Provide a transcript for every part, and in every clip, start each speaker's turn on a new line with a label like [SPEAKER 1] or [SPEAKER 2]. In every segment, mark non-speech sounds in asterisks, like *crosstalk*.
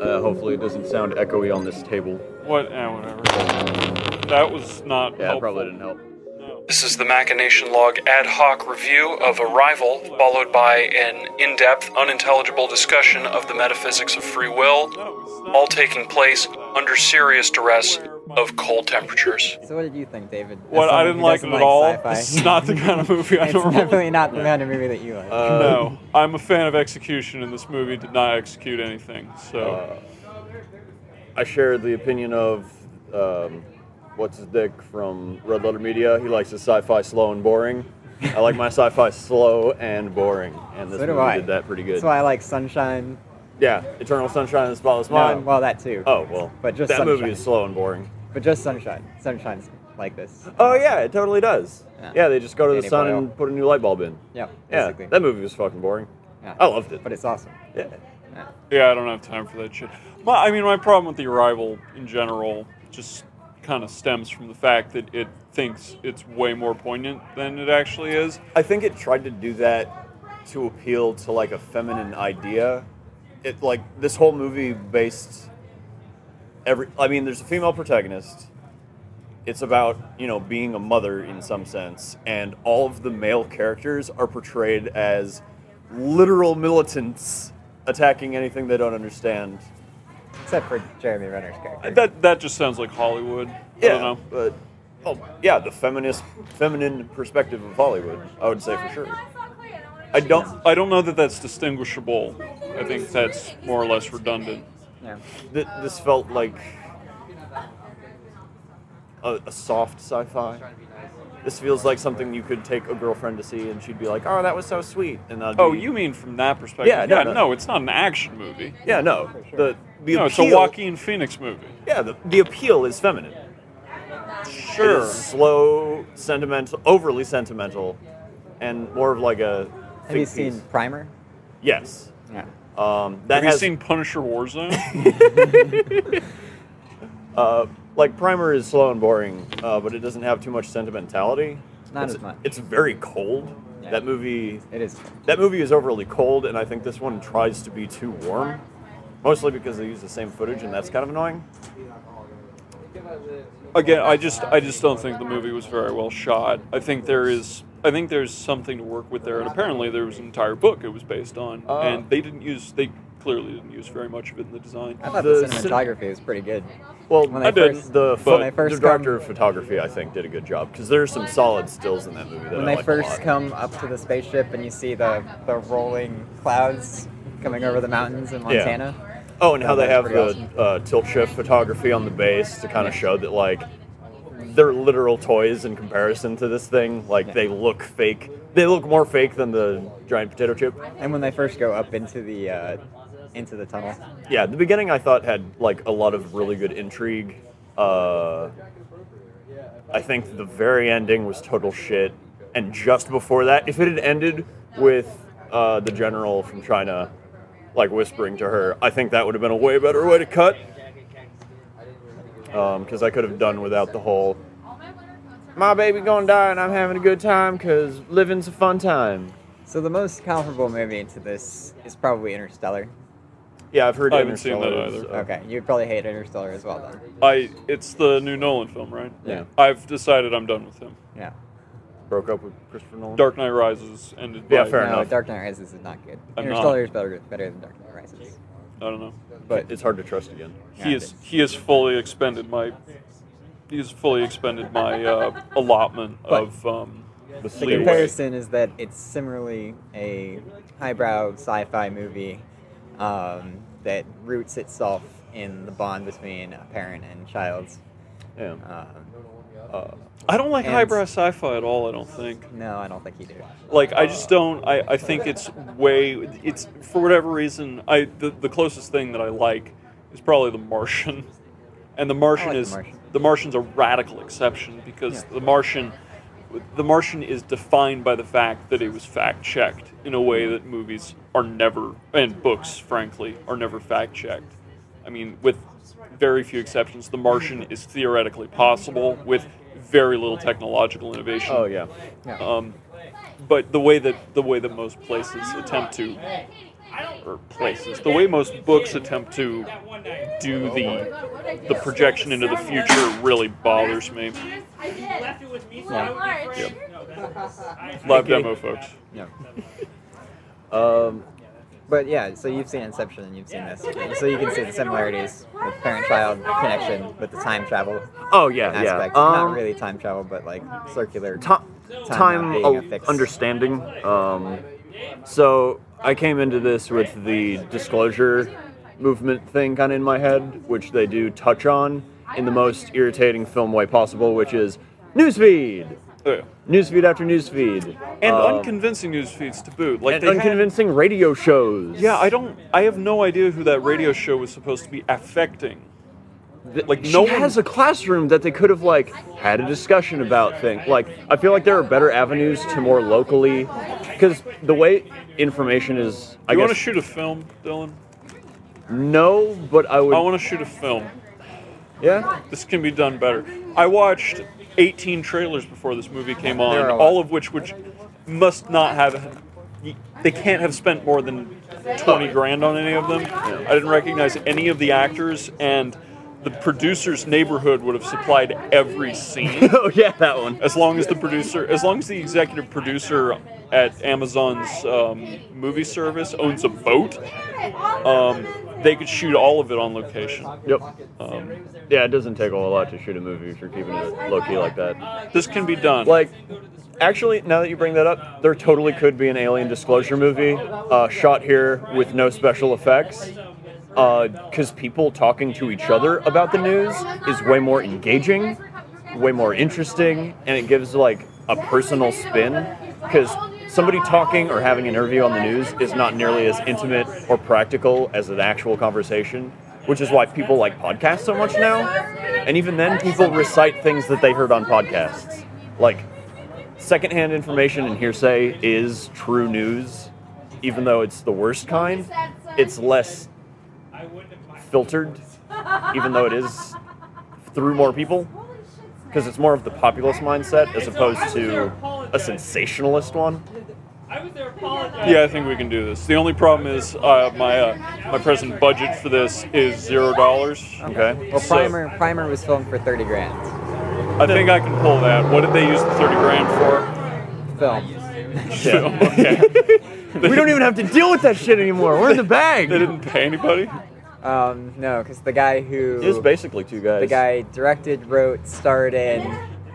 [SPEAKER 1] Uh, hopefully, it doesn't sound echoey on this table.
[SPEAKER 2] What? Eh, whatever. That was not.
[SPEAKER 1] Yeah, it
[SPEAKER 2] helpful.
[SPEAKER 1] probably didn't help.
[SPEAKER 2] No.
[SPEAKER 3] This is the Machination Log ad hoc review of Arrival, followed by an in depth, unintelligible discussion of the metaphysics of free will,
[SPEAKER 2] No, it's not.
[SPEAKER 3] all taking place under serious duress of cold temperatures.
[SPEAKER 4] So what did you think, David? As
[SPEAKER 2] What? I
[SPEAKER 4] someone
[SPEAKER 2] didn't
[SPEAKER 4] who
[SPEAKER 2] like it
[SPEAKER 4] doesn't
[SPEAKER 2] at all. *laughs*
[SPEAKER 4] sci-fi.
[SPEAKER 2] This
[SPEAKER 4] *laughs*
[SPEAKER 2] is not the kind of movie I
[SPEAKER 4] it's
[SPEAKER 2] normally.
[SPEAKER 4] definitely not the kind of movie that you like.
[SPEAKER 1] Uh,
[SPEAKER 2] no, I'm a fan of execution, and this movie did not execute anything. So
[SPEAKER 1] Uh, I shared the opinion of um, what's his dick from Red Letter Media. He likes his sci-fi slow and boring. I like my sci-fi *laughs* slow and boring, and this
[SPEAKER 4] so do
[SPEAKER 1] movie
[SPEAKER 4] I.
[SPEAKER 1] did that pretty good.
[SPEAKER 4] That's why I like Sunshine.
[SPEAKER 1] yeah, Eternal Sunshine of the Spotless
[SPEAKER 4] No,
[SPEAKER 1] Mind.
[SPEAKER 4] well, that too.
[SPEAKER 1] oh well,
[SPEAKER 4] but just
[SPEAKER 1] that
[SPEAKER 4] Sunshine.
[SPEAKER 1] movie is slow and boring.
[SPEAKER 4] But just Sunshine. Sunshine's like this.
[SPEAKER 1] Oh yeah, it totally does.
[SPEAKER 4] Yeah.
[SPEAKER 1] Yeah, they just go to the
[SPEAKER 4] Danny
[SPEAKER 1] sun
[SPEAKER 4] Boyle.
[SPEAKER 1] and put a new light bulb in.
[SPEAKER 4] Yeah,
[SPEAKER 1] Yeah,
[SPEAKER 4] basically.
[SPEAKER 1] that movie was fucking boring.
[SPEAKER 4] Yeah.
[SPEAKER 1] I loved it.
[SPEAKER 4] But it's awesome.
[SPEAKER 1] Yeah.
[SPEAKER 4] Yeah.
[SPEAKER 2] yeah, I don't have time for that shit. My, I mean, my problem with the arrival in general just kind of stems from the fact that it thinks it's way more poignant than it actually is.
[SPEAKER 1] I think it tried to do that to appeal to like a feminine idea. It like this whole movie based every I mean there's a female protagonist. It's about, you know, being a mother in some sense and all of the male characters are portrayed as literal militants attacking anything they don't understand.
[SPEAKER 4] Except for Jeremy Renner's character.
[SPEAKER 2] That that just sounds like Hollywood. I
[SPEAKER 1] Yeah,
[SPEAKER 2] don't know.
[SPEAKER 1] but oh, yeah, the feminist feminine perspective of Hollywood, I would say for sure. I don't
[SPEAKER 2] I don't know that that's distinguishable. I think that's more or less redundant.
[SPEAKER 4] yeah.
[SPEAKER 1] Th- this felt like a, a soft sci-fi. This feels like something you could take a girlfriend to see, and she'd be like, "Oh, that was so sweet." And I'd
[SPEAKER 2] Oh,
[SPEAKER 1] be-
[SPEAKER 2] you mean from that perspective?
[SPEAKER 1] Yeah, no, no.
[SPEAKER 2] no, it's not an action movie.
[SPEAKER 1] Yeah, no. The the
[SPEAKER 2] no, it's
[SPEAKER 1] appeal.
[SPEAKER 2] a Joaquin Phoenix movie.
[SPEAKER 1] yeah, the, the appeal is feminine. It
[SPEAKER 2] Sure.
[SPEAKER 1] is slow, sentimental, overly sentimental, and more of like a.
[SPEAKER 4] Have you
[SPEAKER 1] think
[SPEAKER 4] seen
[SPEAKER 1] piece.
[SPEAKER 4] Primer?
[SPEAKER 1] Yes.
[SPEAKER 4] Yeah.
[SPEAKER 1] Um, that
[SPEAKER 2] Have you
[SPEAKER 1] has
[SPEAKER 2] seen
[SPEAKER 1] *laughs*
[SPEAKER 2] Punisher Warzone?
[SPEAKER 1] uh, like Primer is slow and boring, uh, but it doesn't have too much sentimentality.
[SPEAKER 4] Not
[SPEAKER 1] It's-
[SPEAKER 4] as much.
[SPEAKER 1] It's very cold.
[SPEAKER 4] Yeah.
[SPEAKER 1] That movie
[SPEAKER 4] It is.
[SPEAKER 1] That movie is overly cold, and I think this one tries to be too warm, mostly because they use the same footage, and that's kind of annoying.
[SPEAKER 2] Again, I just I just don't think the movie was very well shot. I think there is I think there's something to work with there, and apparently there was an entire book it was based on,
[SPEAKER 1] Ah.
[SPEAKER 2] and they didn't use they clearly didn't use very much of it in the design.
[SPEAKER 4] I thought the,
[SPEAKER 1] The cin-
[SPEAKER 4] cinematography was pretty good.
[SPEAKER 1] Well,
[SPEAKER 4] When
[SPEAKER 2] I
[SPEAKER 4] they
[SPEAKER 2] didn't,
[SPEAKER 4] first,
[SPEAKER 1] the,
[SPEAKER 4] when
[SPEAKER 1] pho-
[SPEAKER 4] they first
[SPEAKER 1] the director
[SPEAKER 4] come,
[SPEAKER 1] of photography, I think, did a good job because there's some solid stills in that movie that
[SPEAKER 4] when
[SPEAKER 1] I
[SPEAKER 4] they
[SPEAKER 1] like a
[SPEAKER 4] first
[SPEAKER 1] lot.
[SPEAKER 4] come up to the spaceship and you see the the rolling clouds coming over the mountains in
[SPEAKER 1] Yeah.
[SPEAKER 4] Montana.
[SPEAKER 1] Oh, and how they
[SPEAKER 4] That's
[SPEAKER 1] have
[SPEAKER 4] pretty
[SPEAKER 1] the uh, tilt shift photography on the base to kind of show that like they're literal toys in comparison to this thing. Like
[SPEAKER 4] Yeah.
[SPEAKER 1] they look fake. They look more fake than the giant potato chip.
[SPEAKER 4] And when they first go up into the uh, into the tunnel,
[SPEAKER 1] Yeah, the beginning I thought had like a lot of really good intrigue. Uh, I think the very ending was total shit, and just before that, if it had ended with uh, the general from China like whispering to her, I think that would have been a way better way to cut. Because I could have done without the whole "my baby gonna die and I'm having a good time" because living's a fun time.
[SPEAKER 4] so the most comparable movie to this is probably Interstellar.
[SPEAKER 2] Uh,
[SPEAKER 1] Yeah, I've heard
[SPEAKER 2] I haven't seen that
[SPEAKER 1] Interstellar is,
[SPEAKER 2] either.
[SPEAKER 1] uh,
[SPEAKER 4] Okay, you'd probably hate Interstellar as well then.
[SPEAKER 2] I it's the new Nolan film, right?
[SPEAKER 1] Yeah.
[SPEAKER 2] I've decided I'm done with him.
[SPEAKER 4] Yeah.
[SPEAKER 1] Broke up with Christopher Nolan.
[SPEAKER 2] Dark Knight Rises ended.
[SPEAKER 1] Yeah,
[SPEAKER 2] by,
[SPEAKER 1] fair
[SPEAKER 4] no,
[SPEAKER 1] enough.
[SPEAKER 4] Dark Knight Rises is not good.
[SPEAKER 2] I'm not.
[SPEAKER 4] Interstellar is better better than Dark Knight Rises.
[SPEAKER 2] I don't know.
[SPEAKER 1] but it's hard to trust again.
[SPEAKER 2] He is he has fully expended my he has fully expended my uh, allotment of um,
[SPEAKER 1] The
[SPEAKER 4] The
[SPEAKER 1] leeway.
[SPEAKER 4] comparison is that it's similarly a highbrow sci-fi movie um, that roots itself in the bond between a parent and child.
[SPEAKER 1] Yeah.
[SPEAKER 4] Um,
[SPEAKER 1] Uh,
[SPEAKER 2] I don't like
[SPEAKER 4] And-
[SPEAKER 2] highbrow sci-fi at all. I don't think.
[SPEAKER 4] no, I don't think he did.
[SPEAKER 2] Like I just don't. I, I think it's way. It's for whatever reason. I the, the closest thing that I like is probably The Martian, and The Martian
[SPEAKER 4] like The
[SPEAKER 2] is
[SPEAKER 4] Martian.
[SPEAKER 2] The Martian's a radical exception because
[SPEAKER 4] Yeah.
[SPEAKER 2] The Martian, The Martian is defined by the fact that it was fact checked in a way that movies are never and books, frankly, are never fact checked. I mean, with very few exceptions, The Martian is theoretically possible with very little technological innovation
[SPEAKER 1] oh yeah.
[SPEAKER 4] Yeah.
[SPEAKER 2] um, but the way that the way that most places attempt to or places. The way most books attempt to do the the projection into the future really bothers me.
[SPEAKER 5] I did.
[SPEAKER 6] Left it with me, so
[SPEAKER 4] Yeah.
[SPEAKER 6] I would be
[SPEAKER 5] Yep.
[SPEAKER 6] afraid. No, that's- I- I-
[SPEAKER 2] Live demo, folks.
[SPEAKER 4] Yeah.
[SPEAKER 1] Um,
[SPEAKER 4] But yeah, so you've seen Inception and you've seen this, so you can see the similarities with parent-child connection with the time travel
[SPEAKER 1] oh yeah,
[SPEAKER 4] aspect.
[SPEAKER 1] yeah. Um,
[SPEAKER 4] Not really time travel, but like circular.
[SPEAKER 1] ti- time,
[SPEAKER 4] being
[SPEAKER 1] al-
[SPEAKER 4] a fix.
[SPEAKER 1] understanding. Um, so I came into this with the disclosure movement thing kind of in my head, which they do touch on in the most irritating film way possible, which is newsfeed,
[SPEAKER 2] Oh, yeah.
[SPEAKER 1] newsfeed after newsfeed,
[SPEAKER 2] And
[SPEAKER 1] Um,
[SPEAKER 2] unconvincing news feeds to boot. Like
[SPEAKER 1] and
[SPEAKER 2] they had-
[SPEAKER 1] unconvincing radio shows.
[SPEAKER 2] yeah, I don't. I have no idea who that radio show was supposed to be affecting.
[SPEAKER 1] like
[SPEAKER 2] like,
[SPEAKER 1] she
[SPEAKER 2] no one-
[SPEAKER 1] has a classroom that they could have like had a discussion about things. Like I feel like there are better avenues to more locally, because the way information is, I
[SPEAKER 2] you want to
[SPEAKER 1] guess
[SPEAKER 2] shoot a film, Dylan?
[SPEAKER 1] no, but I would.
[SPEAKER 2] I want to shoot a film.
[SPEAKER 1] yeah, *laughs*
[SPEAKER 2] This can be done better. I watched 18 trailers before this movie came
[SPEAKER 4] There are
[SPEAKER 2] on,
[SPEAKER 4] a lot.
[SPEAKER 2] all of which which must not have. They can't have spent more than 20 grand on any of them. I didn't recognize any of the actors, and the producer's neighborhood would have supplied every
[SPEAKER 4] *laughs*
[SPEAKER 2] scene.
[SPEAKER 1] oh yeah, that one.
[SPEAKER 2] As long as the producer, as long as the executive producer at Amazon's um, movie service owns a boat, um, they could shoot all of it on location.
[SPEAKER 1] Yep.
[SPEAKER 2] Um,
[SPEAKER 1] Yeah, it doesn't take a whole lot to shoot a movie if you're keeping it low key like that.
[SPEAKER 2] this can be done.
[SPEAKER 1] Like, actually, now that you bring that up, there totally could be an Alien Disclosure movie uh, shot here with no special effects. Because people talking to each other about the news is way more engaging, way more interesting, and it gives like a personal spin. Because somebody talking or having an interview on the news is not nearly as intimate or practical as an actual conversation, which is why people like podcasts so much now. And even then, people recite things that they heard on podcasts. Like, secondhand information and hearsay is true news, even though it's the worst kind. It's less
[SPEAKER 6] I wouldn't have minded.
[SPEAKER 1] filtered, even though it is through more people, because it's more of the populist mindset as opposed to a sensationalist one.
[SPEAKER 6] I was there apologizing.
[SPEAKER 2] Yeah, I think we can do this. The only problem is uh, my uh, my present budget for this is zero dollars.
[SPEAKER 4] *laughs*
[SPEAKER 1] Okay.
[SPEAKER 4] Well,
[SPEAKER 2] So-
[SPEAKER 4] Primer Primer was filmed for thirty grand.
[SPEAKER 2] I think I can pull that. What did they use the thirty grand for?
[SPEAKER 4] Film.
[SPEAKER 1] Yeah.
[SPEAKER 2] okay.
[SPEAKER 1] We
[SPEAKER 2] *laughs*
[SPEAKER 1] don't even have to deal with that shit anymore. We're in the bag.
[SPEAKER 2] They *laughs* didn't pay anybody.
[SPEAKER 4] Um, no, because the guy who
[SPEAKER 1] It is basically two guys.
[SPEAKER 4] the guy directed, wrote, starred in,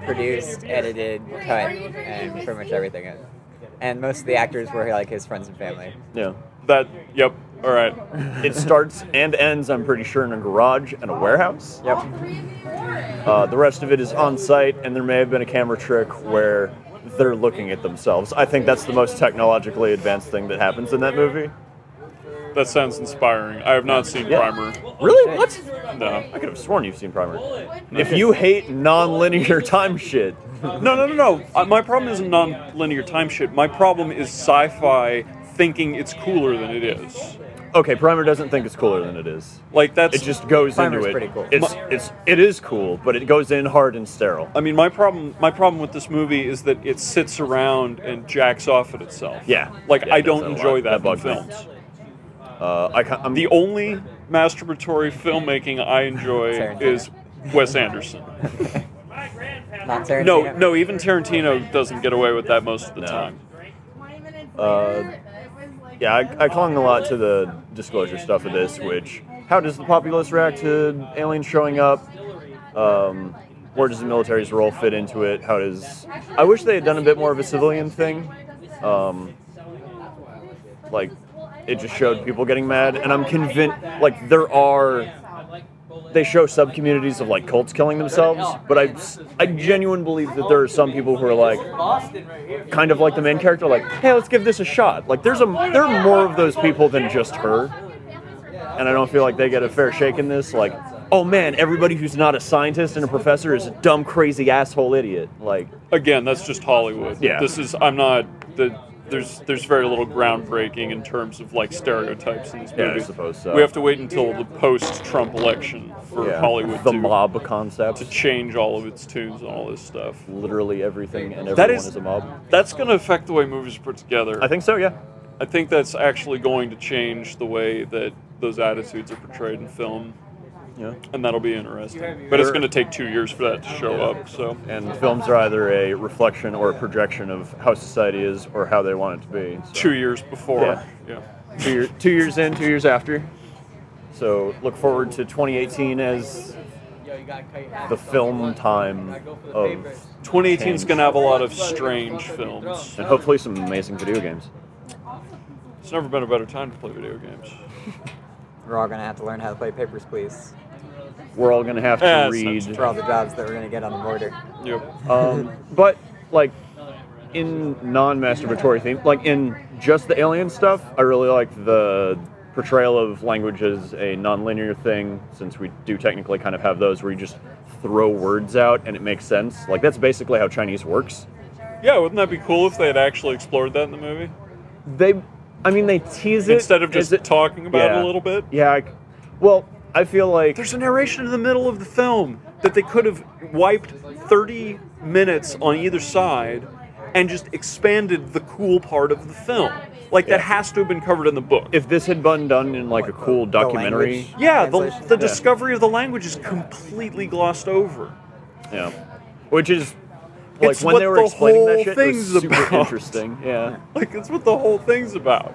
[SPEAKER 4] produced, edited, cut, and pretty much everything. else. And most of the actors were like his friends and family.
[SPEAKER 1] Yeah.
[SPEAKER 2] That. Yep. All right.
[SPEAKER 1] It starts and ends, I'm pretty sure, in a garage and a warehouse.
[SPEAKER 4] Yep.
[SPEAKER 1] Uh, the rest of it is on site, and there may have been a camera trick where they're looking at themselves. I think that's the most technologically advanced thing that happens in that movie.
[SPEAKER 2] That sounds inspiring. I have not seen
[SPEAKER 1] Yeah.
[SPEAKER 2] Primer.
[SPEAKER 1] Really? What?
[SPEAKER 2] No.
[SPEAKER 1] I could have sworn you've seen Primer.
[SPEAKER 6] Bullet.
[SPEAKER 1] If you hate non-linear *laughs* time shit,
[SPEAKER 2] No, no, no, no. Uh, my problem isn't non-linear time shit. My problem is sci-fi thinking it's cooler than it is.
[SPEAKER 1] okay, Primer doesn't think it's cooler than it is.
[SPEAKER 2] Like that's
[SPEAKER 1] It just goes
[SPEAKER 4] Primer's
[SPEAKER 1] into it.
[SPEAKER 4] pretty cool.
[SPEAKER 1] It's it's it is cool, but it goes in hard and sterile.
[SPEAKER 2] I mean, my problem my problem with this movie is that it sits around and jacks off at itself.
[SPEAKER 1] Yeah.
[SPEAKER 2] like
[SPEAKER 1] Yeah,
[SPEAKER 2] I
[SPEAKER 1] it does
[SPEAKER 2] don't
[SPEAKER 1] that a
[SPEAKER 2] enjoy
[SPEAKER 1] lot.
[SPEAKER 2] that,
[SPEAKER 1] That
[SPEAKER 2] in
[SPEAKER 1] bugs me.
[SPEAKER 2] films.
[SPEAKER 1] Uh, I ca- I'm
[SPEAKER 2] The only masturbatory filmmaking I enjoy
[SPEAKER 4] Tarantino.
[SPEAKER 2] is Wes Anderson.
[SPEAKER 6] My grandpa.
[SPEAKER 4] Not Tarantino.
[SPEAKER 2] No, no, even Tarantino doesn't get away with that most of the
[SPEAKER 1] No.
[SPEAKER 2] time.
[SPEAKER 1] Uh, yeah, I, I clung a lot to the disclosure stuff of this, which how does the populace react to aliens showing up? Um, where does the military's role fit into it? How does I wish they had done a bit more of a civilian thing. Um, like it just showed people getting mad, and I'm convinced like there are they show sub communities of like cults killing themselves, but I I genuinely believe that there are some people who are like kind of like the main character, like, hey, let's give this a shot. Like, there's a there are more of those people than just her, and I don't feel like they get a fair shake in this. Like, oh man, everybody who's not a scientist and a professor is a dumb, crazy asshole idiot. Like,
[SPEAKER 2] Again, that's just Hollywood.
[SPEAKER 1] Yeah.
[SPEAKER 2] this is I'm not the. There's there's very little groundbreaking in terms of like stereotypes in this
[SPEAKER 1] Yeah, I
[SPEAKER 2] movie.
[SPEAKER 1] suppose so.
[SPEAKER 2] We have to wait until the post-Trump election for
[SPEAKER 1] yeah,
[SPEAKER 2] Hollywood
[SPEAKER 1] the
[SPEAKER 2] to,
[SPEAKER 1] mob
[SPEAKER 2] to
[SPEAKER 1] concept,
[SPEAKER 2] change all of its tunes and all this stuff.
[SPEAKER 1] literally everything and everyone
[SPEAKER 2] That is-
[SPEAKER 1] a mob.
[SPEAKER 2] That's going to affect the way movies are put together.
[SPEAKER 1] I think so. Yeah.
[SPEAKER 2] I think that's actually going to change the way that those attitudes are portrayed in film,
[SPEAKER 1] Yeah.
[SPEAKER 2] and that'll be interesting. But it's going to take two years for that to show up. So
[SPEAKER 1] And films are either a reflection or a projection of how society is or how they want it to be. So
[SPEAKER 2] two years before,
[SPEAKER 1] Yeah.
[SPEAKER 2] yeah.
[SPEAKER 1] two, year, two years in, two years after. So look forward to 2018 as the film time of,
[SPEAKER 2] 2018 is
[SPEAKER 1] Change.
[SPEAKER 2] going to have a lot of strange films.
[SPEAKER 1] and hopefully some amazing video games.
[SPEAKER 2] It's never been a better time to play video games.
[SPEAKER 4] We're all gonna have to learn how to play Papers, Please
[SPEAKER 1] We're all gonna have to
[SPEAKER 2] Yeah, it's not
[SPEAKER 1] read.
[SPEAKER 4] for all the jobs that we're gonna get on the border.
[SPEAKER 2] Yep.
[SPEAKER 1] Um, but like in non-masturbatory theme, like in just the alien stuff, I really like the portrayal of language as a non-linear thing, since we do technically kind of have those where you just throw words out and it makes sense. Like that's basically how Chinese works.
[SPEAKER 2] Yeah, wouldn't that be cool if they had actually explored that in the movie
[SPEAKER 1] They, I mean, they tease it
[SPEAKER 2] instead of
[SPEAKER 1] as
[SPEAKER 2] just
[SPEAKER 1] it,
[SPEAKER 2] talking about it
[SPEAKER 1] yeah.
[SPEAKER 2] a little bit?
[SPEAKER 1] Yeah, I c well, I feel like
[SPEAKER 2] There's a narration in the middle of the film that they could have wiped 30 minutes on either side and just expanded the cool part of the film. Like that
[SPEAKER 1] Yeah.
[SPEAKER 2] has to have been covered in the book.
[SPEAKER 1] if this had been done in like a cool
[SPEAKER 4] The
[SPEAKER 1] documentary,
[SPEAKER 4] language
[SPEAKER 2] yeah, the,
[SPEAKER 4] translation.
[SPEAKER 2] the
[SPEAKER 1] Yeah.
[SPEAKER 2] discovery of the language is completely glossed over.
[SPEAKER 1] yeah, which is. Like
[SPEAKER 2] It's
[SPEAKER 1] when
[SPEAKER 2] what
[SPEAKER 1] they were
[SPEAKER 2] the
[SPEAKER 1] explaining
[SPEAKER 2] whole
[SPEAKER 1] that shit, it
[SPEAKER 2] thing's
[SPEAKER 1] was super
[SPEAKER 2] about.
[SPEAKER 1] interesting. Yeah.
[SPEAKER 2] *laughs* Like that's what the whole thing's about.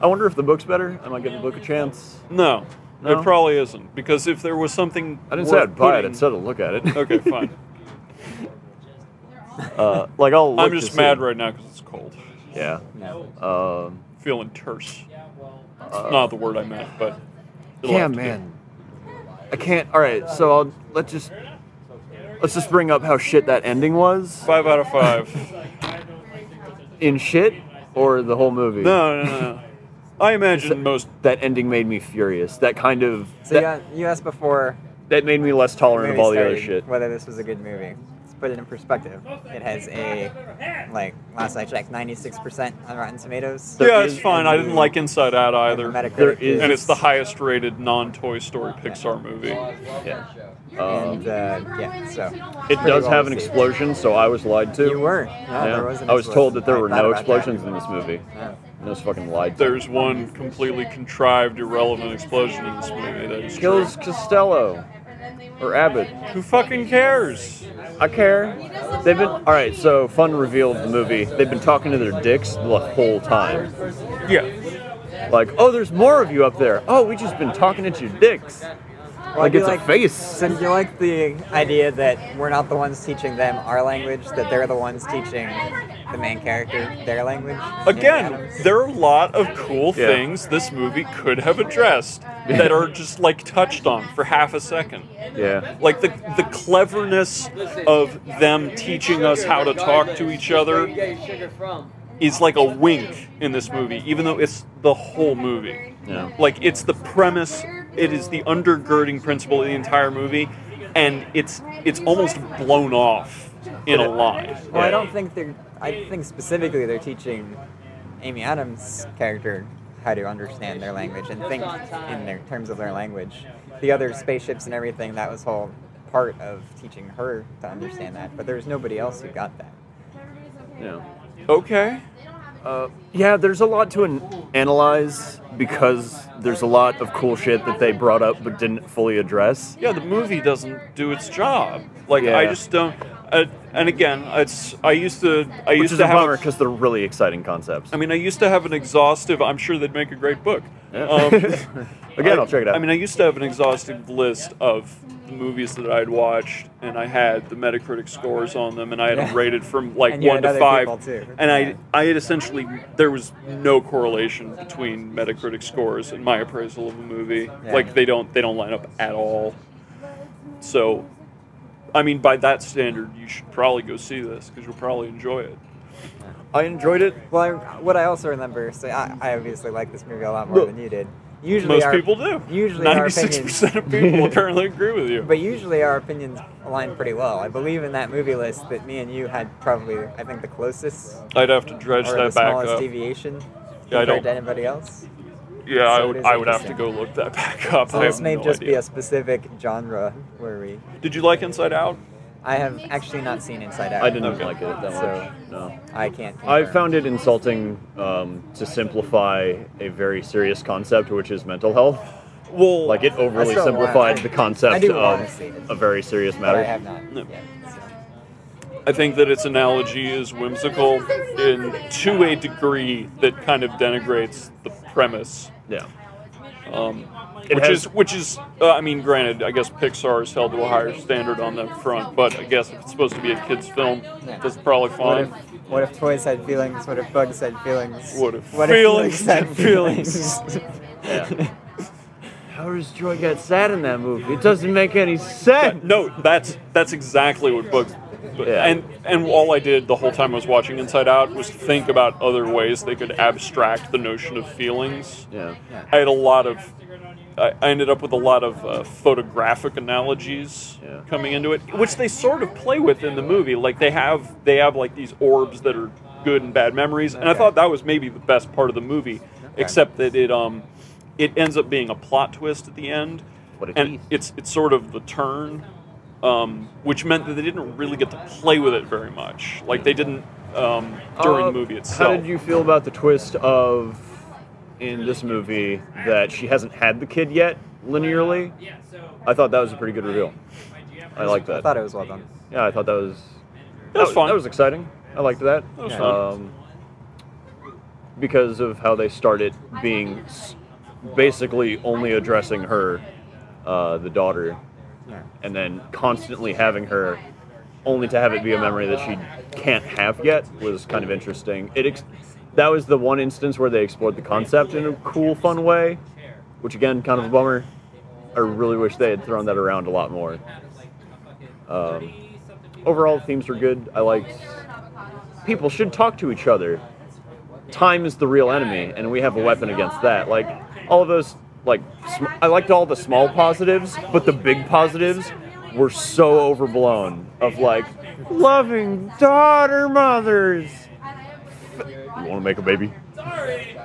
[SPEAKER 1] I wonder if the book's better. I might give the book a chance.
[SPEAKER 2] No,
[SPEAKER 1] No?
[SPEAKER 2] it probably isn't because if there was something
[SPEAKER 1] I didn't
[SPEAKER 2] worth
[SPEAKER 1] say I'd buy it.
[SPEAKER 2] putting-
[SPEAKER 1] I
[SPEAKER 2] *laughs*
[SPEAKER 1] said I'd look at it.
[SPEAKER 2] okay, fine.
[SPEAKER 1] *laughs* Uh, like I'll. Look
[SPEAKER 2] I'm
[SPEAKER 1] to
[SPEAKER 2] just
[SPEAKER 1] see.
[SPEAKER 2] mad right now because it's cold.
[SPEAKER 1] Yeah.
[SPEAKER 4] No.
[SPEAKER 1] Um,
[SPEAKER 2] Feeling terse. It's not the word I meant, but it'll
[SPEAKER 1] Uh, yeah,
[SPEAKER 2] have to do.
[SPEAKER 1] man. I can't. All right, so I'll let's just let's just bring up how shit that ending was
[SPEAKER 2] Five out of five.
[SPEAKER 1] in shit or the whole movie.
[SPEAKER 2] no, no, no. I imagine most.
[SPEAKER 1] That ending made me furious. That kind of
[SPEAKER 4] So
[SPEAKER 1] that,
[SPEAKER 4] yeah, you asked before
[SPEAKER 1] that made me less
[SPEAKER 4] the
[SPEAKER 1] tolerant of
[SPEAKER 4] movie
[SPEAKER 1] all the other
[SPEAKER 4] started
[SPEAKER 1] shit.
[SPEAKER 4] whether this was a good movie. Let's put it in perspective. It has a like last I checked, 96% on Rotten Tomatoes.
[SPEAKER 1] There
[SPEAKER 2] yeah, it's
[SPEAKER 1] is- uh,
[SPEAKER 2] fine. I didn't like Inside Out
[SPEAKER 4] And
[SPEAKER 2] either,
[SPEAKER 4] Metacritic
[SPEAKER 1] There is-
[SPEAKER 2] and it's the highest rated non-Toy Story Pixar movie.
[SPEAKER 1] Yeah.
[SPEAKER 4] And
[SPEAKER 1] Um,
[SPEAKER 4] uh, yeah, so
[SPEAKER 1] it
[SPEAKER 4] pretty
[SPEAKER 1] does
[SPEAKER 4] well
[SPEAKER 1] have an
[SPEAKER 4] received.
[SPEAKER 1] explosion, so I was lied to.
[SPEAKER 4] you were. No, there was an
[SPEAKER 1] I was told that there
[SPEAKER 4] explosion.
[SPEAKER 1] were
[SPEAKER 4] I thought
[SPEAKER 1] no
[SPEAKER 4] about that.
[SPEAKER 1] explosions in this movie.
[SPEAKER 4] Yeah.
[SPEAKER 1] And I was fucking lied to.
[SPEAKER 2] There's one completely contrived, irrelevant explosion in this movie that is true.
[SPEAKER 1] Kills Costello or Abbott.
[SPEAKER 2] Who fucking cares?
[SPEAKER 1] I care. They've been all right. So fun reveal of the movie. They've been talking to their dicks the whole time.
[SPEAKER 2] Yeah.
[SPEAKER 1] Like, oh, there's more of you up there. Oh, we just been talking at your dicks.
[SPEAKER 4] Well, I
[SPEAKER 1] Like
[SPEAKER 4] do
[SPEAKER 1] it's a face.
[SPEAKER 4] So do you like the idea that we're not the ones teaching them our language, that they're the ones teaching the main character their language?
[SPEAKER 2] Again, there are a lot of cool
[SPEAKER 1] Yeah.
[SPEAKER 2] things this movie could have addressed that are just like touched on for half a second.
[SPEAKER 1] Yeah.
[SPEAKER 2] Like the the cleverness of them teaching us how to talk to each other is like a wink in this movie, even though it's the whole movie.
[SPEAKER 1] Yeah.
[SPEAKER 2] Like it's the premise, it is the undergirding principle of the entire movie, and it's it's almost blown off in a line.
[SPEAKER 4] Well, I don't think they're. I think specifically they're teaching Amy Adams' character how to understand their language and think in their terms of their language. The other spaceships and everything that was whole part of teaching her to understand that, but there was nobody else who got that.
[SPEAKER 1] Yeah.
[SPEAKER 2] Okay.
[SPEAKER 1] Uh, yeah. There's a lot to an- analyze because there's a lot of cool shit that they brought up but didn't fully address.
[SPEAKER 2] yeah, the movie doesn't do its job. Like I
[SPEAKER 1] Yeah.
[SPEAKER 2] just don't. Uh, and again, it's I used to I
[SPEAKER 1] Which
[SPEAKER 2] used
[SPEAKER 1] is
[SPEAKER 2] to
[SPEAKER 1] a
[SPEAKER 2] have.
[SPEAKER 1] bummer because they're really exciting concepts.
[SPEAKER 2] I mean, I used to have an exhaustive. I'm sure they'd make a great book.
[SPEAKER 1] Yeah. *laughs*
[SPEAKER 2] Um,
[SPEAKER 1] Again,
[SPEAKER 2] I,
[SPEAKER 1] I'll check it out.
[SPEAKER 2] I mean, I used to have an exhaustive list of the movies that I'd watched, and I had the Metacritic scores on them, and I had them
[SPEAKER 4] Yeah.
[SPEAKER 2] rated from like
[SPEAKER 4] And you
[SPEAKER 2] one
[SPEAKER 4] had
[SPEAKER 2] to
[SPEAKER 4] other
[SPEAKER 2] five.
[SPEAKER 4] people, too.
[SPEAKER 2] And
[SPEAKER 4] Yeah.
[SPEAKER 2] I, I had essentially there was no correlation between Metacritic scores and my appraisal of a movie.
[SPEAKER 4] Yeah.
[SPEAKER 2] Like they don't they don't line up at all. So, I mean, by that standard, you should probably go see this because you'll probably enjoy it.
[SPEAKER 1] I enjoyed it.
[SPEAKER 4] Well, I, what I also remember, so I, I obviously like this movie a lot more
[SPEAKER 1] Look,
[SPEAKER 4] than you did. Usually,
[SPEAKER 2] Most
[SPEAKER 4] our-
[SPEAKER 2] people do.
[SPEAKER 4] Usually,
[SPEAKER 2] *laughs*
[SPEAKER 4] our
[SPEAKER 2] ninety-six
[SPEAKER 4] opinions,
[SPEAKER 2] percent of
[SPEAKER 4] *laughs*
[SPEAKER 2] people apparently agree with you.
[SPEAKER 4] but usually our opinions align pretty well. I believe in that movie list that me and you had probably, I think, the closest
[SPEAKER 2] I'd have to dredge
[SPEAKER 4] or the
[SPEAKER 2] that back
[SPEAKER 4] smallest
[SPEAKER 2] up.
[SPEAKER 4] deviation
[SPEAKER 2] Yeah, I
[SPEAKER 4] compared
[SPEAKER 2] don't-
[SPEAKER 4] to anybody else.
[SPEAKER 2] Yeah, I
[SPEAKER 4] So it
[SPEAKER 2] would.
[SPEAKER 4] is
[SPEAKER 2] I would have to go
[SPEAKER 4] interesting.
[SPEAKER 2] look that *laughs* back up.
[SPEAKER 4] So
[SPEAKER 2] I
[SPEAKER 4] this
[SPEAKER 2] have
[SPEAKER 4] may
[SPEAKER 2] no
[SPEAKER 4] just be
[SPEAKER 2] idea.
[SPEAKER 4] a specific genre where we.
[SPEAKER 2] Did you like Inside Out?
[SPEAKER 4] I have actually not seen Inside Out.
[SPEAKER 1] I didn't
[SPEAKER 2] Okay.
[SPEAKER 1] like it that
[SPEAKER 4] So-
[SPEAKER 1] much. No.
[SPEAKER 4] I can't.
[SPEAKER 1] I
[SPEAKER 4] confirm.
[SPEAKER 1] found it insulting um, to simplify a very serious concept, which is mental health.
[SPEAKER 2] Well,
[SPEAKER 1] Like it overly
[SPEAKER 4] still wanna-
[SPEAKER 1] simplified the
[SPEAKER 4] I
[SPEAKER 1] concept
[SPEAKER 4] do wanna see it.
[SPEAKER 1] of a very serious
[SPEAKER 4] but I
[SPEAKER 1] matter.
[SPEAKER 4] have not.
[SPEAKER 2] No.
[SPEAKER 4] Yet, so.
[SPEAKER 2] I think that its analogy is whimsical in to a degree that kind of denigrates the premise, *laughs*
[SPEAKER 1] Yeah.
[SPEAKER 2] um,
[SPEAKER 1] It
[SPEAKER 2] which
[SPEAKER 1] has-
[SPEAKER 2] is which is uh, I mean, granted, I guess Pixar is held to a higher standard on that front, but I guess if it's supposed to be a kids' film, that's probably
[SPEAKER 4] What
[SPEAKER 2] fine.
[SPEAKER 4] if, what if toys had feelings? What if bugs had feelings?
[SPEAKER 2] What if feelings
[SPEAKER 4] had
[SPEAKER 2] had feelings? *laughs*
[SPEAKER 1] yeah. How does Joy get sad in that movie? It doesn't make any sense.
[SPEAKER 2] No, that's that's exactly what bugs. but-
[SPEAKER 1] Yeah.
[SPEAKER 2] And and all I did the whole time I was watching Inside Out was think about other ways they could abstract the notion of feelings.
[SPEAKER 1] Yeah.
[SPEAKER 2] I had a lot of. I I ended up with a lot of uh, photographic analogies
[SPEAKER 1] Yeah.
[SPEAKER 2] coming into it, which they sort of play with in the movie. Like they have they have like these orbs that are good and bad memories, and I
[SPEAKER 4] Okay.
[SPEAKER 2] thought that was maybe the best part of the movie, except that it um it ends up being a plot twist at the end,
[SPEAKER 1] What a
[SPEAKER 2] and
[SPEAKER 1] tease.
[SPEAKER 2] it's it's sort of the turn, um, which meant that they didn't really get to play with it very much. Like they didn't um, during
[SPEAKER 1] Uh,
[SPEAKER 2] the movie itself.
[SPEAKER 1] How did you feel about the twist of in this movie that she hasn't had the kid yet linearly? I thought that was a pretty good reveal. I like
[SPEAKER 4] I
[SPEAKER 1] that.
[SPEAKER 4] thought it was well done.
[SPEAKER 1] Yeah, I thought that was
[SPEAKER 2] It was
[SPEAKER 1] that,
[SPEAKER 2] fun.
[SPEAKER 1] That was exciting. I liked that.
[SPEAKER 2] That was fun.
[SPEAKER 1] um, because of how they started being s- basically only addressing her, uh, the daughter,
[SPEAKER 4] Yeah.
[SPEAKER 1] and then constantly having her, only to have it be a memory that she can't have yet was kind of interesting. It ex- that was the one instance where they explored the concept in a cool, fun way, which again, kind of a bummer. I really wish they had thrown that around a lot more. Um, overall, the themes were good. I liked. People should talk to each other. Time is the real enemy, and we have a weapon against that. Like all of those, like sm- I liked all the small positives, but the big positives were so overblown. Of like loving daughter mothers. You want to make a baby?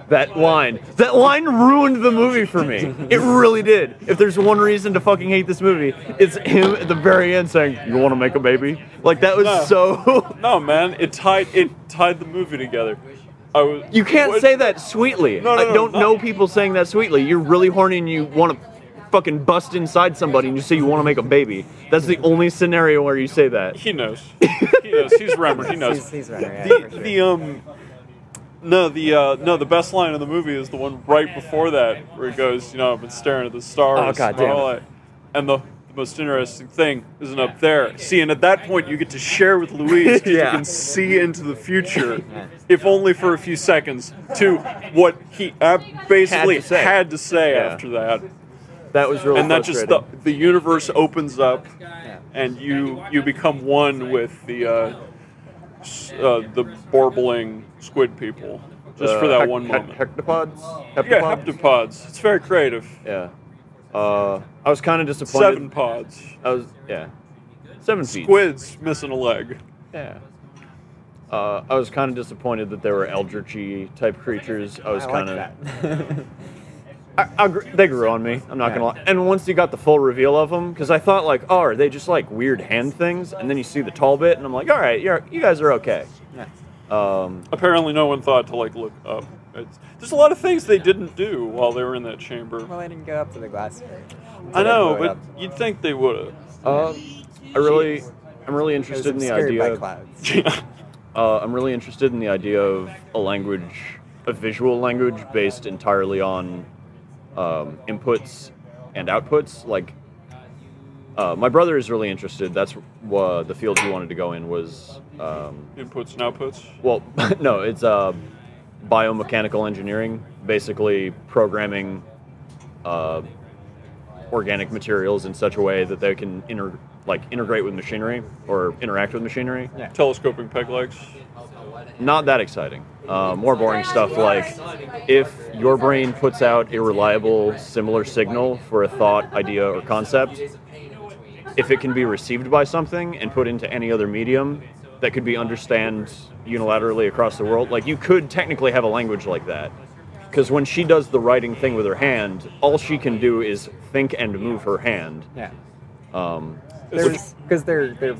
[SPEAKER 1] That line. That line ruined the movie for me. It really did. If there's one reason to fucking hate this movie, it's him at the very end saying, You want to make a baby? Like, that was
[SPEAKER 2] No.
[SPEAKER 1] so. *laughs*
[SPEAKER 2] No, man, it tied it tied the movie together. I was,
[SPEAKER 1] You can't
[SPEAKER 2] what-
[SPEAKER 1] say that sweetly.
[SPEAKER 2] No, no,
[SPEAKER 1] I
[SPEAKER 2] no,
[SPEAKER 1] don't
[SPEAKER 2] no.
[SPEAKER 1] know people saying that sweetly. You're really horny and you want to fucking bust inside somebody and you say you want to make a baby. That's the only scenario where you say that.
[SPEAKER 2] He
[SPEAKER 1] *laughs*
[SPEAKER 2] knows. He knows. He's Remmer. He knows.
[SPEAKER 4] He's, he's running around
[SPEAKER 2] the,
[SPEAKER 4] for sure.
[SPEAKER 2] the um no the uh, no the best line of the movie is the one right before that where it goes you know I've been staring at the stars
[SPEAKER 4] Oh, God
[SPEAKER 2] and
[SPEAKER 4] damn
[SPEAKER 2] all that." and the, the most interesting thing isn't up there see and at that point you get to share
[SPEAKER 1] *laughs*
[SPEAKER 2] with Louise 'cause
[SPEAKER 4] Yeah.
[SPEAKER 2] you can see into the future
[SPEAKER 4] Yeah.
[SPEAKER 2] if only for a few seconds to what he uh, basically
[SPEAKER 1] Had to say.
[SPEAKER 2] had to say
[SPEAKER 1] Yeah.
[SPEAKER 2] after that
[SPEAKER 1] That was really
[SPEAKER 2] and that just the,
[SPEAKER 1] frustrating.
[SPEAKER 2] the universe opens up
[SPEAKER 4] Yeah.
[SPEAKER 2] and you you become one with the uh, s- uh, the borbling squid people just for
[SPEAKER 1] Uh,
[SPEAKER 2] that
[SPEAKER 1] hec-
[SPEAKER 2] one
[SPEAKER 1] hec-
[SPEAKER 2] moment.
[SPEAKER 1] Hectopods?
[SPEAKER 2] yeah, heptapods. It's very creative.
[SPEAKER 1] Yeah. Uh, I was kind of disappointed.
[SPEAKER 2] Seven pods.
[SPEAKER 1] I was yeah. Seven feet.
[SPEAKER 2] Squids missing a leg.
[SPEAKER 1] Yeah. Uh, I was kind of disappointed that they were eldritchy type creatures. I was
[SPEAKER 4] I
[SPEAKER 1] kind
[SPEAKER 4] like
[SPEAKER 1] of.
[SPEAKER 4] that.
[SPEAKER 1] *laughs* I, I gr- they grew on me. I'm not gonna lie. And once you got the full reveal of them, because I thought like, oh, are they just like weird hand things? And then you see the tall bit, and I'm like, all right, you're, you guys are okay.
[SPEAKER 4] Yeah.
[SPEAKER 1] Um,
[SPEAKER 2] Apparently, no one thought to like look up. It's, there's a lot of things they didn't do while they were in that chamber.
[SPEAKER 4] Well, I didn't go up to the glass.
[SPEAKER 2] I know,
[SPEAKER 4] blow it
[SPEAKER 2] but you'd think they would
[SPEAKER 1] um, I really, I'm really
[SPEAKER 4] It was
[SPEAKER 1] interested in the
[SPEAKER 4] obscured
[SPEAKER 1] idea.
[SPEAKER 4] by
[SPEAKER 2] *laughs*
[SPEAKER 4] clouds.
[SPEAKER 2] have.
[SPEAKER 1] Uh, I'm really interested in the idea of a language, a visual language based entirely on um, inputs and outputs. Like, uh, my brother is really interested. That's uh, the field he wanted to go in was, um,
[SPEAKER 2] *laughs* Inputs and outputs.
[SPEAKER 1] well, *laughs* no, it's uh, biomechanical engineering, basically programming uh, organic materials in such a way that they can inter- like integrate with machinery or interact with machinery
[SPEAKER 4] Yeah.
[SPEAKER 2] Telescoping peg legs.
[SPEAKER 1] not that exciting. Uh, more boring stuff like if your brain puts out a reliable, similar signal for a thought, idea, or concept, if it can be received by something and put into any other medium that could be understand unilaterally across the world, like you could technically have a language like that. Because when she does the writing thing with her hand, all she can do is think and move her hand.
[SPEAKER 4] Yeah.
[SPEAKER 1] Um,
[SPEAKER 2] It's a-
[SPEAKER 4] Because they're they're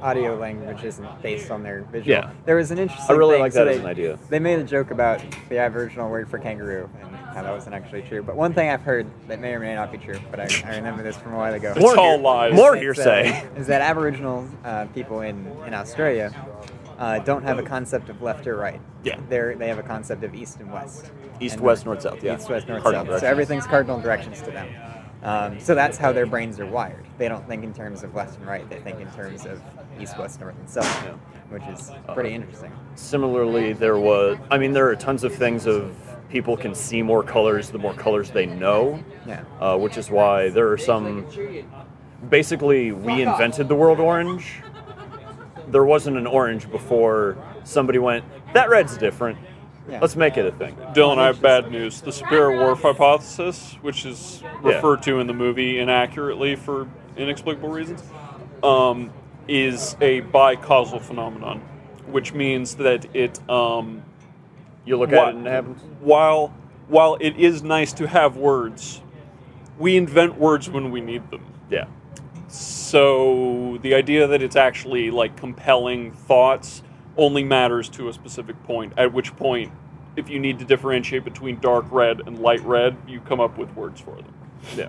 [SPEAKER 4] audio language isn't based on their visual.
[SPEAKER 1] Yeah.
[SPEAKER 4] There was an interesting.
[SPEAKER 1] I really
[SPEAKER 4] thing,
[SPEAKER 1] like
[SPEAKER 4] so
[SPEAKER 1] that as
[SPEAKER 4] they-
[SPEAKER 1] an idea.
[SPEAKER 4] They made a joke about the Aboriginal word for kangaroo and how that wasn't actually true. But one thing I've heard that may or may not be true, but I, I remember this from a while ago.
[SPEAKER 2] It's More all lies.
[SPEAKER 1] More
[SPEAKER 4] It's,
[SPEAKER 1] hearsay.
[SPEAKER 4] uh, is that Aboriginal uh, people in, in Australia uh, don't have a concept of left or right.
[SPEAKER 1] Yeah.
[SPEAKER 4] They're, they have a concept of east and west.
[SPEAKER 1] East,
[SPEAKER 4] And-
[SPEAKER 1] west, north, south, yeah.
[SPEAKER 4] East, west, north,
[SPEAKER 1] Cardinal
[SPEAKER 4] south. So
[SPEAKER 1] directions.
[SPEAKER 4] everything's cardinal directions to them. Um, so that's how their brains are wired. They don't think in terms of left and right. They think in terms of east, west, north, and south, which is pretty interesting.
[SPEAKER 1] Similarly, there was. I mean, there are tons of things of people can see more colors the more colors they know,
[SPEAKER 4] Yeah.
[SPEAKER 1] uh, which is why there are some. Basically, we invented the world orange. There wasn't an orange before somebody went. That red's different.
[SPEAKER 4] Yeah.
[SPEAKER 1] Let's make it a thing.
[SPEAKER 2] Dylan, I have bad news. The Spear Wharf hypothesis, which is referred to in the movie inaccurately for inexplicable reasons, um, is a bicausal phenomenon, which means that it um,
[SPEAKER 1] You look
[SPEAKER 2] Wha-
[SPEAKER 1] at it and it happens.
[SPEAKER 2] while while it is nice to have words, we invent words when we need them.
[SPEAKER 1] Yeah.
[SPEAKER 2] So the idea that it's actually like compelling thoughts only matters to a specific point. At which point, if you need to differentiate between dark red and light red, you come up with words for them.
[SPEAKER 1] Yeah.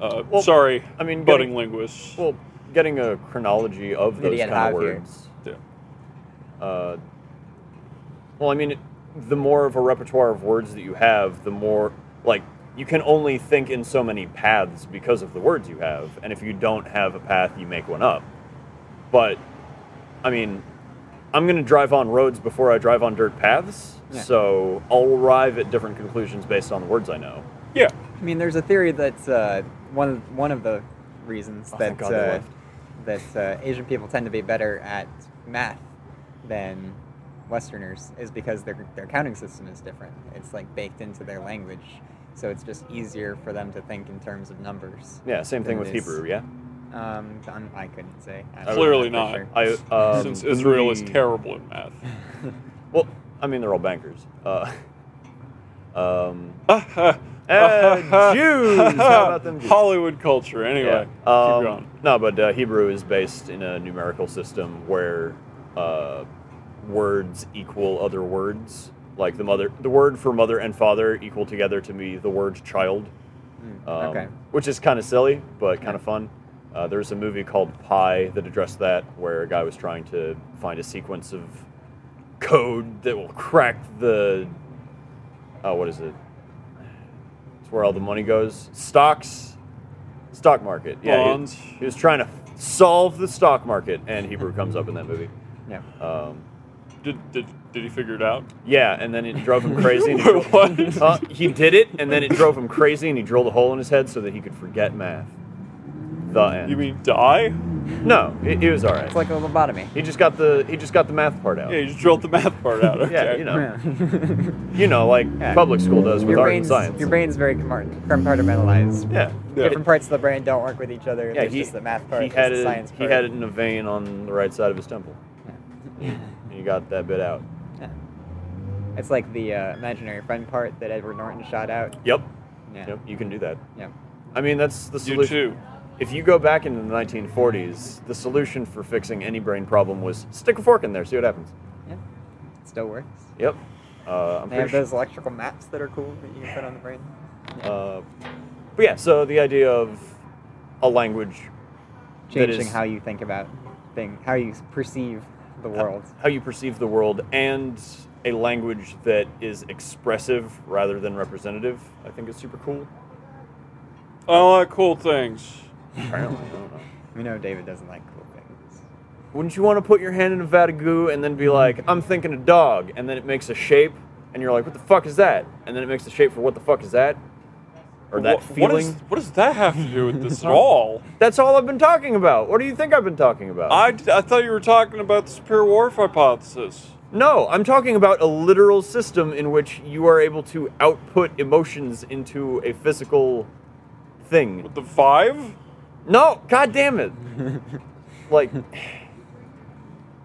[SPEAKER 2] Uh,
[SPEAKER 1] Well,
[SPEAKER 2] sorry,
[SPEAKER 1] I mean,
[SPEAKER 2] budding
[SPEAKER 1] getting-
[SPEAKER 2] linguists.
[SPEAKER 1] Well, getting a chronology of
[SPEAKER 4] Did he
[SPEAKER 1] those
[SPEAKER 4] get
[SPEAKER 1] kind of
[SPEAKER 4] Javier?
[SPEAKER 1] words.
[SPEAKER 2] Yeah.
[SPEAKER 1] Uh, well, I mean, the more of a repertoire of words that you have, the more like you can only think in so many paths because of the words you have, and if you don't have a path, you make one up. But, I mean, I'm going to drive on roads before I drive on dirt paths,
[SPEAKER 4] Yeah.
[SPEAKER 1] so I'll arrive at different conclusions based on the words I know.
[SPEAKER 2] yeah,
[SPEAKER 4] I mean, there's a theory that's uh, one of, one of the reasons
[SPEAKER 1] Oh,
[SPEAKER 4] that
[SPEAKER 1] thank God they
[SPEAKER 4] uh, that uh, Asian people tend to be better at math than Westerners is because their their counting system is different. It's like baked into their language, so it's just easier for them to think in terms of numbers.
[SPEAKER 1] Yeah, same thing with
[SPEAKER 4] Then there's-
[SPEAKER 1] Hebrew. Yeah,
[SPEAKER 4] Um, I'm, I couldn't say. I don't
[SPEAKER 2] Clearly
[SPEAKER 4] know
[SPEAKER 2] not.
[SPEAKER 4] for sure.
[SPEAKER 1] I um,
[SPEAKER 2] since
[SPEAKER 1] the
[SPEAKER 2] Israel is
[SPEAKER 1] movie-
[SPEAKER 2] terrible
[SPEAKER 1] *laughs*
[SPEAKER 2] in math.
[SPEAKER 1] Well, I mean, they're all bankers. Uh, *laughs* um,
[SPEAKER 2] Uh,
[SPEAKER 1] Jews! How about them Jews?
[SPEAKER 2] Hollywood culture. Anyway,
[SPEAKER 1] yeah.
[SPEAKER 2] keep
[SPEAKER 1] Um,
[SPEAKER 2] going.
[SPEAKER 1] no, but uh, Hebrew is based in a numerical system where uh, words equal other words. Like the mother, the word for mother and father equal together to be the word child,
[SPEAKER 4] Mm,
[SPEAKER 1] um,
[SPEAKER 4] okay.
[SPEAKER 1] which is kind of silly but kind of fun. Uh, there's a movie called Pi that addressed that, where a guy was trying to find a sequence of code that will crack the oh, what is it? It's where all the money goes. Stocks, stock market. Yeah, he-
[SPEAKER 2] Bonds.
[SPEAKER 1] He, was trying to solve the stock market, and Hebrew comes up in that movie.
[SPEAKER 4] Yeah.
[SPEAKER 1] Um,
[SPEAKER 2] Did, did did he figure it out?
[SPEAKER 1] yeah, and then it drove him crazy.
[SPEAKER 2] *laughs*
[SPEAKER 1] And he,
[SPEAKER 2] Wait,
[SPEAKER 1] drilled-
[SPEAKER 2] what?
[SPEAKER 1] Uh, he did it, and then it drove him crazy, and he drilled a hole in his head so that he could forget math. The end.
[SPEAKER 2] You mean die?
[SPEAKER 1] no? It, it was all right.
[SPEAKER 4] It's like a lobotomy.
[SPEAKER 1] he just got the he just got the math part out.
[SPEAKER 2] Yeah, you just drilled the math part out.
[SPEAKER 1] *laughs*
[SPEAKER 2] Okay.
[SPEAKER 1] Yeah, you know.
[SPEAKER 4] *laughs* Yeah.
[SPEAKER 1] You know, like
[SPEAKER 4] Yeah.
[SPEAKER 1] public school does with
[SPEAKER 4] your
[SPEAKER 1] art
[SPEAKER 4] brain's
[SPEAKER 1] and science.
[SPEAKER 4] your brain's very compart- compartmentalized.
[SPEAKER 1] yeah.
[SPEAKER 2] Yeah.
[SPEAKER 4] Different parts of the brain don't work with each other.
[SPEAKER 1] Yeah,
[SPEAKER 4] There's
[SPEAKER 1] he,
[SPEAKER 4] just the math part.
[SPEAKER 1] he
[SPEAKER 4] there's
[SPEAKER 1] had
[SPEAKER 4] the
[SPEAKER 1] it.
[SPEAKER 4] science
[SPEAKER 1] He
[SPEAKER 4] part.
[SPEAKER 1] had it in a vein on the right side of his temple. And He got that bit out.
[SPEAKER 4] Yeah. It's like the uh, imaginary friend part that Edward Norton shot out.
[SPEAKER 1] Yep.
[SPEAKER 4] Yeah.
[SPEAKER 1] Yep. You can do that.
[SPEAKER 4] Yeah.
[SPEAKER 1] I mean, that's the
[SPEAKER 2] You
[SPEAKER 1] solution.
[SPEAKER 2] too.
[SPEAKER 1] If you go back into the 1940s, the solution for fixing any brain problem was stick a fork in there, see what happens.
[SPEAKER 4] Yeah. It still works.
[SPEAKER 1] Yep. Uh, I'm
[SPEAKER 4] They have
[SPEAKER 1] pretty
[SPEAKER 4] those electrical maps that are cool that you can put on the brain.
[SPEAKER 1] sure. Uh, but yeah, so the idea of a language, That
[SPEAKER 4] Changing
[SPEAKER 1] is-
[SPEAKER 4] how you think about thing, how you perceive the world.
[SPEAKER 1] how you perceive the world, and a language that is expressive rather than representative, I think is super cool.
[SPEAKER 2] I like cool things.
[SPEAKER 1] Apparently, I don't know.
[SPEAKER 4] We know David doesn't like cool things.
[SPEAKER 1] Wouldn't you want to put your hand in a vat of goo and then be like, I'm thinking a dog, and then it makes a shape, and you're like, what the fuck is that? And then it makes the shape for what the fuck is that? Or that
[SPEAKER 2] Wha-
[SPEAKER 1] feeling.
[SPEAKER 2] What, is, what does that have to do with
[SPEAKER 4] *laughs*
[SPEAKER 2] this at all?
[SPEAKER 1] That's all I've been talking about. What do you think I've been talking about?
[SPEAKER 2] I, d- I thought you were talking about the Superior Wharf hypothesis.
[SPEAKER 1] no, I'm talking about a literal system in which you are able to output emotions into a physical thing.
[SPEAKER 2] With the five?
[SPEAKER 1] No, god damn
[SPEAKER 2] *laughs*
[SPEAKER 1] it. like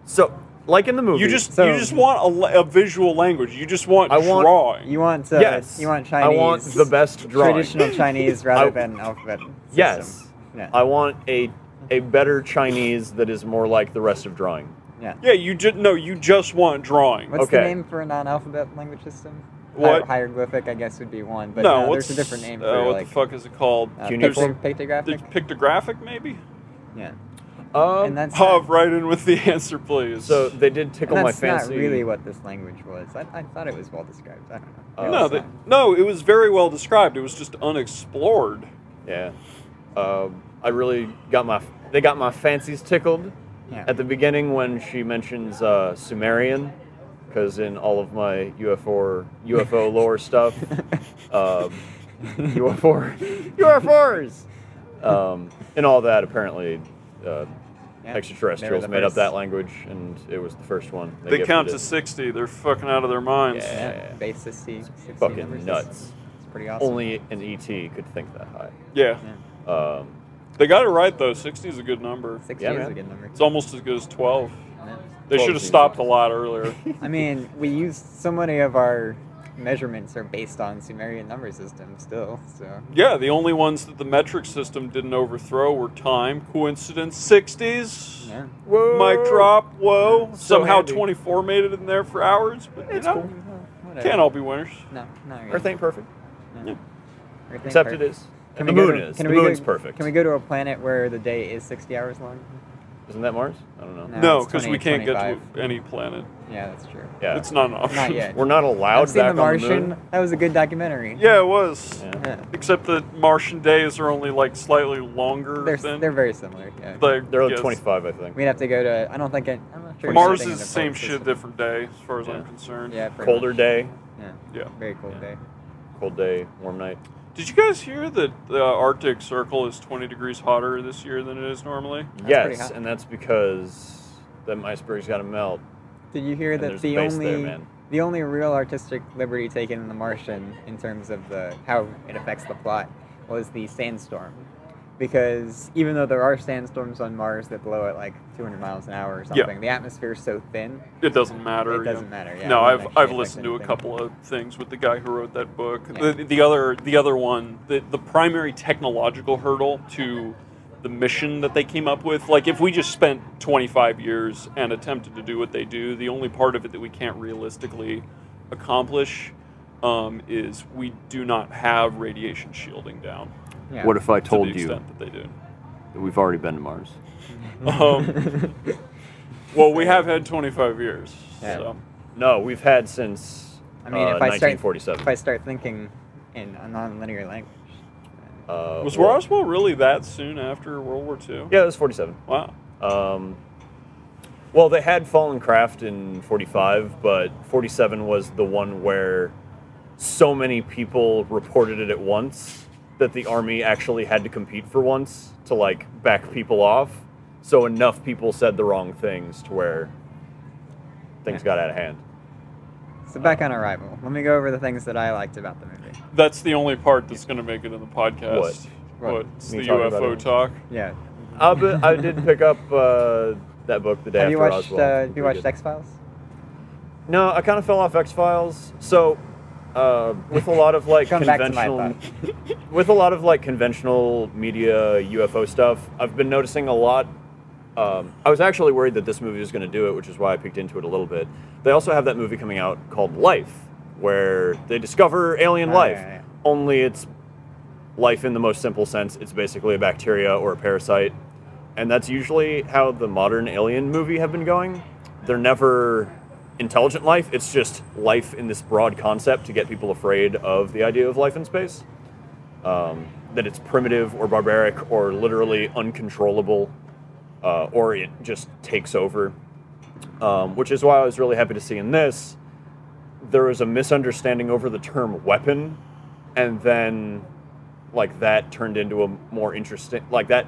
[SPEAKER 1] So, like in the movie.
[SPEAKER 2] You just
[SPEAKER 4] So-
[SPEAKER 2] you just want a, la- a visual language. You just want
[SPEAKER 1] I want-
[SPEAKER 2] drawing.
[SPEAKER 4] You want uh,
[SPEAKER 1] Yes.
[SPEAKER 4] you want
[SPEAKER 1] I
[SPEAKER 4] Chinese.
[SPEAKER 1] want the best drawing. *laughs*
[SPEAKER 4] Traditional Chinese rather
[SPEAKER 1] I-
[SPEAKER 4] than alphabet. System.
[SPEAKER 1] Yes.
[SPEAKER 4] Yeah.
[SPEAKER 1] I want a a better Chinese that is more like the rest of drawing.
[SPEAKER 4] Yeah.
[SPEAKER 2] Yeah, you just no, you just want drawing.
[SPEAKER 4] What's the
[SPEAKER 1] Okay.
[SPEAKER 4] name for a non-alphabet language system?
[SPEAKER 2] What?
[SPEAKER 4] Hi- hieroglyphic, I guess, would be one. But
[SPEAKER 2] no,
[SPEAKER 4] no,
[SPEAKER 2] what's
[SPEAKER 4] there's a different name
[SPEAKER 2] uh,
[SPEAKER 4] for
[SPEAKER 2] what
[SPEAKER 4] like
[SPEAKER 2] the fuck is it called?
[SPEAKER 4] uh,
[SPEAKER 1] Can you-
[SPEAKER 4] pictor- pictographic.
[SPEAKER 2] There's pictographic, maybe.
[SPEAKER 4] yeah.
[SPEAKER 1] Um,
[SPEAKER 2] *laughs*
[SPEAKER 4] And that's
[SPEAKER 2] Hop
[SPEAKER 4] not,
[SPEAKER 2] right in with the answer, please.
[SPEAKER 1] so they did tickle
[SPEAKER 4] and
[SPEAKER 1] my
[SPEAKER 4] that's
[SPEAKER 1] fancy.
[SPEAKER 4] not really what this language was. I, I thought it was well described. I don't
[SPEAKER 1] Uh,
[SPEAKER 2] no,
[SPEAKER 4] know. oh, it's
[SPEAKER 2] they,
[SPEAKER 4] not.
[SPEAKER 2] no, it was very well described. It was just unexplored.
[SPEAKER 1] Yeah. Um, I really got my they got my fancies tickled
[SPEAKER 4] Yeah.
[SPEAKER 1] at the beginning when she mentions uh, Sumerian, because in all of my UFO
[SPEAKER 4] *laughs*
[SPEAKER 1] UFO lore stuff, um, UFO UFOs, um, and all that apparently. Uh,
[SPEAKER 4] Yeah, they were
[SPEAKER 1] Extraterrestrials
[SPEAKER 4] the
[SPEAKER 1] made up
[SPEAKER 4] first.
[SPEAKER 1] that language, and it was the first one.
[SPEAKER 2] They, count to
[SPEAKER 1] gifted
[SPEAKER 2] sixty. They're fucking out of their minds.
[SPEAKER 1] Yeah.
[SPEAKER 4] Yeah, basis C. 16
[SPEAKER 1] fucking
[SPEAKER 4] number system.
[SPEAKER 1] nuts.
[SPEAKER 4] It's pretty
[SPEAKER 1] it.
[SPEAKER 4] awesome.
[SPEAKER 1] Only an ET could think that high.
[SPEAKER 2] Yeah.
[SPEAKER 4] Yeah.
[SPEAKER 1] Um,
[SPEAKER 2] they got it right though. Sixty is a good number.
[SPEAKER 4] Sixty
[SPEAKER 1] Yeah,
[SPEAKER 4] is
[SPEAKER 1] man.
[SPEAKER 4] a good number.
[SPEAKER 2] It's almost as good as twelve.
[SPEAKER 4] Yeah.
[SPEAKER 2] They
[SPEAKER 1] 12
[SPEAKER 2] should have
[SPEAKER 1] 's
[SPEAKER 2] stopped a
[SPEAKER 1] easy.
[SPEAKER 2] lot earlier. *laughs*
[SPEAKER 4] I mean, we use so many of our measurements are based on Sumerian number systems still. So
[SPEAKER 2] yeah, the only ones that the metric system didn't overthrow were time, coincidence, sixties.
[SPEAKER 4] yeah,
[SPEAKER 1] Whoa.
[SPEAKER 2] Mic drop. Whoa!
[SPEAKER 1] So
[SPEAKER 2] Somehow
[SPEAKER 1] handy.
[SPEAKER 2] twenty-four made it in there for hours, but you know,
[SPEAKER 4] whatever.
[SPEAKER 2] can't all be winners.
[SPEAKER 4] No, not really.
[SPEAKER 1] Earth ain't perfect.
[SPEAKER 4] No.
[SPEAKER 2] yeah.
[SPEAKER 4] Earth ain't
[SPEAKER 1] Except
[SPEAKER 4] perfect.
[SPEAKER 1] it is.
[SPEAKER 4] Can
[SPEAKER 1] the
[SPEAKER 4] we go
[SPEAKER 1] moon
[SPEAKER 4] to-
[SPEAKER 1] is.
[SPEAKER 4] can
[SPEAKER 1] The
[SPEAKER 4] we go-
[SPEAKER 1] moon's perfect.
[SPEAKER 4] Can we go to a planet where the day is sixty hours long?
[SPEAKER 1] Isn't that Mars? I don't know.
[SPEAKER 4] No,
[SPEAKER 2] No,
[SPEAKER 4] it's
[SPEAKER 2] because we can't
[SPEAKER 4] 20,
[SPEAKER 2] get to any planet.
[SPEAKER 4] Yeah, that's true.
[SPEAKER 1] Yeah.
[SPEAKER 2] It's not an option.
[SPEAKER 4] Not yet.
[SPEAKER 1] We're not allowed
[SPEAKER 4] I've seen
[SPEAKER 1] back
[SPEAKER 4] The Martian.
[SPEAKER 1] on the moon.
[SPEAKER 4] That was a good documentary.
[SPEAKER 2] *laughs* Yeah, it was.
[SPEAKER 1] Yeah.
[SPEAKER 4] Yeah.
[SPEAKER 2] Except that Martian days are only like slightly longer
[SPEAKER 4] They're,
[SPEAKER 2] than
[SPEAKER 4] they're very similar. Yeah.
[SPEAKER 2] like,
[SPEAKER 1] They're like
[SPEAKER 2] yes.
[SPEAKER 1] 25, I think.
[SPEAKER 4] We'd have to go to. I don't think. It, I'm not sure. if
[SPEAKER 2] Mars
[SPEAKER 4] anything in
[SPEAKER 2] is the same shit,
[SPEAKER 4] solar system-
[SPEAKER 2] different day, as far as
[SPEAKER 1] Yeah.
[SPEAKER 2] I'm concerned.
[SPEAKER 4] Yeah. pretty
[SPEAKER 1] Colder
[SPEAKER 4] much.
[SPEAKER 1] day,
[SPEAKER 4] Yeah.
[SPEAKER 2] Yeah.
[SPEAKER 4] Very cold
[SPEAKER 1] Yeah.
[SPEAKER 4] day.
[SPEAKER 1] cold day, warm night.
[SPEAKER 2] Did you guys hear that the Arctic Circle is 20 degrees hotter this year than it is normally?
[SPEAKER 4] That's pretty
[SPEAKER 1] yes,
[SPEAKER 4] hot.
[SPEAKER 1] and that's because them icebergs got to melt.
[SPEAKER 4] Did you hear
[SPEAKER 1] And
[SPEAKER 4] that
[SPEAKER 1] there's
[SPEAKER 4] the
[SPEAKER 1] bass there,
[SPEAKER 4] only
[SPEAKER 1] man.
[SPEAKER 4] the only real artistic liberty taken in The Martian, in terms of the how it affects the plot, was the sandstorm, because even though there are sandstorms on Mars that blow at like 200 miles an hour or something, the atmosphere is so thin.
[SPEAKER 2] It doesn't matter.
[SPEAKER 4] It
[SPEAKER 2] yeah.
[SPEAKER 4] doesn't matter, yeah, it
[SPEAKER 2] no,
[SPEAKER 4] won't
[SPEAKER 2] I've
[SPEAKER 4] actually
[SPEAKER 2] I've
[SPEAKER 4] affect
[SPEAKER 2] listened to a
[SPEAKER 4] anything.
[SPEAKER 2] couple of things with the guy who wrote that book.
[SPEAKER 4] Yeah.
[SPEAKER 2] The, the other the other one, the the primary technological hurdle to the mission that they came up with, like if we just spent 25 years and attempted to do what they do, the only part of it that we can't realistically accomplish um, is we do not have radiation shielding down
[SPEAKER 4] Yeah.
[SPEAKER 1] if I
[SPEAKER 2] to the extent that they do.
[SPEAKER 1] that we've already been to Mars?
[SPEAKER 2] Um, *laughs* well, we have had 25 years.
[SPEAKER 4] Yeah.
[SPEAKER 2] So.
[SPEAKER 1] No, we've had since
[SPEAKER 4] I mean,
[SPEAKER 1] uh,
[SPEAKER 4] if I start
[SPEAKER 1] 1947.
[SPEAKER 4] if I start thinking in a non-linear language,
[SPEAKER 1] uh,
[SPEAKER 2] Was
[SPEAKER 1] well-
[SPEAKER 2] Roswell really that soon after World War II?
[SPEAKER 1] Yeah, it was 47.
[SPEAKER 2] Wow.
[SPEAKER 1] Um, well, they had Fallen Craft in 45, but 47 was the one where so many people reported it at once that the army actually had to compete for once to like back people off. So enough people said the wrong things to where things got out of hand.
[SPEAKER 4] so back on Arrival, let me go over the things that I liked about the movie.
[SPEAKER 2] That's the only part that's going to make it in the podcast.
[SPEAKER 1] What?
[SPEAKER 4] What?
[SPEAKER 2] What's
[SPEAKER 1] Me
[SPEAKER 2] the
[SPEAKER 1] talking about
[SPEAKER 2] UFO
[SPEAKER 1] it?
[SPEAKER 2] talk?
[SPEAKER 4] Yeah.
[SPEAKER 1] Uh, but I did pick up uh, that book the day
[SPEAKER 4] Have
[SPEAKER 1] after
[SPEAKER 4] you watched
[SPEAKER 1] Roswell.
[SPEAKER 4] uh, Have you
[SPEAKER 1] Pretty
[SPEAKER 4] watched
[SPEAKER 1] good.
[SPEAKER 4] X Files?
[SPEAKER 1] No, I kind of fell off X Files. So, uh, with a lot of like
[SPEAKER 4] Come back to my
[SPEAKER 1] conventional, *laughs* with a lot of like conventional media UFO stuff, I've been noticing a lot. Um, I was actually worried that this movie was going to do it, which is why I peeked into it a little bit. They also have that movie coming out called Life, where they discover alien
[SPEAKER 4] Oh,
[SPEAKER 1] life.
[SPEAKER 4] yeah, yeah.
[SPEAKER 1] Only it's life in the most simple sense. It's basically a bacteria or a parasite, and that's usually how the modern alien movie have been going. They're never intelligent life. It's just life in this broad concept to get people afraid of the idea of life in space. Um, that it's primitive or barbaric or literally uncontrollable, uh, or it just takes over. Um, which is why I was really happy to see in this there was a misunderstanding over the term weapon, and then like that turned into a more interesting like that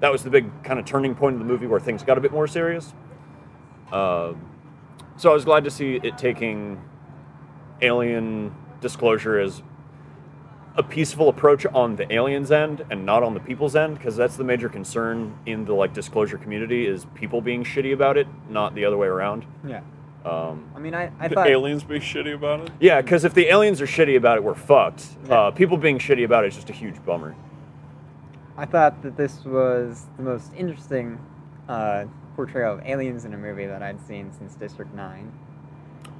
[SPEAKER 1] that was the big kind of turning point of the movie where things got a bit more serious um, so i was glad to see it taking alien disclosure as a peaceful approach on the aliens end and not on the people's end because that's the major concern in the like disclosure community is people being shitty about it not the other way around
[SPEAKER 4] Yeah.
[SPEAKER 1] um,
[SPEAKER 4] I mean, I, I
[SPEAKER 2] the
[SPEAKER 4] thought
[SPEAKER 2] aliens being shitty about it?
[SPEAKER 1] yeah, because if the aliens are shitty about it, we're fucked.
[SPEAKER 4] Yeah.
[SPEAKER 1] Uh, people being shitty about it is just a huge bummer.
[SPEAKER 4] I thought that this was the most interesting uh, portrayal of aliens in a movie that I'd seen since District 9.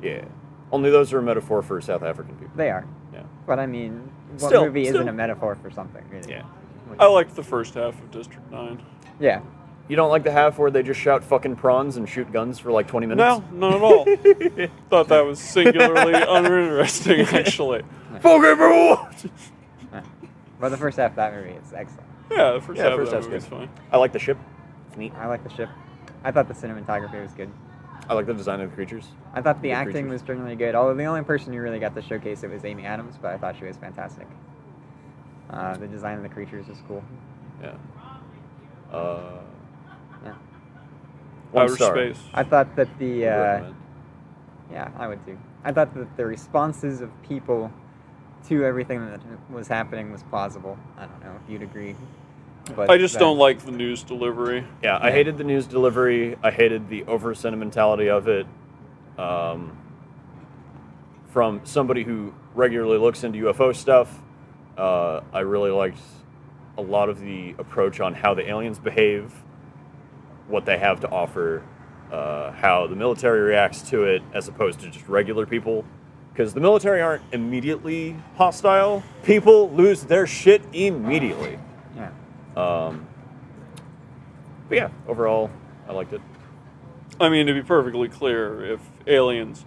[SPEAKER 1] Yeah. Only those are a metaphor for South African people.
[SPEAKER 4] They are.
[SPEAKER 1] Yeah.
[SPEAKER 4] But I mean, what
[SPEAKER 2] Still-
[SPEAKER 4] movie
[SPEAKER 2] still-
[SPEAKER 4] isn't a metaphor for something, really?
[SPEAKER 1] Yeah.
[SPEAKER 4] Which-
[SPEAKER 2] I liked the first half of District Nine.
[SPEAKER 4] Yeah.
[SPEAKER 1] You don't like the half where they just shout fucking prawns and shoot guns for like 20 minutes?
[SPEAKER 2] No,
[SPEAKER 1] *laughs*
[SPEAKER 2] not at all. Thought that was
[SPEAKER 1] *laughs*
[SPEAKER 2] singularly uninteresting, actually.
[SPEAKER 1] Fucking prawns!
[SPEAKER 4] Uh, Well, the first half of that movie is excellent.
[SPEAKER 2] Yeah, the first
[SPEAKER 1] Yeah,
[SPEAKER 2] half
[SPEAKER 1] first
[SPEAKER 2] of
[SPEAKER 1] half's
[SPEAKER 2] that movie's
[SPEAKER 1] good.
[SPEAKER 2] fine.
[SPEAKER 1] I like the ship. It's neat.
[SPEAKER 4] I like the ship. I thought the cinematography was good.
[SPEAKER 1] I like the design of the creatures.
[SPEAKER 4] I thought the
[SPEAKER 1] Good
[SPEAKER 4] acting
[SPEAKER 1] creatures.
[SPEAKER 4] was generally good. Although the only person who really got to showcase it was Amy Adams, but I thought she was fantastic. Uh, the design of the creatures is cool.
[SPEAKER 1] Yeah. Uh,
[SPEAKER 4] Yeah.
[SPEAKER 1] one
[SPEAKER 2] Outer
[SPEAKER 1] star.
[SPEAKER 2] space.
[SPEAKER 4] I thought that the
[SPEAKER 1] Would
[SPEAKER 4] uh,
[SPEAKER 1] recommend.
[SPEAKER 4] yeah, I would too. I thought that the responses of people to everything that was happening was plausible. I don't know if you'd agree, but uh,
[SPEAKER 2] I just
[SPEAKER 4] that-
[SPEAKER 2] don't like the news delivery.
[SPEAKER 1] Yeah, I
[SPEAKER 4] Yeah.
[SPEAKER 1] hated the news delivery. I hated the over sentimentality of it. Um, from somebody who regularly looks into UFO stuff, uh, I really liked a lot of the approach on how the aliens behave, what they have to offer, uh, how the military reacts to it, as opposed to just regular people. Because the military aren't immediately hostile, people lose their shit immediately.
[SPEAKER 4] Yeah,
[SPEAKER 1] Um, but yeah, overall, I liked it.
[SPEAKER 2] I mean, to be perfectly clear, if aliens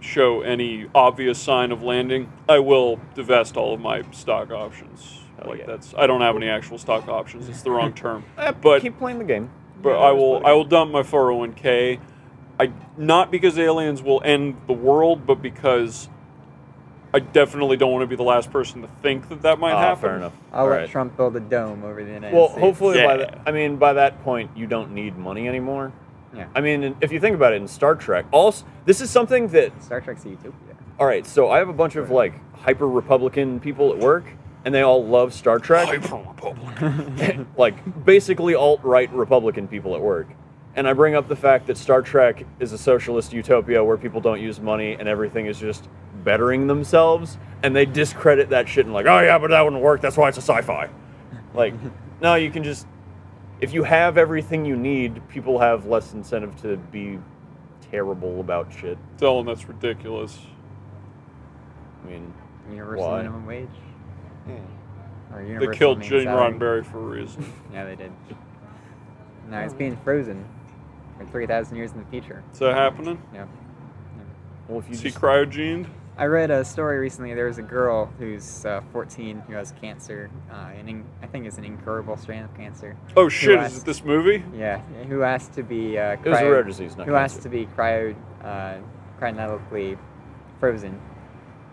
[SPEAKER 2] show any obvious sign of landing, I will divest all of my stock options.
[SPEAKER 1] Oh,
[SPEAKER 2] like
[SPEAKER 1] yeah. Uh,
[SPEAKER 2] that's I don't have any actual stock options. It's the
[SPEAKER 1] *laughs*
[SPEAKER 2] wrong term. but
[SPEAKER 1] Eh, keep playing the game.
[SPEAKER 2] but
[SPEAKER 1] Yeah,
[SPEAKER 2] I
[SPEAKER 1] just
[SPEAKER 2] will
[SPEAKER 1] play
[SPEAKER 2] I will dump my 401k. I not because aliens will end the world, but because I definitely don't want to be the last person to think that that
[SPEAKER 1] the
[SPEAKER 2] might
[SPEAKER 1] game. Ah,
[SPEAKER 2] happen.
[SPEAKER 1] fair enough.
[SPEAKER 4] I'll
[SPEAKER 1] All
[SPEAKER 4] let
[SPEAKER 1] right.
[SPEAKER 4] Trump build a dome over the United
[SPEAKER 1] Well,
[SPEAKER 4] States.
[SPEAKER 1] hopefully, by
[SPEAKER 2] Yeah.
[SPEAKER 1] that, I mean by that point, you don't need money anymore.
[SPEAKER 4] Yeah.
[SPEAKER 1] I mean, if you think about it, in Star Trek, also this is something that
[SPEAKER 4] Star Trek's a utopia.
[SPEAKER 1] all right. So I have a bunch of like hyper Republican people at work, and they all love Star Trek.
[SPEAKER 3] Hyper Republic.
[SPEAKER 1] *laughs* like basically alt right Republican people at work. And I bring up the fact that Star Trek is a socialist utopia where people don't use money and everything is just bettering themselves. And they discredit that shit and, like, oh yeah, but that wouldn't work. That's why it's a sci fi. Like, no, you can just. If you have everything you need, people have less incentive to be terrible about shit.
[SPEAKER 2] Tell them that's ridiculous.
[SPEAKER 1] I mean,
[SPEAKER 4] Universal
[SPEAKER 1] Why?
[SPEAKER 4] minimum wage. Or
[SPEAKER 2] They
[SPEAKER 4] universal
[SPEAKER 2] killed
[SPEAKER 4] mean
[SPEAKER 2] Gene
[SPEAKER 4] salary.
[SPEAKER 2] Roddenberry for a reason.
[SPEAKER 4] Yeah, they did. Now he's being frozen for 3,000 years in the future.
[SPEAKER 2] Is that happening?
[SPEAKER 4] Yeah.
[SPEAKER 1] well, if you
[SPEAKER 2] Is he
[SPEAKER 1] just.
[SPEAKER 2] cryogened?
[SPEAKER 4] I read a story recently. There was a girl who's uh, 14 who has cancer, uh, an in- I think it's an incurable strain of cancer.
[SPEAKER 2] Oh shit! Is
[SPEAKER 4] asked?
[SPEAKER 2] it this movie?
[SPEAKER 4] Yeah, who asked to be uh, cryo-
[SPEAKER 1] It was a rare disease, not
[SPEAKER 4] who asked
[SPEAKER 1] cancer.
[SPEAKER 4] to be cryo uh, cryogenically frozen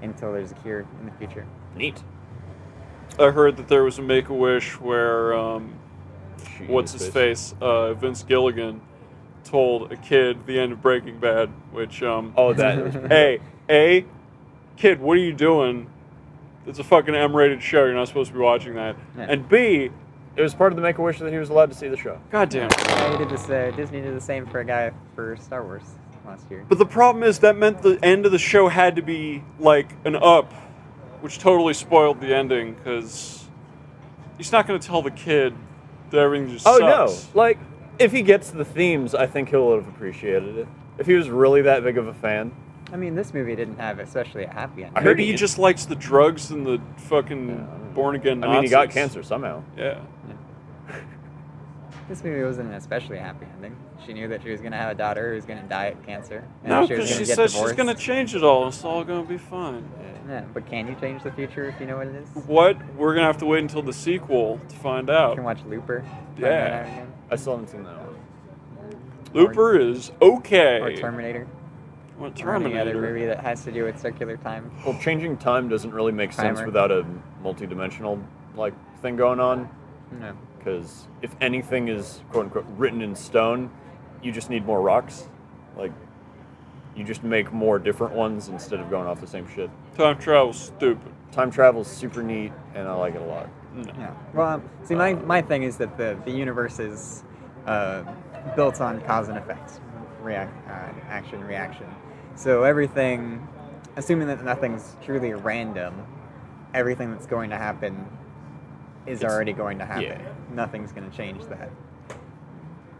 [SPEAKER 4] until there's a cure in the future.
[SPEAKER 1] Neat.
[SPEAKER 2] I heard that there was a Make a Wish where um,
[SPEAKER 1] Shoot in
[SPEAKER 2] what's his face, uh, Vince Gilligan, told a kid the end of Breaking Bad, which um, *laughs*
[SPEAKER 1] Oh, that.
[SPEAKER 2] hey, a kid, what are you doing? It's a fucking M-rated show. You're not supposed to be watching that.
[SPEAKER 4] Yeah.
[SPEAKER 2] And B,
[SPEAKER 1] it was part of the Make a Wish that he was allowed to see the show.
[SPEAKER 2] goddamn.
[SPEAKER 4] They did this, uh, Disney did the same for a guy for Star Wars last year.
[SPEAKER 2] But the problem is that meant the end of the show had to be like an up, which totally spoiled the ending because he's not going to tell the kid that everything just
[SPEAKER 1] Oh
[SPEAKER 2] sucks.
[SPEAKER 1] no! Like, if he gets the themes, I think he'll have appreciated it. If he was really that big of a fan,
[SPEAKER 4] I mean, this movie didn't have especially a happy ending.
[SPEAKER 1] I heard
[SPEAKER 2] Maybe
[SPEAKER 1] he
[SPEAKER 2] he
[SPEAKER 1] did.
[SPEAKER 2] just likes the drugs and the fucking
[SPEAKER 1] Yeah, I don't
[SPEAKER 2] born again.
[SPEAKER 1] I mean, he got
[SPEAKER 2] Nazis.
[SPEAKER 1] cancer somehow.
[SPEAKER 2] Yeah.
[SPEAKER 4] This movie wasn't an especially happy ending. She knew that she was going to have a daughter who was going to die of cancer. And
[SPEAKER 2] No,
[SPEAKER 4] she
[SPEAKER 2] because
[SPEAKER 4] was gonna
[SPEAKER 2] she
[SPEAKER 4] get
[SPEAKER 2] said she's
[SPEAKER 4] divorced.
[SPEAKER 2] gonna change it all. It's all gonna be fine.
[SPEAKER 4] Yeah, but can you change the future if you know what it is?
[SPEAKER 2] What? We're gonna have to wait until the sequel to find
[SPEAKER 4] You can
[SPEAKER 2] out.
[SPEAKER 4] watch Looper. Find
[SPEAKER 2] Yeah.
[SPEAKER 4] that out again.
[SPEAKER 1] I still haven't seen that one.
[SPEAKER 2] Looper is
[SPEAKER 4] Or
[SPEAKER 2] okay.
[SPEAKER 4] Terminator.
[SPEAKER 2] What,
[SPEAKER 4] Or any other
[SPEAKER 2] Terminator.
[SPEAKER 4] movie that has to do with circular time.
[SPEAKER 1] Well, changing time doesn't really make sense
[SPEAKER 4] Timer.
[SPEAKER 1] without a multi-dimensional like thing going on.
[SPEAKER 4] No.
[SPEAKER 1] Because if anything is quote unquote written in stone, you just need more rocks. Like, you just make more different ones instead of going off the same shit.
[SPEAKER 2] Time travel's stupid.
[SPEAKER 1] Time travel's super neat, and I like it a lot.
[SPEAKER 4] Yeah. Well, um, see, my, my thing is that the, the universe is uh, built on cause and effect, react, uh, action, reaction. So everything, assuming that nothing's truly random, everything that's going to happen is
[SPEAKER 2] It's-
[SPEAKER 4] already going to happen.
[SPEAKER 2] yeah.
[SPEAKER 4] Nothing's going to change that.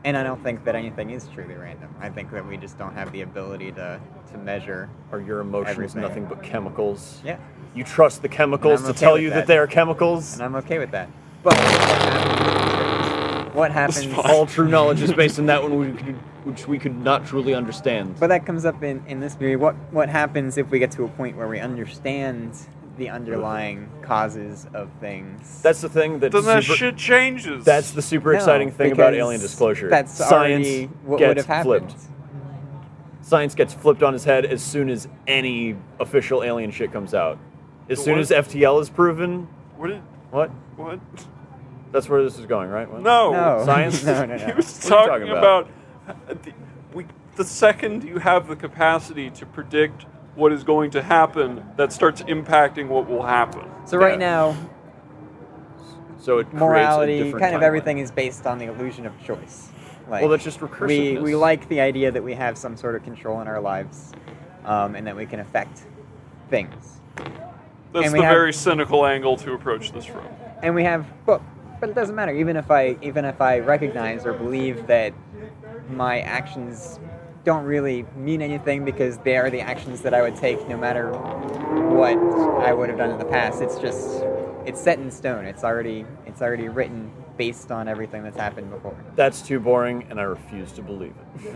[SPEAKER 4] And I don't think that anything is truly random. I think that we just don't have the ability to, to measure.
[SPEAKER 1] Or your emotion is
[SPEAKER 4] Everything.
[SPEAKER 1] nothing but chemicals.
[SPEAKER 4] Yeah,
[SPEAKER 1] You trust the chemicals to
[SPEAKER 4] And I'm okay
[SPEAKER 1] tell
[SPEAKER 4] with
[SPEAKER 1] you that.
[SPEAKER 4] that.
[SPEAKER 1] they are chemicals.
[SPEAKER 4] and I'm okay with that. But what happens? What happens
[SPEAKER 1] *laughs* All true knowledge is based on that one, we could- which we could not truly understand.
[SPEAKER 4] But that comes up in, in this movie. What what happens if we get to a point where we understand the underlying causes of things?
[SPEAKER 1] that's the thing that
[SPEAKER 2] Then that
[SPEAKER 1] super-
[SPEAKER 2] shit changes.
[SPEAKER 1] that's the super
[SPEAKER 4] No,
[SPEAKER 1] exciting thing about
[SPEAKER 4] because
[SPEAKER 1] alien disclosure.
[SPEAKER 4] That's
[SPEAKER 1] Science
[SPEAKER 4] already what would
[SPEAKER 1] gets
[SPEAKER 4] have happened.
[SPEAKER 1] flipped. Science gets flipped on his head as soon as any official alien shit comes out. As
[SPEAKER 2] The
[SPEAKER 1] soon
[SPEAKER 2] what?
[SPEAKER 1] as FTL is proven,
[SPEAKER 2] what? Did,
[SPEAKER 1] what?
[SPEAKER 2] what? *laughs*
[SPEAKER 1] That's where this is going, right? What?
[SPEAKER 2] No.
[SPEAKER 4] *laughs* No.
[SPEAKER 1] Science?
[SPEAKER 4] no, no, *laughs*
[SPEAKER 2] He was
[SPEAKER 4] no.
[SPEAKER 1] What are you
[SPEAKER 2] talking
[SPEAKER 1] talking
[SPEAKER 2] about, uh, the, we, the second you have the capacity to predict what is going to happen, that starts impacting what will happen.
[SPEAKER 4] So right
[SPEAKER 1] Yeah.
[SPEAKER 4] now,
[SPEAKER 1] So it creates a
[SPEAKER 4] morality,
[SPEAKER 1] different
[SPEAKER 4] kind of
[SPEAKER 1] timeline.
[SPEAKER 4] everything is based on the illusion of choice. Like,
[SPEAKER 1] Well, that's just recursiveness.
[SPEAKER 4] we we like the idea that we have some sort of control in our lives, um, and that we can affect things.
[SPEAKER 2] That's
[SPEAKER 4] And we
[SPEAKER 2] the
[SPEAKER 4] have-
[SPEAKER 2] very cynical angle to approach this from.
[SPEAKER 4] and we have but but it doesn't matter even if i even if i recognize or believe that my actions don't really mean anything because they are the actions that i would take no matter what i would have done in the past it's just it's set in stone it's already it's already written based on everything that's happened before
[SPEAKER 1] That's too boring, and I refuse to believe it.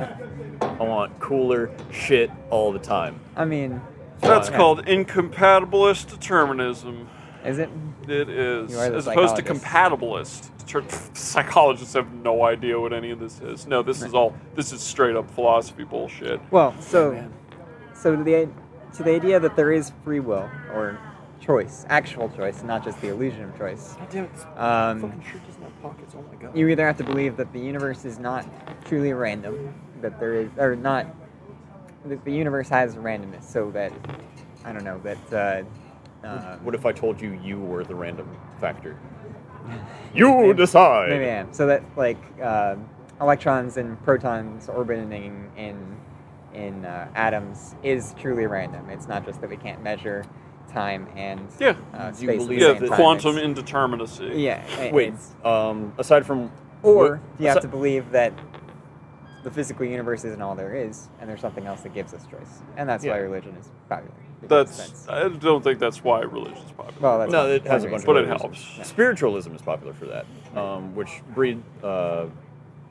[SPEAKER 1] I want cooler shit all the time.
[SPEAKER 4] i mean
[SPEAKER 2] That's
[SPEAKER 1] Why?
[SPEAKER 2] called incompatibilist determinism.
[SPEAKER 4] is it
[SPEAKER 2] It is.
[SPEAKER 4] You are the
[SPEAKER 2] As opposed to
[SPEAKER 4] psychologist.
[SPEAKER 2] compatibilist. Deter- *laughs* Psychologists have no idea what any of this is. No, this is all, this is straight up philosophy bullshit.
[SPEAKER 4] well so so to the i- to the idea that there is free will or choice actual choice not just the illusion of choice um, you either have to believe that the universe is not truly random, that there is, or not, that the universe has randomness, so that, I don't know, that, uh, um,
[SPEAKER 1] What if I told you you were the random factor? You decide.
[SPEAKER 4] maybe I am, so that, like, um electrons and protons orbiting in, in uh, atoms is truly random. It's not just that we can't measure time and
[SPEAKER 2] Yeah.
[SPEAKER 4] uh,
[SPEAKER 1] Do you
[SPEAKER 4] space. at
[SPEAKER 1] believe
[SPEAKER 4] the
[SPEAKER 2] Yeah,
[SPEAKER 4] same
[SPEAKER 1] that-
[SPEAKER 4] time.
[SPEAKER 2] quantum
[SPEAKER 4] It's-
[SPEAKER 2] indeterminacy.
[SPEAKER 4] yeah. it-
[SPEAKER 1] Wait.
[SPEAKER 4] it's-
[SPEAKER 1] Um, aside from
[SPEAKER 4] Or
[SPEAKER 1] what-
[SPEAKER 4] you have
[SPEAKER 1] asi-
[SPEAKER 4] to believe that the physical universe isn't all there is, and there's something else that gives us choice, and that's why
[SPEAKER 1] Yeah.
[SPEAKER 4] religion is popular. because it
[SPEAKER 2] That's.
[SPEAKER 4] makes sense.
[SPEAKER 2] I don't think that's why religion's popular.
[SPEAKER 4] well, that's
[SPEAKER 1] No,
[SPEAKER 4] one-
[SPEAKER 1] it has a
[SPEAKER 4] one
[SPEAKER 1] bunch of
[SPEAKER 2] But it
[SPEAKER 1] other reasons.
[SPEAKER 2] helps. Yeah.
[SPEAKER 1] Spiritualism is popular for that, um, which breed, uh,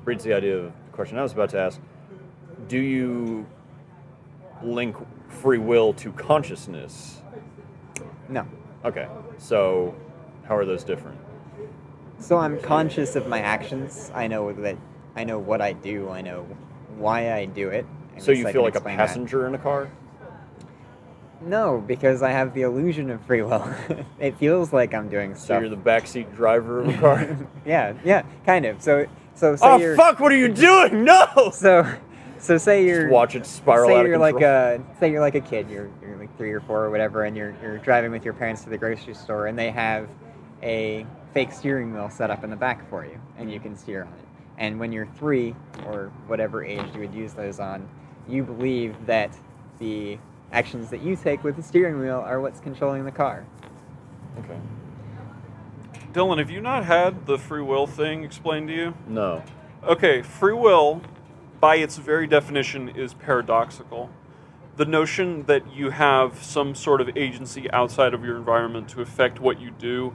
[SPEAKER 1] breeds the idea of the question I was about to ask. Do you link free will to consciousness?
[SPEAKER 4] No,
[SPEAKER 1] Okay, so how are those different?
[SPEAKER 4] so I'm conscious of my actions. I know that I know what I do. I know why I do it. At
[SPEAKER 1] So
[SPEAKER 4] least
[SPEAKER 1] you
[SPEAKER 4] I
[SPEAKER 1] feel
[SPEAKER 4] can
[SPEAKER 1] like a
[SPEAKER 4] explain that.
[SPEAKER 1] passenger in a car?
[SPEAKER 4] No, because I have the illusion of free will. *laughs* it feels like I'm doing
[SPEAKER 1] So
[SPEAKER 4] stuff.
[SPEAKER 1] you're the backseat driver
[SPEAKER 4] *laughs*
[SPEAKER 1] of a car?
[SPEAKER 4] yeah, yeah, kind of. So, so say
[SPEAKER 1] oh
[SPEAKER 4] you're
[SPEAKER 1] fuck! What are
[SPEAKER 4] *laughs*
[SPEAKER 1] you doing? No!
[SPEAKER 4] so, so say you're
[SPEAKER 1] Just watch it spiral
[SPEAKER 4] say
[SPEAKER 1] out of
[SPEAKER 4] you're
[SPEAKER 1] control.
[SPEAKER 4] like a say you're like a kid you're, you're like three or four or whatever and you're, you're driving with your parents to the grocery store and they have a fake steering wheel set up in the back for you and you can steer on it and when you're three or whatever age you would use those on you believe that the actions that you take with the steering wheel are what's controlling the car
[SPEAKER 1] okay.
[SPEAKER 2] Dylan, have you not had the free will thing explained to you?
[SPEAKER 1] No.
[SPEAKER 2] Okay, free will, by its very definition, is paradoxical. The notion that you have some sort of agency outside of your environment to affect what you do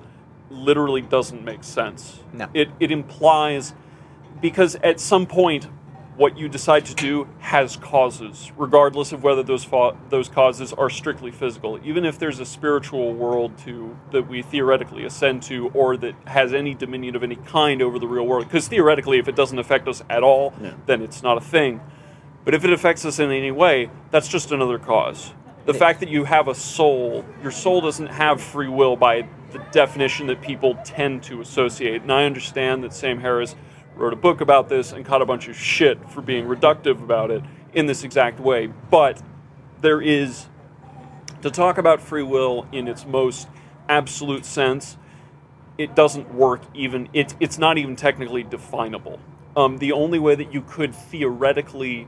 [SPEAKER 2] literally doesn't make sense.
[SPEAKER 4] No.
[SPEAKER 2] It, it implies, because at some point, what you decide to do has causes, regardless of whether those fa- those causes are strictly physical. Even if there's a spiritual world to that we theoretically ascend to, or that has any dominion of any kind over the real world, because theoretically, if it doesn't affect us at all,
[SPEAKER 1] Yeah.
[SPEAKER 2] then it's not a thing. But if it affects us in any way, that's just another cause. The fact that you have a soul, your soul doesn't have free will by the definition that people tend to associate. And I understand that Sam Harris wrote a book about this and caught a bunch of shit for being reductive about it in this exact way. But there is, to talk about free will in its most absolute sense, it doesn't work even it's it's not even technically definable um, the only way that you could theoretically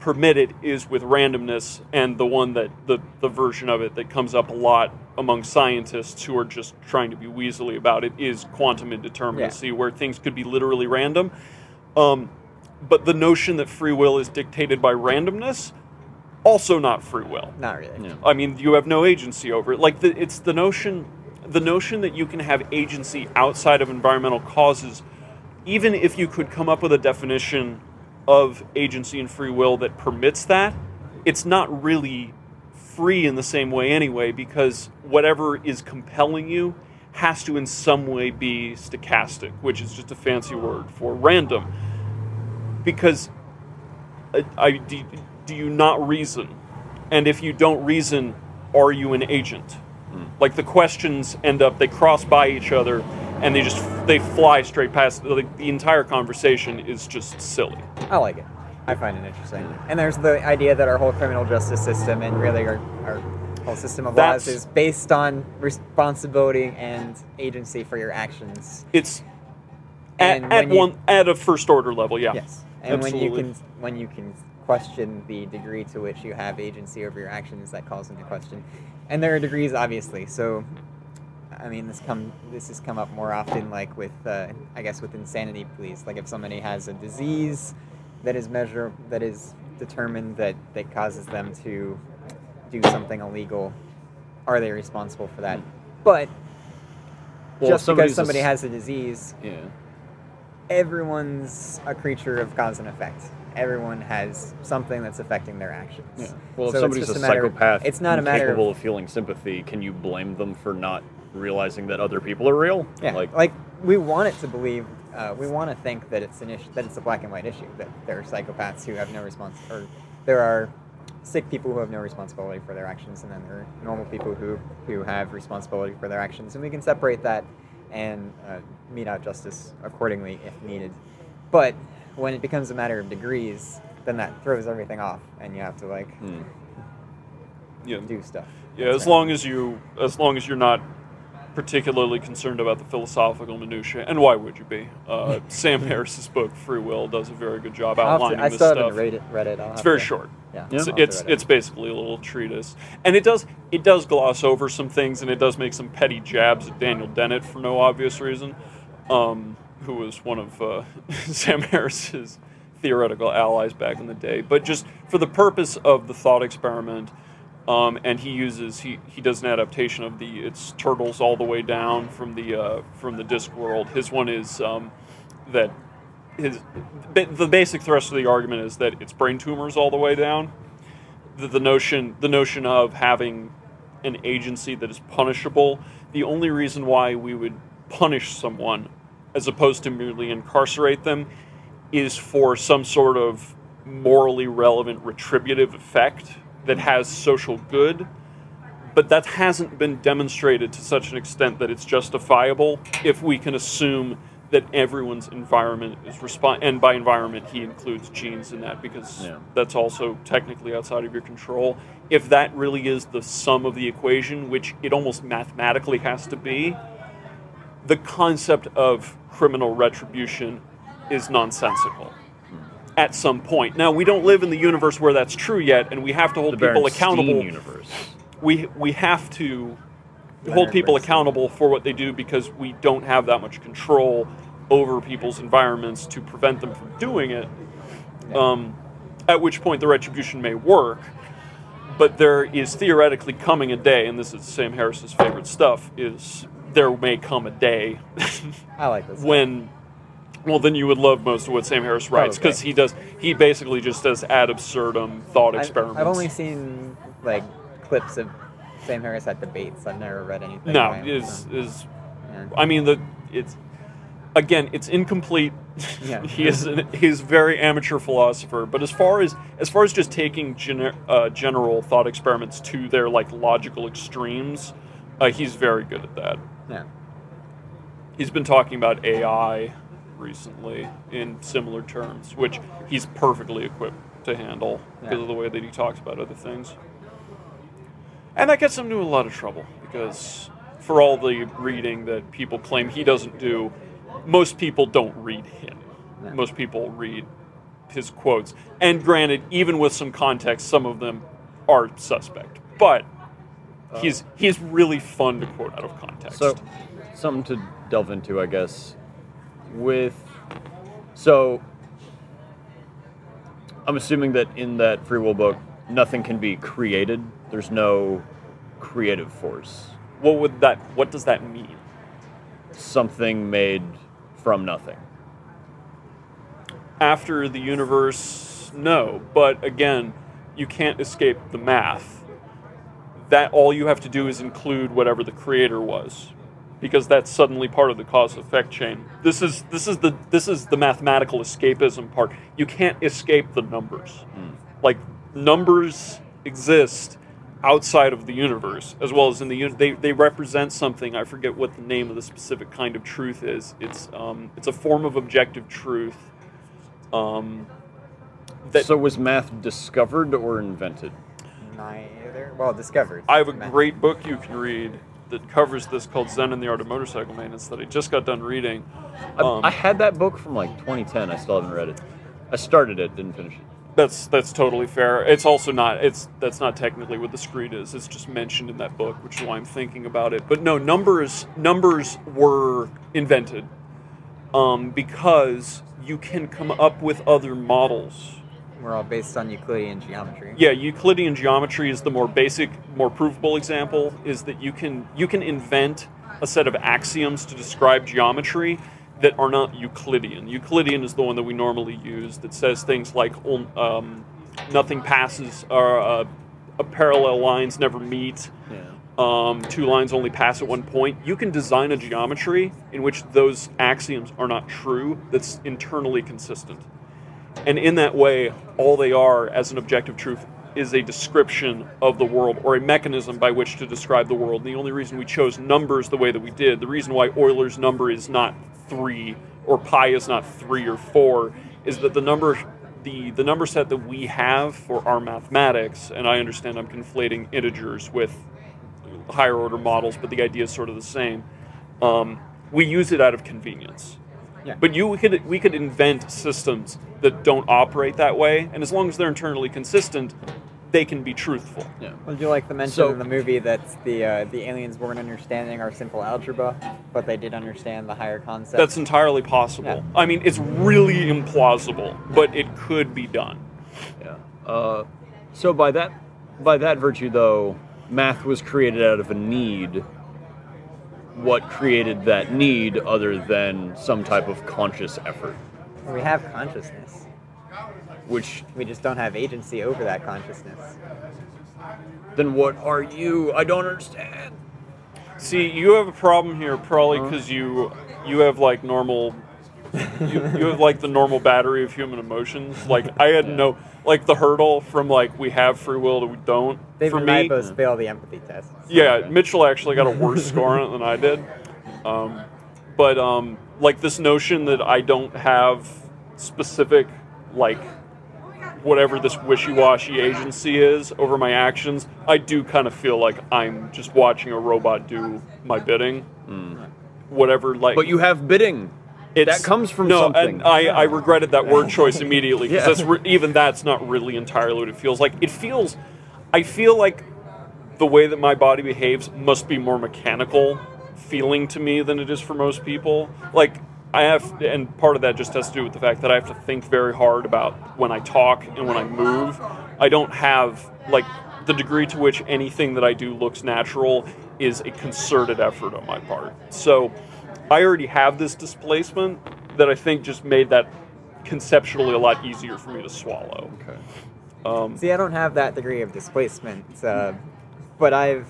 [SPEAKER 2] permitted is with randomness and the one that the, the version of it that comes up a lot among scientists who are just trying to be weaselly about it is quantum indeterminacy where things could be literally random um, but the notion that free will is dictated by randomness also not free will
[SPEAKER 4] Not really.
[SPEAKER 1] Yeah.
[SPEAKER 2] I mean, you have no agency over it. Like the, it's the notion, the notion that you can have agency outside of environmental causes, even if you could come up with a definition of agency and free will that permits that, it's not really free in the same way anyway, because whatever is compelling you has to in some way be stochastic, which is just a fancy word for random. Because I, I- do, do you not reason? And if you don't reason, are you an agent? Like the questions end up, they cross by each other, and they just they fly straight past. Like the entire conversation is just silly.
[SPEAKER 4] I like it. I find it interesting. And there's the idea that our whole criminal justice system and really our, our whole system of
[SPEAKER 2] That's-
[SPEAKER 4] laws is based on responsibility and agency for your actions.
[SPEAKER 2] It's
[SPEAKER 4] And
[SPEAKER 2] at,
[SPEAKER 4] when
[SPEAKER 2] at
[SPEAKER 4] you-
[SPEAKER 2] one at a first order level, yeah.
[SPEAKER 4] Yes. And when
[SPEAKER 2] Absolutely.
[SPEAKER 4] you can when you can question the degree to which you have agency over your actions, that calls into question. And there are degrees, obviously. So, I mean, this come this has come up more often, like with uh, I guess with insanity pleas. Like if somebody has a disease that is measure that is determined that that causes them to do something illegal, are they responsible for that? But
[SPEAKER 1] Well,
[SPEAKER 4] just
[SPEAKER 1] somebody's
[SPEAKER 4] because
[SPEAKER 1] a
[SPEAKER 4] somebody
[SPEAKER 1] s-
[SPEAKER 4] has a disease
[SPEAKER 1] Yeah.
[SPEAKER 4] everyone's a creature of cause and effect. Everyone has something that's affecting their actions.
[SPEAKER 1] Yeah. Well, if
[SPEAKER 4] So it's
[SPEAKER 1] somebody's
[SPEAKER 4] just
[SPEAKER 1] a
[SPEAKER 4] matter-
[SPEAKER 1] psychopath,
[SPEAKER 4] It's not a
[SPEAKER 1] incapable
[SPEAKER 4] matter.
[SPEAKER 1] of feeling sympathy. Can you blame them for not realizing that other people are real?
[SPEAKER 4] yeah, like,
[SPEAKER 1] Like,
[SPEAKER 4] we want it to believe, uh, we want to think that it's an issue, that it's a black and white issue, that there are psychopaths who have no response, or there are sick people who have no responsibility for their actions, and then there are normal people who who have responsibility for their actions, and we can separate that and uh, mete out justice accordingly if needed. But when it becomes a matter of degrees, then that throws everything off, and you have to like
[SPEAKER 1] hmm.
[SPEAKER 2] Yeah.
[SPEAKER 4] do stuff.
[SPEAKER 2] Yeah, as
[SPEAKER 4] That's right.
[SPEAKER 2] long as you as long as you're not particularly concerned about the philosophical minutia, and why would you be?
[SPEAKER 4] *laughs*
[SPEAKER 2] Uh, Sam Harris's book Free Will does a very good job
[SPEAKER 4] I'll have to-
[SPEAKER 2] outlining
[SPEAKER 4] I
[SPEAKER 2] this
[SPEAKER 4] still haven't
[SPEAKER 2] stuff.
[SPEAKER 4] read it. Read it. I'll
[SPEAKER 2] It's
[SPEAKER 4] have
[SPEAKER 2] very
[SPEAKER 4] to-
[SPEAKER 2] short.
[SPEAKER 4] Yeah,
[SPEAKER 1] Yeah.
[SPEAKER 4] I'll
[SPEAKER 2] So
[SPEAKER 4] have to
[SPEAKER 2] it's
[SPEAKER 4] read it.
[SPEAKER 2] it's basically a little treatise, and it does it does gloss over some things, and it does make some petty jabs at Daniel Dennett for no obvious reason, um, who was one of uh, *laughs* Sam Harris's theoretical allies back in the day. But just for the purpose of the thought experiment, um, and he uses he, he does an adaptation of the it's turtles all the way down from the uh, from the disc world. His one is um, that his ba- the basic thrust of the argument is that it's brain tumors all the way down. The, the notion the notion of having an agency that is punishable. The only reason why we would punish someone as opposed to merely incarcerate them is for some sort of morally relevant retributive effect that has social good. But that hasn't been demonstrated to such an extent that it's justifiable if we can assume that everyone's environment is respond and by environment he includes genes in that because
[SPEAKER 1] Yeah.
[SPEAKER 2] that's also technically outside of your control. If that really is the sum of the equation, which it almost mathematically has to be, the concept of criminal retribution is nonsensical
[SPEAKER 1] Hmm.
[SPEAKER 2] at some point. Now we don't live in the universe where that's true yet, and we have to
[SPEAKER 1] the
[SPEAKER 2] hold people
[SPEAKER 1] Berenstein
[SPEAKER 2] accountable.
[SPEAKER 1] universe.
[SPEAKER 2] We we have to hold
[SPEAKER 4] Leonard
[SPEAKER 2] people
[SPEAKER 4] Bernstein.
[SPEAKER 2] accountable for what they do because we don't have that much control over people's environments to prevent them from doing it. Um, at which point the retribution may work, but there is theoretically coming a day, and this is Sam Harris's favorite stuff: is there may come a day *laughs*
[SPEAKER 4] I like this.
[SPEAKER 2] when well then you would love most of what sam harris writes
[SPEAKER 4] Probably.
[SPEAKER 2] because he does he basically just does ad absurdum thought
[SPEAKER 4] I've-
[SPEAKER 2] experiments
[SPEAKER 4] I've only seen like clips of Sam Harris at debates. I've never read anything.
[SPEAKER 2] no
[SPEAKER 4] by him,
[SPEAKER 2] is
[SPEAKER 4] so,
[SPEAKER 2] is
[SPEAKER 4] yeah.
[SPEAKER 2] i mean the it's again it's incomplete
[SPEAKER 4] Yeah.
[SPEAKER 2] *laughs* he is an, he's a very amateur philosopher but as far as as far as just taking gener, uh, general thought experiments to their like logical extremes uh, he's very good at that
[SPEAKER 4] yeah.
[SPEAKER 2] he's been talking about AI recently in similar terms, which he's perfectly equipped to handle because
[SPEAKER 4] Yeah.
[SPEAKER 2] of the way that he talks about other things. And that gets him into a lot of trouble because, for all the reading that people claim he doesn't do, most people don't read him.
[SPEAKER 4] Yeah.
[SPEAKER 2] Most people read his quotes. And granted, even with some context, some of them are suspect. But
[SPEAKER 4] Uh,
[SPEAKER 2] he's he's really fun to quote out of context.
[SPEAKER 1] So, something to delve into, I guess. With so, I'm assuming that in that free will book, nothing can be created. There's no creative force.
[SPEAKER 2] what would that? What does that mean?
[SPEAKER 1] Something made from nothing.
[SPEAKER 2] after the universe no but again you can't escape the math that all you have to do is include whatever the creator was because that's suddenly part of the cause effect chain this is this is the this is the mathematical escapism part you can't escape the numbers like numbers exist outside of the universe as well as in the uni- they, they represent something i forget what the name of the specific kind of truth is it's um, it's a form of objective truth um, that
[SPEAKER 1] so was math discovered or invented?
[SPEAKER 4] Neither. Well, discovered.
[SPEAKER 2] I have a
[SPEAKER 4] Math.
[SPEAKER 2] great book you can read that covers this called Zen and the Art of Motorcycle Maintenance that I just got done reading.
[SPEAKER 1] I,
[SPEAKER 2] Um,
[SPEAKER 1] I had that book from like 2010. I still haven't read it. I started it, didn't finish it.
[SPEAKER 2] That's that's totally fair. It's also not it's that's not technically what the screed is. It's just mentioned in that book, which is why I'm thinking about it. But no, numbers numbers were invented um, because you can come up with other models.
[SPEAKER 4] We're all based on Euclidean geometry.
[SPEAKER 2] Yeah, Euclidean geometry is the more basic, more provable example. Is that you can you can invent a set of axioms to describe geometry that are not Euclidean. Euclidean is the one that we normally use that says things like on- um, nothing passes or uh, uh, parallel lines never meet.
[SPEAKER 1] Yeah.
[SPEAKER 2] Um, two lines only pass at one point. You can design a geometry in which those axioms are not true. That's internally consistent. And in that way, all they are as an objective truth is a description of the world or a mechanism by which to describe the world. And the only reason we chose numbers the way that we did, the reason why Euler's number is not three or pi is not three or four, is that the number the, the number set that we have for our mathematics, and I understand I'm conflating integers with higher order models, but the idea is sort of the same. Um, we use it out of convenience.
[SPEAKER 4] Yeah.
[SPEAKER 2] But you we could we could invent systems that don't operate that way, and as long as they're internally consistent, they can be truthful.
[SPEAKER 1] Yeah.
[SPEAKER 4] Would you like the mention
[SPEAKER 1] So-
[SPEAKER 4] in the movie that the uh, the aliens weren't understanding our simple algebra, but they did understand the higher concepts?
[SPEAKER 2] That's entirely possible.
[SPEAKER 4] Yeah.
[SPEAKER 2] I mean, it's really implausible, but it could be done.
[SPEAKER 1] Yeah. Uh, so by that by that virtue though, math was created out of a need. What created that need other than some type of conscious effort,
[SPEAKER 4] we have consciousness.
[SPEAKER 1] which
[SPEAKER 4] We just don't have agency over that consciousness.
[SPEAKER 1] then what are you? I don't understand.
[SPEAKER 2] See, you have a problem here, probably because you you have like normal, you, you have like the normal battery of human emotions. Like I had no like the hurdle from like we have free will to we don't.
[SPEAKER 4] David
[SPEAKER 2] for me,
[SPEAKER 4] Ribos failed the empathy test.
[SPEAKER 2] yeah, Mitchell actually got a worse score on it than I did. Um, but um, like this notion that I don't have specific like whatever this wishy-washy agency is over my actions, I do kind of feel like I'm just watching a robot do my bidding. Whatever, like
[SPEAKER 1] But you have bidding.
[SPEAKER 2] it's-
[SPEAKER 1] that comes from
[SPEAKER 2] no,
[SPEAKER 1] something.
[SPEAKER 2] and uh, I, I regretted that word choice immediately because
[SPEAKER 1] Yeah.
[SPEAKER 2] that's re- even that's not really entirely what it feels like. It feels, I feel like the way that my body behaves must be more mechanical feeling to me than it is for most people. Like I have, and part of that just has to do with the fact that I have to think very hard about when I talk and when I move. I don't have like the degree to which anything that I do looks natural is a concerted effort on my part. So I already have this displacement that I think just made that conceptually a lot easier for me to swallow.
[SPEAKER 1] Okay.
[SPEAKER 4] See, I don't have that degree of displacement, uh, but I've.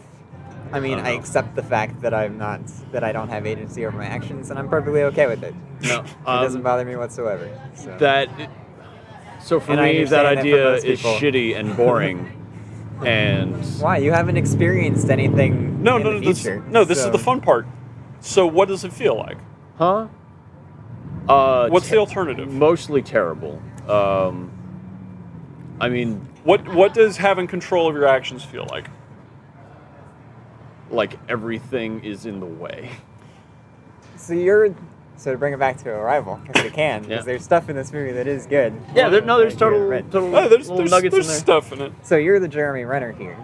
[SPEAKER 4] I mean, I
[SPEAKER 1] Uh-huh.
[SPEAKER 4] accept the fact that I'm not that I don't have agency over my actions, and I'm perfectly okay with it.
[SPEAKER 1] No,
[SPEAKER 4] it doesn't
[SPEAKER 1] um,
[SPEAKER 4] bother me whatsoever. So.
[SPEAKER 1] that so for
[SPEAKER 4] And I
[SPEAKER 1] me that
[SPEAKER 4] understand that for
[SPEAKER 1] idea
[SPEAKER 4] most
[SPEAKER 1] is
[SPEAKER 4] people.
[SPEAKER 1] shitty and
[SPEAKER 4] *laughs*
[SPEAKER 1] boring and
[SPEAKER 4] Why you haven't experienced anything?
[SPEAKER 2] No,
[SPEAKER 4] in
[SPEAKER 2] no,
[SPEAKER 4] the
[SPEAKER 2] no. This,
[SPEAKER 4] future,
[SPEAKER 2] no, this
[SPEAKER 4] so-
[SPEAKER 2] is the fun part. So, what does it feel like?
[SPEAKER 1] huh uh
[SPEAKER 2] What's
[SPEAKER 1] ter-
[SPEAKER 2] the alternative?
[SPEAKER 1] mostly terrible um i mean
[SPEAKER 2] What What does having control of your actions feel like?
[SPEAKER 1] like everything is in the way *laughs*
[SPEAKER 4] So you're So to bring it back to Arrival, if we can, because
[SPEAKER 1] Yeah.
[SPEAKER 4] there's stuff in this movie that is good.
[SPEAKER 1] Yeah, there, no, there's
[SPEAKER 4] Like, you're
[SPEAKER 1] total,
[SPEAKER 4] right.
[SPEAKER 1] total
[SPEAKER 2] Oh, there's
[SPEAKER 1] little
[SPEAKER 2] there's,
[SPEAKER 1] nuggets
[SPEAKER 2] there's
[SPEAKER 1] in there.
[SPEAKER 2] stuff in it.
[SPEAKER 4] So you're the Jeremy Renner here.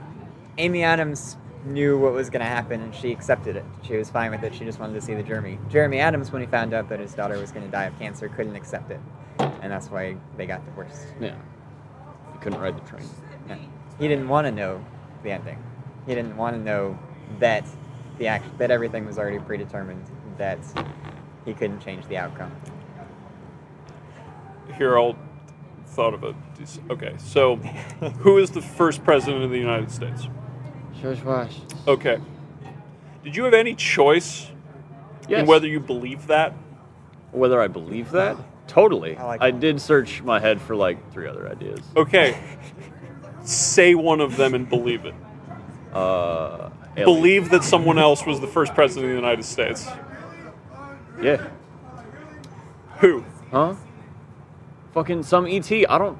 [SPEAKER 4] Amy Adams knew what was going to happen and she accepted it. She was fine with it. She just wanted to see the Jeremy. Jeremy Adams, when he found out that his daughter was going to die of cancer, couldn't accept it. And that's why they got divorced.
[SPEAKER 1] Yeah, you couldn't ride the train.
[SPEAKER 4] Yeah. He didn't want to know the ending. He didn't want to know that the act- that everything was already predetermined, that he couldn't change the outcome.
[SPEAKER 2] Here, I'll thought of a. dec- Okay, so who is the first president of the United States?
[SPEAKER 1] George Washington.
[SPEAKER 2] Okay. Did you have any choice
[SPEAKER 1] Yes.
[SPEAKER 2] in whether you believe that?
[SPEAKER 1] Whether I believe that? Totally.
[SPEAKER 4] I like
[SPEAKER 1] I
[SPEAKER 4] that.
[SPEAKER 1] did search my head for like three other ideas.
[SPEAKER 2] Okay. Say one of them and believe it.
[SPEAKER 1] Uh, alien.
[SPEAKER 2] Believe that someone else was the first president of the United States.
[SPEAKER 1] Yeah.
[SPEAKER 2] Who?
[SPEAKER 1] Huh? Fucking some ET. I don't.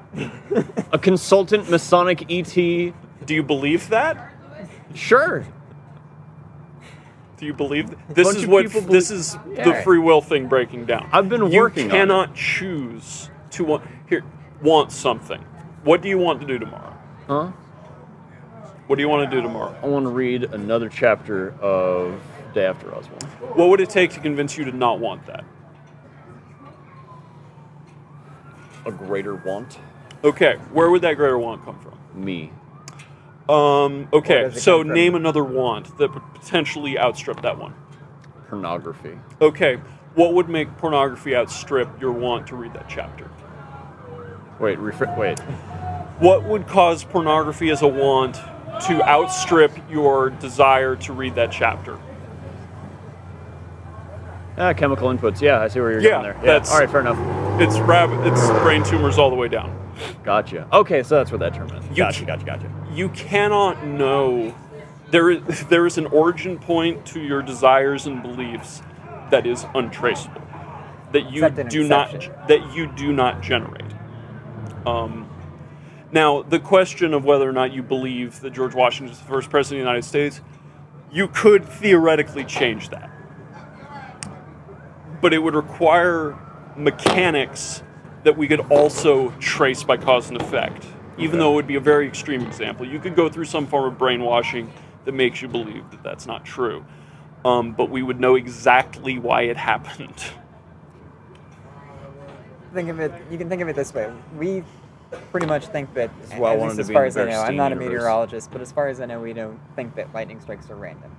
[SPEAKER 1] a consultant Masonic E ET.
[SPEAKER 2] Do you believe that?
[SPEAKER 1] Sure.
[SPEAKER 2] Do you believe th- this
[SPEAKER 1] Bunch
[SPEAKER 2] is
[SPEAKER 1] of
[SPEAKER 2] what
[SPEAKER 1] people
[SPEAKER 2] this
[SPEAKER 1] believe-
[SPEAKER 2] is the
[SPEAKER 1] Yeah.
[SPEAKER 2] free will thing breaking down?
[SPEAKER 1] I've been
[SPEAKER 2] you
[SPEAKER 1] working on it.
[SPEAKER 2] cannot choose to want here want something. What do you want to do tomorrow?
[SPEAKER 1] Huh?
[SPEAKER 2] What do you want to do tomorrow?
[SPEAKER 1] I want to read another chapter of Day After Oswald.
[SPEAKER 2] What would it take to convince you to not want that?
[SPEAKER 1] A greater want?
[SPEAKER 2] Okay, where would that greater want come from?
[SPEAKER 1] Me.
[SPEAKER 2] Um, okay,
[SPEAKER 4] does it
[SPEAKER 2] so
[SPEAKER 4] come from?
[SPEAKER 2] name another want that would potentially outstrip that one.
[SPEAKER 1] Pornography.
[SPEAKER 2] Okay, what would make pornography outstrip your want to read that chapter?
[SPEAKER 1] Wait, refre- wait.
[SPEAKER 2] What would cause pornography as a want to outstrip your desire to read that chapter?
[SPEAKER 1] Ah, chemical inputs. Yeah, I see where you're
[SPEAKER 2] Yeah,
[SPEAKER 1] going there.
[SPEAKER 2] that's-
[SPEAKER 1] All right, fair enough.
[SPEAKER 2] It's rabbit. It's brain tumors all the way down.
[SPEAKER 1] Gotcha. Okay, so that's what that term is.
[SPEAKER 2] You
[SPEAKER 1] Gotcha,
[SPEAKER 2] c-
[SPEAKER 1] gotcha, gotcha.
[SPEAKER 2] You cannot know. There is *laughs* there is an origin point to your desires and beliefs that is untraceable. That you
[SPEAKER 4] Except an
[SPEAKER 2] do not
[SPEAKER 4] exception.
[SPEAKER 2] that you do not generate. Um, now the question of whether or not you believe that George Washington is the first president of the United States, you could theoretically change that. but it would require mechanics that we could also trace by cause and effect.
[SPEAKER 1] Okay.
[SPEAKER 2] Even though it would be a very extreme example, you could go through some form of brainwashing that makes you believe that that's not true. Um, but we would know exactly why it *laughs* happened.
[SPEAKER 4] think of it. You can think of it this way. We pretty much think that.
[SPEAKER 1] is why I
[SPEAKER 4] at
[SPEAKER 1] wanted
[SPEAKER 4] least
[SPEAKER 1] to
[SPEAKER 4] as
[SPEAKER 1] be
[SPEAKER 4] far
[SPEAKER 1] in
[SPEAKER 4] as
[SPEAKER 1] the
[SPEAKER 4] I know, I'm
[SPEAKER 1] Bernstein
[SPEAKER 4] not a
[SPEAKER 1] universe.
[SPEAKER 4] meteorologist, but as far as I know, we don't think that lightning strikes are random.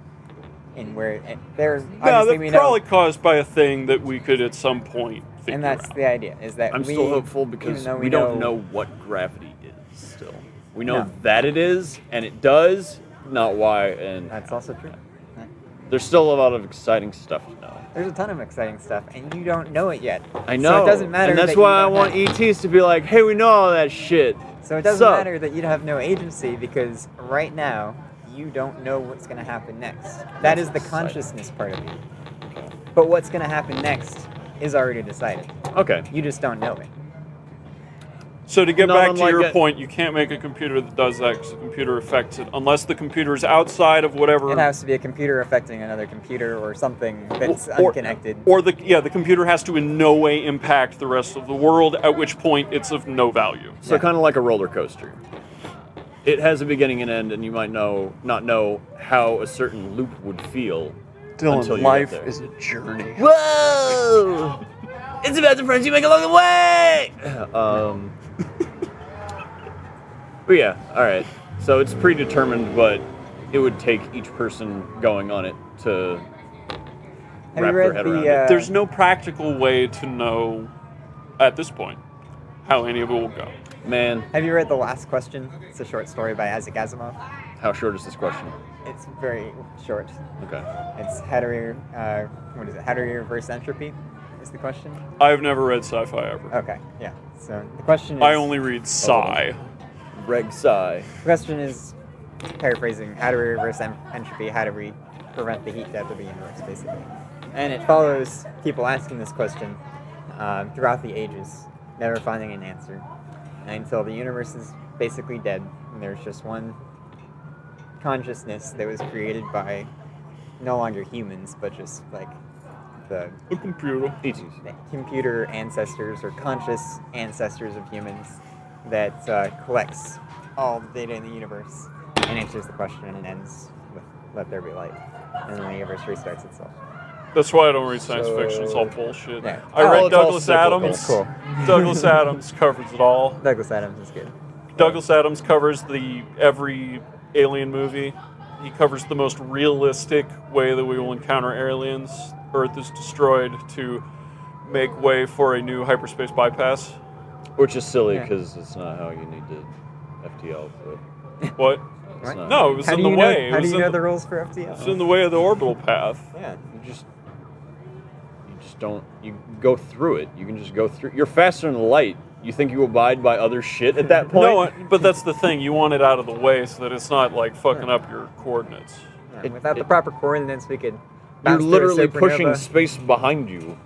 [SPEAKER 1] Mm.
[SPEAKER 4] And where and there's
[SPEAKER 2] No,
[SPEAKER 4] obviously we
[SPEAKER 2] that's
[SPEAKER 4] know,
[SPEAKER 2] probably caused by a thing that we could at some point figure
[SPEAKER 4] and that's
[SPEAKER 2] out.
[SPEAKER 4] the idea is that
[SPEAKER 1] I'm
[SPEAKER 4] we,
[SPEAKER 1] still hopeful
[SPEAKER 4] even
[SPEAKER 1] because
[SPEAKER 4] though
[SPEAKER 1] we,
[SPEAKER 4] we,
[SPEAKER 1] don't know what gravity is still. We know
[SPEAKER 4] No.
[SPEAKER 1] that it is, and it does, not why. And
[SPEAKER 4] That's also true. Yeah.
[SPEAKER 1] there's still a lot of exciting stuff to know.
[SPEAKER 4] There's a ton of exciting stuff, and you don't know it yet.
[SPEAKER 1] I know.
[SPEAKER 4] So it doesn't matter.
[SPEAKER 1] And that's
[SPEAKER 4] that you
[SPEAKER 1] why I
[SPEAKER 4] don't
[SPEAKER 1] want
[SPEAKER 4] have-
[SPEAKER 1] ETs to be like, hey, we know all that shit.
[SPEAKER 4] So it doesn't
[SPEAKER 1] Sup?
[SPEAKER 4] matter that you have no agency because right now you don't know what's going to happen next. That is the consciousness part of you. But what's going to happen next is already decided.
[SPEAKER 1] Okay.
[SPEAKER 4] You just don't know it.
[SPEAKER 2] So to get
[SPEAKER 1] Not
[SPEAKER 2] back to
[SPEAKER 1] unlike
[SPEAKER 2] your
[SPEAKER 1] it-
[SPEAKER 2] point, you can't make a computer that does that 'cause the computer affects it unless the computer is outside of whatever
[SPEAKER 4] It has to be a computer affecting another computer or something that's
[SPEAKER 2] or,
[SPEAKER 4] unconnected.
[SPEAKER 2] Or the yeah, the computer has to in no way impact the rest of the world. At which point, it's of no value.
[SPEAKER 1] So
[SPEAKER 4] Yeah.
[SPEAKER 1] kind of like a roller coaster. It has a beginning and end, and you might know not know how a certain loop would feel. until you get there.
[SPEAKER 2] a journey.
[SPEAKER 1] Whoa! it's about the friends you make along the way. *sighs*
[SPEAKER 2] *laughs*
[SPEAKER 1] Um. but yeah, all right. So it's predetermined, but it would take each person going on it to
[SPEAKER 4] Have
[SPEAKER 1] wrap
[SPEAKER 4] you
[SPEAKER 1] their
[SPEAKER 4] read
[SPEAKER 1] head
[SPEAKER 4] the,
[SPEAKER 1] around
[SPEAKER 4] uh,
[SPEAKER 1] it.
[SPEAKER 2] There's no practical way to know at this point how any of it will go.
[SPEAKER 1] Man,
[SPEAKER 4] have you read The Last Question? It's a short story by Isaac Asimov.
[SPEAKER 1] how short is this question?
[SPEAKER 4] It's very short.
[SPEAKER 1] Okay.
[SPEAKER 4] It's how do we, uh, what is it? How do we reverse entropy? Is the question?
[SPEAKER 2] I've never read sci-fi ever.
[SPEAKER 4] Okay, yeah. So the question is.
[SPEAKER 2] I only read sci.
[SPEAKER 1] Reg Psy.
[SPEAKER 4] The question is paraphrasing how do we reverse en- entropy how do we prevent the heat death of the universe basically and it follows people asking this question um, throughout the ages never finding an answer until the universe is basically dead and there's just one consciousness that was created by no longer humans but just like the
[SPEAKER 2] A computer.
[SPEAKER 1] ETs.
[SPEAKER 4] computer ancestors or conscious ancestors of humans that uh, collects all the data in the universe and answers the question and ends with "Let there be light," and then the universe restarts itself.
[SPEAKER 2] That's why I don't read science
[SPEAKER 4] So-
[SPEAKER 2] fiction. It's all bullshit.
[SPEAKER 4] Yeah.
[SPEAKER 2] I
[SPEAKER 1] Oh,
[SPEAKER 2] read
[SPEAKER 1] it's all
[SPEAKER 2] Douglas
[SPEAKER 1] cyclical.
[SPEAKER 2] Adams.
[SPEAKER 4] It's cool. *laughs*
[SPEAKER 2] Douglas Adams covers it all.
[SPEAKER 4] Douglas Adams is good.
[SPEAKER 2] Douglas Adams covers the every alien movie. He covers the most realistic way that we will encounter aliens. Earth is destroyed to make way for a new hyperspace bypass.
[SPEAKER 1] Which is silly
[SPEAKER 4] Yeah.
[SPEAKER 1] because it's not how you need to FTL. But
[SPEAKER 2] What?
[SPEAKER 1] it's
[SPEAKER 4] Right.
[SPEAKER 1] not.
[SPEAKER 2] No, it was
[SPEAKER 4] how
[SPEAKER 2] in
[SPEAKER 4] do
[SPEAKER 2] the
[SPEAKER 4] you know,
[SPEAKER 2] way.
[SPEAKER 4] How
[SPEAKER 2] it
[SPEAKER 4] do
[SPEAKER 2] was
[SPEAKER 4] you
[SPEAKER 2] in
[SPEAKER 4] know
[SPEAKER 2] the,
[SPEAKER 4] the, rules for
[SPEAKER 2] it
[SPEAKER 4] FTL?
[SPEAKER 2] was in the way of the orbital path.
[SPEAKER 4] yeah.
[SPEAKER 1] You just you just don't you go through it. You can just go through. You're faster than light. You think you abide by other shit at that point?
[SPEAKER 2] *laughs* No, I- but that's the thing. You want it out of the way so that it's not like fucking up your coordinates.
[SPEAKER 4] Yeah,
[SPEAKER 1] It-
[SPEAKER 4] Without the
[SPEAKER 1] it-
[SPEAKER 4] proper coordinates, we could.
[SPEAKER 1] you're
[SPEAKER 4] bounce through a
[SPEAKER 1] literally pushing
[SPEAKER 4] supernova.
[SPEAKER 1] space behind you.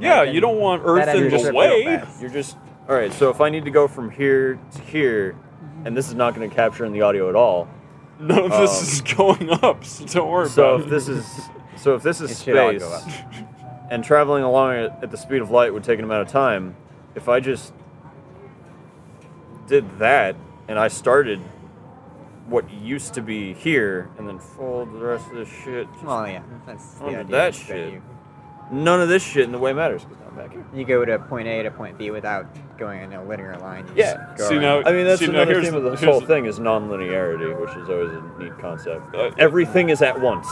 [SPEAKER 2] Yeah,
[SPEAKER 4] then
[SPEAKER 2] you don't want Earth
[SPEAKER 4] that
[SPEAKER 2] in
[SPEAKER 4] energy
[SPEAKER 2] the
[SPEAKER 4] trip real
[SPEAKER 2] way.
[SPEAKER 4] fast.
[SPEAKER 1] You're just all right. So if I need to go from here to here, and this is not going to capture in the audio at all.
[SPEAKER 2] None of this
[SPEAKER 1] Um,
[SPEAKER 2] is *laughs* going up, so don't worry
[SPEAKER 1] So
[SPEAKER 2] about
[SPEAKER 1] if
[SPEAKER 2] it.
[SPEAKER 1] this is so if this is
[SPEAKER 4] It should all
[SPEAKER 1] space,
[SPEAKER 4] go up.
[SPEAKER 1] and traveling along at, at the speed of light would take an amount of time. If I just did that and I started what used to be here and then fold the rest of this shit, just-
[SPEAKER 4] Well, yeah, that's
[SPEAKER 2] Oh,
[SPEAKER 4] the
[SPEAKER 1] Under
[SPEAKER 4] idea.
[SPEAKER 1] that
[SPEAKER 4] is
[SPEAKER 1] shit.
[SPEAKER 4] You,
[SPEAKER 1] none of this shit in the way matters because I'm back here.
[SPEAKER 4] you go to point A to point B without going in a linear line. You
[SPEAKER 1] Yeah.
[SPEAKER 4] just go
[SPEAKER 2] See,
[SPEAKER 4] around.
[SPEAKER 2] now-
[SPEAKER 1] I mean, that's
[SPEAKER 2] See, now
[SPEAKER 1] another
[SPEAKER 2] here's
[SPEAKER 1] theme
[SPEAKER 2] the-
[SPEAKER 1] of this
[SPEAKER 2] here's
[SPEAKER 1] whole
[SPEAKER 2] the-
[SPEAKER 1] thing is nonlinearity, which is always a neat concept.
[SPEAKER 2] Uh,
[SPEAKER 1] Everything is at once.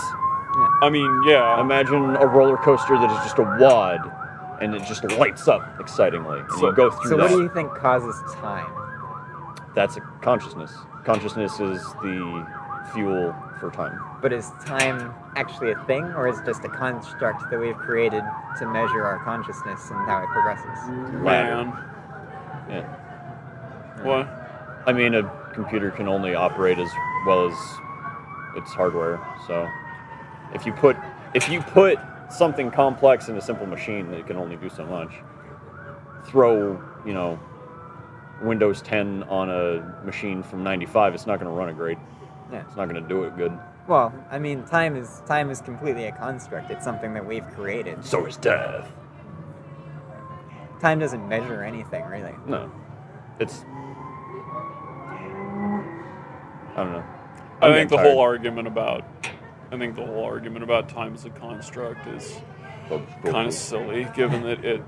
[SPEAKER 2] I mean, yeah.
[SPEAKER 1] Imagine a roller coaster that is just a wad, and it just lights up excitingly. And
[SPEAKER 2] So-
[SPEAKER 1] you go through
[SPEAKER 4] So,
[SPEAKER 1] that.
[SPEAKER 4] what do you think causes time?
[SPEAKER 1] That's a consciousness. Consciousness is the fuel for time.
[SPEAKER 4] But is time actually a thing, or is it just a construct that we've created to measure our consciousness and how it progresses?
[SPEAKER 2] Man.
[SPEAKER 1] Yeah.
[SPEAKER 2] What?
[SPEAKER 1] I mean, a computer can only operate as well as its hardware. So, if you put if you put something complex in a simple machine, it can only do so much. Throw you know Windows 10 on a machine from '95, it's not going to run it great.
[SPEAKER 4] Yeah.
[SPEAKER 1] It's not going to do it good.
[SPEAKER 4] Well, I mean, time is time is completely a construct. It's something that we've created.
[SPEAKER 1] So is death.
[SPEAKER 4] Time doesn't measure anything, really.
[SPEAKER 1] No, it's. I don't know.
[SPEAKER 2] I
[SPEAKER 1] I'm
[SPEAKER 2] think
[SPEAKER 1] getting
[SPEAKER 2] the
[SPEAKER 1] tired.
[SPEAKER 2] whole argument about I think the whole argument about time as a construct is kind of silly, given that it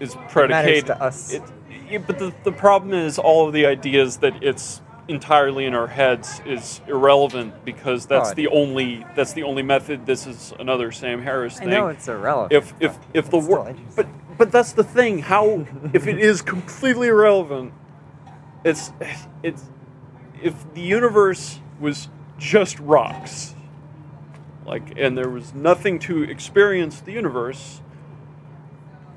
[SPEAKER 2] is predicated.
[SPEAKER 4] to us.
[SPEAKER 2] It, yeah, but the, the problem is all of the ideas that it's entirely in our heads is irrelevant because that's
[SPEAKER 4] Oh, it-
[SPEAKER 2] the only that's the only method. This is another Sam Harris
[SPEAKER 4] I
[SPEAKER 2] thing.
[SPEAKER 4] know it's irrelevant.
[SPEAKER 2] if if if the
[SPEAKER 4] Oh, It's still
[SPEAKER 2] world,
[SPEAKER 4] interesting.
[SPEAKER 2] but but that's the thing. How if it is completely irrelevant, it's it's if the universe was just rocks, like, and there was nothing to experience the universe,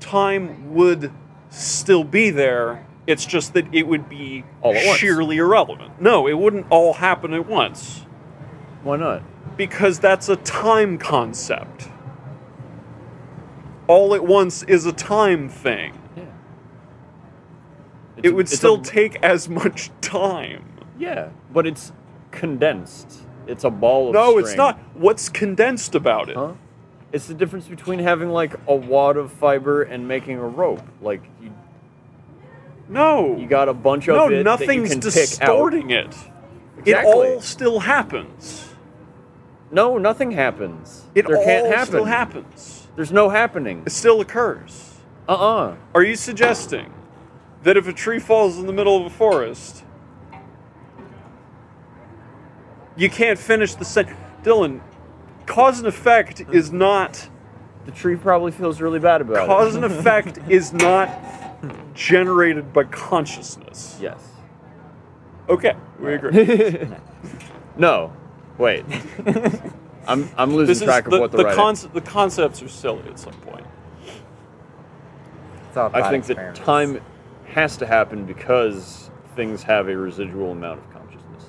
[SPEAKER 2] time would still be there. It's just that it would be
[SPEAKER 1] All at once.
[SPEAKER 2] sheerly irrelevant. No, it wouldn't all happen at once
[SPEAKER 1] Why not?
[SPEAKER 2] because that's a time concept. All at once is a time thing.
[SPEAKER 1] It's
[SPEAKER 2] It
[SPEAKER 1] a-
[SPEAKER 2] would
[SPEAKER 1] it's a-
[SPEAKER 2] still take as much time.
[SPEAKER 1] Yeah, but it's condensed. It's a ball of.
[SPEAKER 2] No, it's
[SPEAKER 1] string.
[SPEAKER 2] not. What's condensed about it?
[SPEAKER 1] Huh? It's the difference between having like a wad of fiber and making a rope. Like you,
[SPEAKER 2] No.
[SPEAKER 1] you got a bunch
[SPEAKER 2] no,
[SPEAKER 1] of it
[SPEAKER 2] nothing's
[SPEAKER 1] that you can pick
[SPEAKER 2] distorting it.
[SPEAKER 1] Exactly.
[SPEAKER 2] It all still happens.
[SPEAKER 1] out. No, nothing happens.
[SPEAKER 2] It
[SPEAKER 1] there
[SPEAKER 2] all
[SPEAKER 1] can't happen.
[SPEAKER 2] still happens.
[SPEAKER 1] There's no happening.
[SPEAKER 2] It still occurs.
[SPEAKER 1] Uh uh
[SPEAKER 2] Are you suggesting that if a tree falls in the middle of a forest, you can't finish the sentence? Dylan, cause and effect is not
[SPEAKER 1] The tree probably feels really bad about
[SPEAKER 2] cause
[SPEAKER 1] it. *laughs*
[SPEAKER 2] and effect is not generated by consciousness.
[SPEAKER 1] Yes.
[SPEAKER 2] Okay,
[SPEAKER 1] *laughs*
[SPEAKER 2] we agree.
[SPEAKER 1] no,
[SPEAKER 2] *laughs*
[SPEAKER 1] wait. I'm I'm losing
[SPEAKER 2] This is
[SPEAKER 1] track of
[SPEAKER 2] the,
[SPEAKER 1] what the,
[SPEAKER 2] the,
[SPEAKER 1] right.
[SPEAKER 2] conce- the concepts are silly at some point.
[SPEAKER 4] It's all
[SPEAKER 1] I
[SPEAKER 4] thought
[SPEAKER 1] think that
[SPEAKER 4] experiments.
[SPEAKER 1] time has to happen because things have a residual amount of consciousness.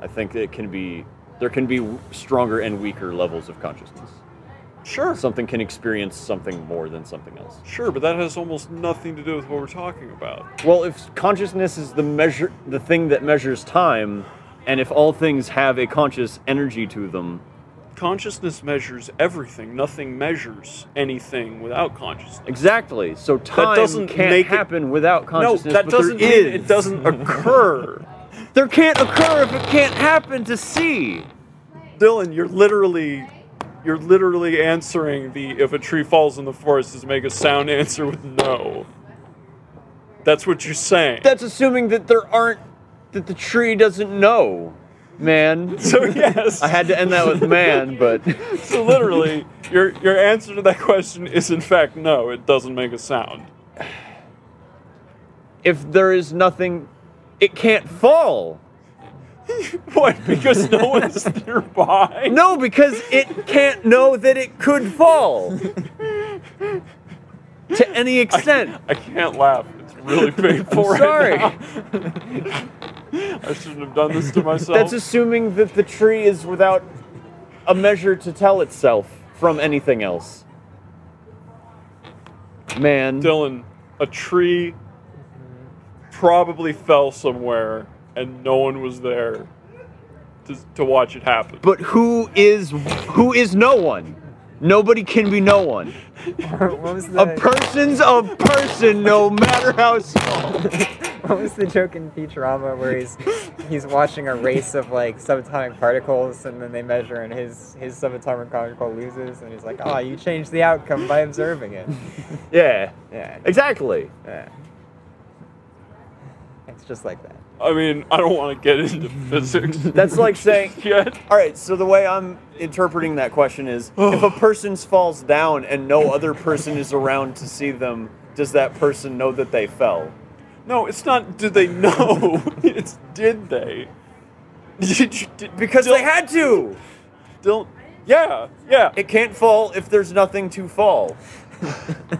[SPEAKER 1] I think it can be there can be stronger and weaker levels of consciousness.
[SPEAKER 2] Sure,
[SPEAKER 1] Something can experience something more than something else.
[SPEAKER 2] sure, but that has almost nothing to do with what we're talking about.
[SPEAKER 1] Well, if consciousness is the measure the thing that measures time and if all things have a conscious energy to them,
[SPEAKER 2] consciousness measures everything. Nothing measures anything without consciousness.
[SPEAKER 5] Exactly. So time
[SPEAKER 2] doesn't
[SPEAKER 5] can't
[SPEAKER 2] make it-
[SPEAKER 5] happen without
[SPEAKER 2] No,
[SPEAKER 5] consciousness.
[SPEAKER 2] that
[SPEAKER 5] but there
[SPEAKER 2] doesn't mean
[SPEAKER 5] is.
[SPEAKER 2] it doesn't
[SPEAKER 5] *laughs*
[SPEAKER 2] occur.
[SPEAKER 5] There can't occur if it can't happen to see.
[SPEAKER 2] Dylan, you're literally you're literally answering the if a tree falls in the forest is make a sound answer with no. That's what you're saying.
[SPEAKER 5] That's assuming that there aren't that the tree doesn't know,
[SPEAKER 2] *laughs*
[SPEAKER 5] man.
[SPEAKER 2] so yes.
[SPEAKER 5] I had to end that with man, but
[SPEAKER 2] so literally your your answer to that question is in fact no, it doesn't make a sound.
[SPEAKER 5] if there is nothing, it can't fall.
[SPEAKER 2] What? Because no one's
[SPEAKER 5] *laughs*
[SPEAKER 2] nearby?
[SPEAKER 5] No, because it can't know that it could fall to any extent.
[SPEAKER 2] I can't laugh. It's really painful. right
[SPEAKER 5] sorry.
[SPEAKER 2] now. *laughs* I shouldn't have done this to myself.
[SPEAKER 5] That's assuming that the tree is without a measure to tell itself from anything else. Man,
[SPEAKER 2] Dylan, a tree probably fell somewhere and no one was there to, to watch it happen.
[SPEAKER 5] but who is who is no one? Nobody can be no one.
[SPEAKER 4] *laughs* what was the
[SPEAKER 5] A person's a person, no matter how small.
[SPEAKER 4] *laughs* what was the joke in Futurama where he's he's watching a race of like subatomic particles and then they measure and his his subatomic particle loses and he's like, oh, you changed the outcome by observing it.
[SPEAKER 5] Yeah,
[SPEAKER 4] Yeah,
[SPEAKER 5] exactly.
[SPEAKER 4] yeah. It's just like
[SPEAKER 1] *laughs*
[SPEAKER 4] that.
[SPEAKER 2] I mean, I don't want to get into physics.
[SPEAKER 1] That's like saying,
[SPEAKER 2] *laughs* yet.
[SPEAKER 1] all right, so the way I'm interpreting that question
[SPEAKER 2] *sighs*
[SPEAKER 1] is if a person falls down and no other person is around to see them, does that person know that they fell?
[SPEAKER 2] No, it's not. Do they know? *laughs* it's did they? *laughs* Did you- did-
[SPEAKER 1] Because
[SPEAKER 2] Dylan-
[SPEAKER 1] they had to!
[SPEAKER 2] Dylan- Yeah, yeah.
[SPEAKER 1] It can't fall if there's nothing to
[SPEAKER 2] *laughs*
[SPEAKER 1] fall.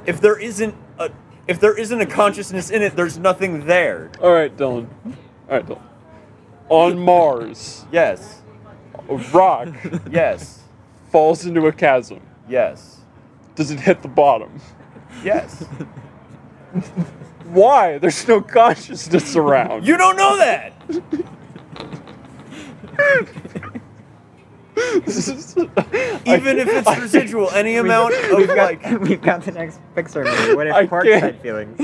[SPEAKER 1] if there isn't a if there isn't a consciousness in it, there's nothing there.
[SPEAKER 2] All right, Dylan. All right, Dylan. On Mars,
[SPEAKER 1] Yes.
[SPEAKER 2] a rock
[SPEAKER 1] Yes.
[SPEAKER 2] falls into a chasm.
[SPEAKER 1] Yes.
[SPEAKER 2] Does it hit the bottom?
[SPEAKER 1] Yes.
[SPEAKER 2] Why? There's no consciousness around.
[SPEAKER 1] You don't know
[SPEAKER 2] *laughs*
[SPEAKER 1] that. Even if it's residual, any amount of
[SPEAKER 4] *laughs* We've got,
[SPEAKER 1] like *laughs*
[SPEAKER 4] we've got the next Pixar movie. What if
[SPEAKER 2] I
[SPEAKER 4] Parkside
[SPEAKER 2] can't-
[SPEAKER 4] feelings?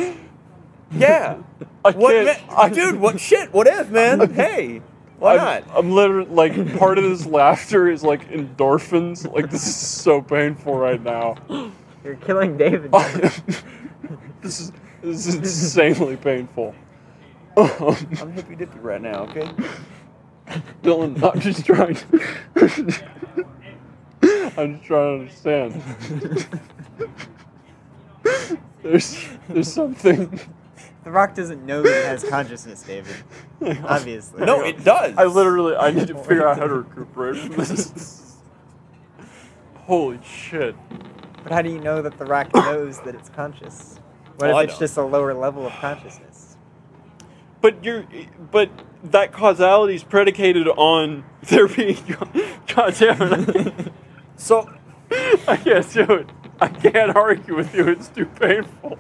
[SPEAKER 1] yeah.
[SPEAKER 2] I
[SPEAKER 1] What,
[SPEAKER 2] can't-
[SPEAKER 1] ma- uh, dude? What shit? What if, *laughs* man? Hey, why
[SPEAKER 2] I'm,
[SPEAKER 1] not?
[SPEAKER 2] I'm literally like part of this laughter is like endorphins. Like this is so painful right now.
[SPEAKER 4] You're killing David.
[SPEAKER 2] *laughs*
[SPEAKER 1] Oh.
[SPEAKER 2] this is this is insanely painful. *laughs*
[SPEAKER 1] I'm hippy dippy right now. Okay.
[SPEAKER 2] Dylan, I'm just trying. *laughs* I'm just trying to understand. *laughs* there's there's something.
[SPEAKER 4] the Rock doesn't know that it has
[SPEAKER 1] *laughs*
[SPEAKER 4] consciousness, David. Obviously.
[SPEAKER 1] No, it does.
[SPEAKER 2] I literally I need to figure out how to recuperate from this. This
[SPEAKER 1] *laughs*
[SPEAKER 2] is- Holy shit!
[SPEAKER 4] But how do you know that the Rock knows that it's conscious? What
[SPEAKER 1] Well, Oh, I
[SPEAKER 4] if it's
[SPEAKER 1] don't.
[SPEAKER 4] just a lower level of consciousness?
[SPEAKER 2] But you're but that causality is predicated on *laughs* there being. God damn it!
[SPEAKER 1] So
[SPEAKER 2] I can't do it. I can't argue with you. It's too painful.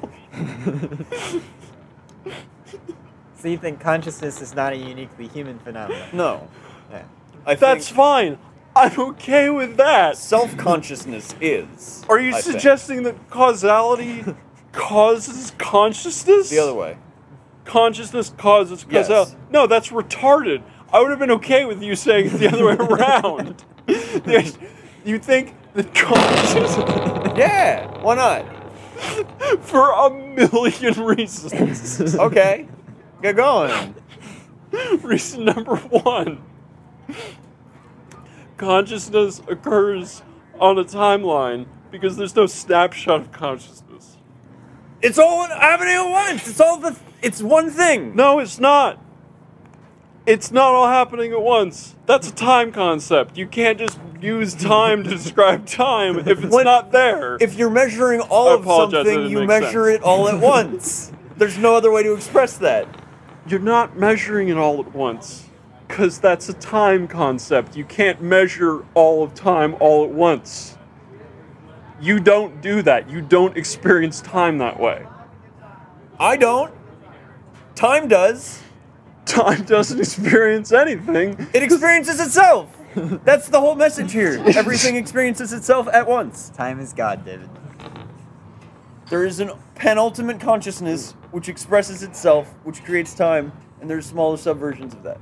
[SPEAKER 4] So you think consciousness is not a uniquely human phenomenon?
[SPEAKER 1] no,
[SPEAKER 4] Yeah.
[SPEAKER 1] I
[SPEAKER 2] That's
[SPEAKER 1] think
[SPEAKER 2] fine. I'm okay with that.
[SPEAKER 1] self consciousness is.
[SPEAKER 2] Are you
[SPEAKER 1] I think.
[SPEAKER 2] suggesting
[SPEAKER 1] *laughs*
[SPEAKER 2] that causality causes consciousness?
[SPEAKER 1] the other way?
[SPEAKER 2] Consciousness causes
[SPEAKER 1] Yes.
[SPEAKER 2] causality. No, that's retarded. I would have been okay with you saying it's the other
[SPEAKER 1] *laughs*
[SPEAKER 2] way around. There's- you think that consciousness
[SPEAKER 1] Yeah. Why not?
[SPEAKER 2] for a million reasons.
[SPEAKER 1] *laughs* Okay. Get going.
[SPEAKER 2] Reason number one consciousness occurs on a timeline because there's no snapshot of consciousness.
[SPEAKER 1] It's all happening at once. It's all the. It's one thing.
[SPEAKER 2] No, it's not. It's not all happening at once. That's a time concept. You can't just use time to describe time if it's
[SPEAKER 1] When-
[SPEAKER 2] not there.
[SPEAKER 1] If you're measuring all
[SPEAKER 2] I
[SPEAKER 1] of
[SPEAKER 2] apologize, that
[SPEAKER 1] something,
[SPEAKER 2] didn't
[SPEAKER 1] you
[SPEAKER 2] make
[SPEAKER 1] measure
[SPEAKER 2] sense.
[SPEAKER 1] it all at
[SPEAKER 2] *laughs*
[SPEAKER 1] once. There's no other way to express that.
[SPEAKER 2] You're not measuring it all at once because that's a time concept. You can't measure all of time all at once. You don't do that. You don't experience time that way.
[SPEAKER 1] I don't. Time does.
[SPEAKER 2] Time doesn't *laughs* experience anything.
[SPEAKER 1] It experiences itself. That's the whole message here. Everything experiences itself at once.
[SPEAKER 4] Time is God, David.
[SPEAKER 1] There is a penultimate consciousness which expresses itself, which creates time, and there's smaller subversions of that.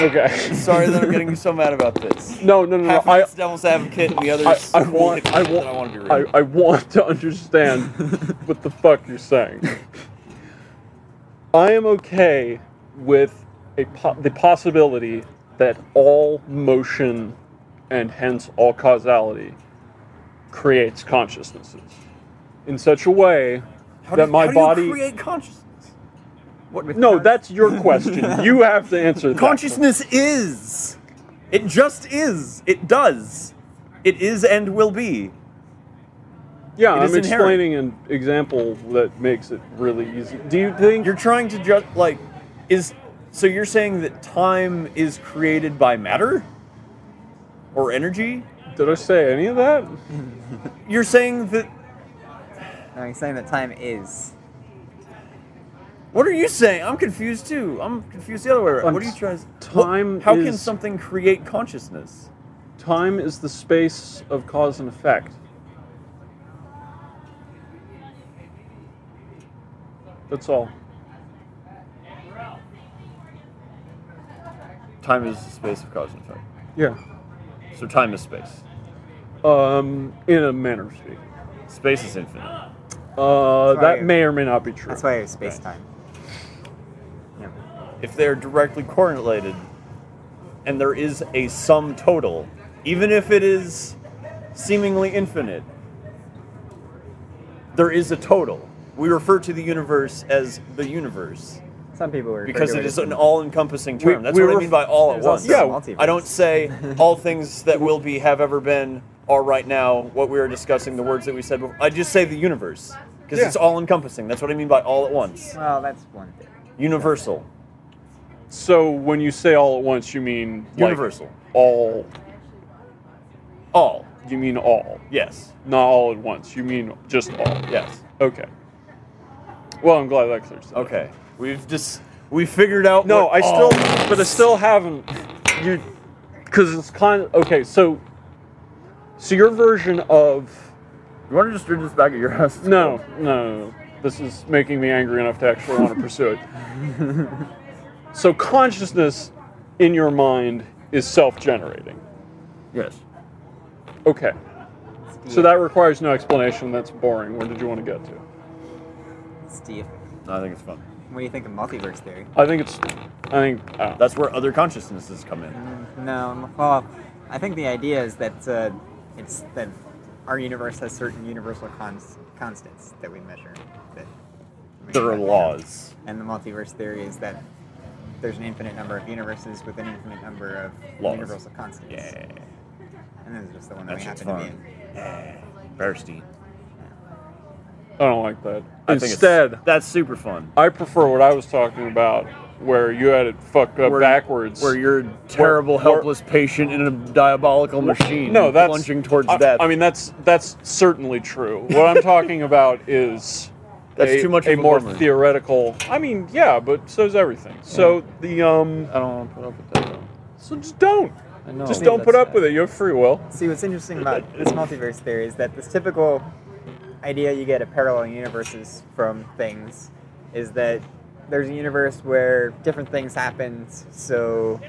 [SPEAKER 2] Okay.
[SPEAKER 1] Sorry that I'm getting so mad about *laughs* this.
[SPEAKER 2] No, no, no, no.
[SPEAKER 1] Half
[SPEAKER 2] I,
[SPEAKER 1] of it's Devil's Advocate and the other
[SPEAKER 2] I,
[SPEAKER 1] is
[SPEAKER 2] I
[SPEAKER 1] cool
[SPEAKER 2] want,
[SPEAKER 1] hip
[SPEAKER 2] I
[SPEAKER 1] shit
[SPEAKER 2] want,
[SPEAKER 1] that I want to be
[SPEAKER 2] I,
[SPEAKER 1] reading.
[SPEAKER 2] I want
[SPEAKER 1] *laughs*
[SPEAKER 2] to understand what the fuck you're saying. I am okay with a po- the possibility that all motion and hence all causality creates consciousnesses in such a way
[SPEAKER 1] How
[SPEAKER 2] that
[SPEAKER 1] do-
[SPEAKER 2] my
[SPEAKER 1] how Do
[SPEAKER 2] body.
[SPEAKER 1] you create consciousness.
[SPEAKER 2] no, that's
[SPEAKER 1] *laughs*
[SPEAKER 2] your question. you have to answer that.
[SPEAKER 1] Consciousness is. It just is. It does. It is and will be.
[SPEAKER 2] Yeah,
[SPEAKER 1] It
[SPEAKER 2] I'm
[SPEAKER 1] is inherent.
[SPEAKER 2] explaining an example that makes it really easy. Do you think
[SPEAKER 1] You're trying to just like is so you're saying that time is created by matter or energy?
[SPEAKER 2] Did I say any of that?
[SPEAKER 1] You're saying that
[SPEAKER 4] No, he's saying that time is.
[SPEAKER 1] what are you saying? I'm confused too. I'm confused the other way around.
[SPEAKER 2] Um,
[SPEAKER 1] What are you trying to
[SPEAKER 2] time
[SPEAKER 1] what- How can
[SPEAKER 2] is-
[SPEAKER 1] something create consciousness?
[SPEAKER 2] Time is the space of cause and effect. That's all.
[SPEAKER 1] Time is the space of cause and effect.
[SPEAKER 2] Yeah.
[SPEAKER 1] So time is space.
[SPEAKER 2] Um, in a manner of speaking.
[SPEAKER 1] Space is infinite.
[SPEAKER 2] Uh,
[SPEAKER 4] That's
[SPEAKER 2] that
[SPEAKER 4] right.
[SPEAKER 2] may or may not be true.
[SPEAKER 4] That's why it's space time. Yeah.
[SPEAKER 1] If they're directly correlated and there is a sum total, even if it is seemingly infinite, there is a total. We refer to the universe as the universe
[SPEAKER 4] Some people were
[SPEAKER 1] because it is an all-encompassing term.
[SPEAKER 2] We-
[SPEAKER 1] That's
[SPEAKER 2] we
[SPEAKER 1] what I
[SPEAKER 2] ref-
[SPEAKER 1] mean by all at
[SPEAKER 4] There's
[SPEAKER 1] once.
[SPEAKER 4] also
[SPEAKER 2] Yeah,
[SPEAKER 4] multiverse.
[SPEAKER 1] I don't say all things that will be, have ever been, are right now, what we are discussing, the words that we said before. I just say the universe because
[SPEAKER 2] Yeah.
[SPEAKER 1] it's all encompassing. That's what I mean by all at once.
[SPEAKER 4] Well, that's one thing.
[SPEAKER 1] Universal.
[SPEAKER 2] So when you say all at once, you mean like,
[SPEAKER 1] Universal.
[SPEAKER 2] all.
[SPEAKER 1] All.
[SPEAKER 2] You mean all,
[SPEAKER 1] Yes.
[SPEAKER 2] not all at once. You mean just all.
[SPEAKER 1] Yes.
[SPEAKER 2] Okay. Well, I'm glad that clears. That up.
[SPEAKER 1] Okay. We've just we figured out.
[SPEAKER 2] No,
[SPEAKER 1] what Oh.
[SPEAKER 2] I
[SPEAKER 1] all
[SPEAKER 2] still, but I still haven't. You, because it's kind of okay. So, so your version of
[SPEAKER 1] You want to just do this back at your house?
[SPEAKER 2] no, no, no, no. this is making me angry enough to actually want to pursue
[SPEAKER 1] *laughs*
[SPEAKER 2] it. so consciousness in your mind is self-generating.
[SPEAKER 1] Yes.
[SPEAKER 2] Okay. So that requires no explanation. That's boring. Where did you want to get to? *laughs*
[SPEAKER 4] Steve,
[SPEAKER 1] I think it's fun.
[SPEAKER 4] what do you think of multiverse theory?
[SPEAKER 2] I think it's. I think. I don't know.
[SPEAKER 1] That's where other consciousnesses come in.
[SPEAKER 4] No, well, I think the idea is that uh, it's that our universe has certain universal cons- constants that we measure. That we
[SPEAKER 1] There are
[SPEAKER 4] measure.
[SPEAKER 1] laws.
[SPEAKER 4] And the multiverse theory is that there's an infinite number of universes with an infinite number of
[SPEAKER 1] Laws.
[SPEAKER 4] universal constants.
[SPEAKER 1] Yeah.
[SPEAKER 4] And this is just the one that
[SPEAKER 1] That shit's
[SPEAKER 4] we happen to
[SPEAKER 1] fun.
[SPEAKER 4] be in.
[SPEAKER 1] Thirsty.
[SPEAKER 2] I don't like that.
[SPEAKER 1] I think it's-
[SPEAKER 2] Instead,
[SPEAKER 1] that's super fun.
[SPEAKER 2] I prefer what I was talking about, where you had it fucked up
[SPEAKER 1] Where-
[SPEAKER 2] backwards.
[SPEAKER 1] Where you're a terrible,
[SPEAKER 2] where-
[SPEAKER 1] helpless patient in a diabolical machine.
[SPEAKER 2] no, that's
[SPEAKER 1] plunging towards
[SPEAKER 2] I,
[SPEAKER 1] death.
[SPEAKER 2] I mean, that's that's certainly true. What I'm talking about is
[SPEAKER 1] *laughs* That's
[SPEAKER 2] a,
[SPEAKER 1] too much
[SPEAKER 2] a
[SPEAKER 1] of a
[SPEAKER 2] more
[SPEAKER 1] bummer.
[SPEAKER 2] theoretical. I mean, yeah, but so's everything. So the um,
[SPEAKER 1] I don't want to put up with that. Though.
[SPEAKER 2] so just don't,
[SPEAKER 1] I know.
[SPEAKER 2] just don't put up with it. You have free will.
[SPEAKER 4] See, what's interesting about this multiverse theory is that this typical idea you get of parallel universes from things is that there's a universe where different things happen, so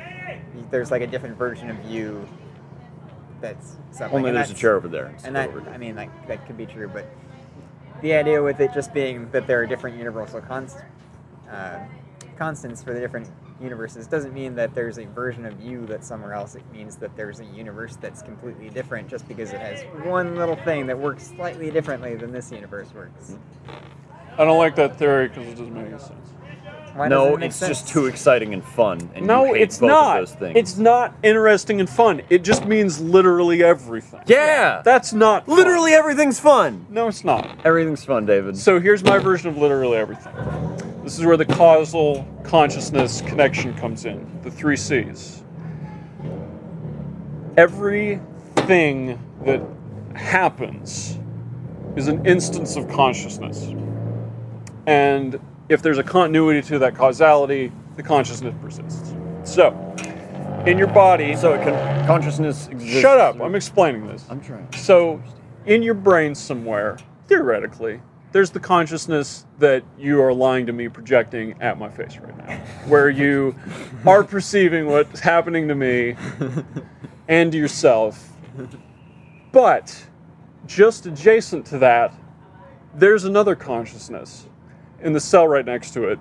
[SPEAKER 4] there's like a different version of you that's something.
[SPEAKER 1] Only
[SPEAKER 4] and
[SPEAKER 1] there's a
[SPEAKER 4] that's-
[SPEAKER 1] chair over there. It's still
[SPEAKER 4] And that,
[SPEAKER 1] over there.
[SPEAKER 4] I mean, like that could be true, but the idea with it just being that there are different universal const- uh, constants for the different universes doesn't mean that there's a version of you that's somewhere else. It means that there's a universe that's completely different just because it has one little thing that works slightly differently than this universe works.
[SPEAKER 2] I don't like that theory because it doesn't make any sense.
[SPEAKER 4] Why
[SPEAKER 1] no,
[SPEAKER 4] doesn't it make
[SPEAKER 1] it's just
[SPEAKER 4] sense?
[SPEAKER 1] too exciting and fun. And you
[SPEAKER 2] no,
[SPEAKER 1] hate
[SPEAKER 2] it's
[SPEAKER 1] both
[SPEAKER 2] not.
[SPEAKER 1] Of those things.
[SPEAKER 2] It's not interesting and fun. It just means literally everything.
[SPEAKER 1] yeah.
[SPEAKER 2] that's not fun.
[SPEAKER 1] Literally everything's fun.
[SPEAKER 2] No, it's not.
[SPEAKER 1] Everything's fun, David.
[SPEAKER 2] So here's my version of literally everything. This is where the causal consciousness connection comes in, the three C's. Everything that happens is an instance of consciousness. And if there's a continuity to that causality, the consciousness persists. So, in your body.
[SPEAKER 1] So it can, consciousness exists.
[SPEAKER 2] shut up!
[SPEAKER 1] through-
[SPEAKER 2] I'm explaining this.
[SPEAKER 1] I'm trying.
[SPEAKER 2] So, in your brain somewhere, theoretically, there's the consciousness that you are lying to me, projecting at my face right now, where you are perceiving what's happening to me and to yourself. But just adjacent to that, there's another consciousness in the cell right next to it.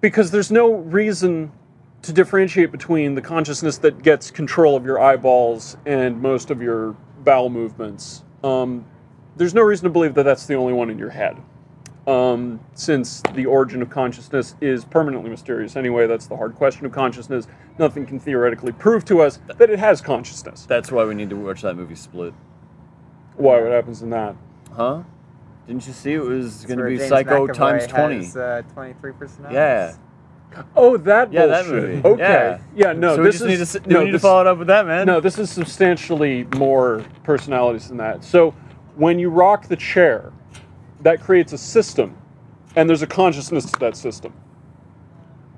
[SPEAKER 2] Because there's no reason to differentiate between the consciousness that gets control of your eyeballs and most of your bowel movements. Um, there's no reason to believe that that's the only one in your head. Um, since the origin of consciousness is permanently mysterious anyway, that's the hard question of consciousness. Nothing can theoretically prove to us that it has consciousness.
[SPEAKER 1] That's why we need to watch that movie Split.
[SPEAKER 2] Why? What happens in that?
[SPEAKER 1] Huh? Didn't you see it was going to
[SPEAKER 4] where
[SPEAKER 1] be
[SPEAKER 4] James
[SPEAKER 1] Psycho
[SPEAKER 4] McAvoy
[SPEAKER 1] times 20?
[SPEAKER 4] Has, uh, 23 personalities.
[SPEAKER 1] Yeah.
[SPEAKER 2] Oh, that
[SPEAKER 1] Yeah, that
[SPEAKER 2] bullshit.
[SPEAKER 1] movie.
[SPEAKER 2] Okay.
[SPEAKER 1] Yeah.
[SPEAKER 2] no,
[SPEAKER 1] so we
[SPEAKER 2] this
[SPEAKER 1] just
[SPEAKER 2] is
[SPEAKER 1] need to, s-
[SPEAKER 2] no,
[SPEAKER 1] we need
[SPEAKER 2] this-
[SPEAKER 1] to follow it up with that, man.
[SPEAKER 2] No, this is substantially more personalities than that. So when you rock the chair, that creates a system, and there's a consciousness to that system.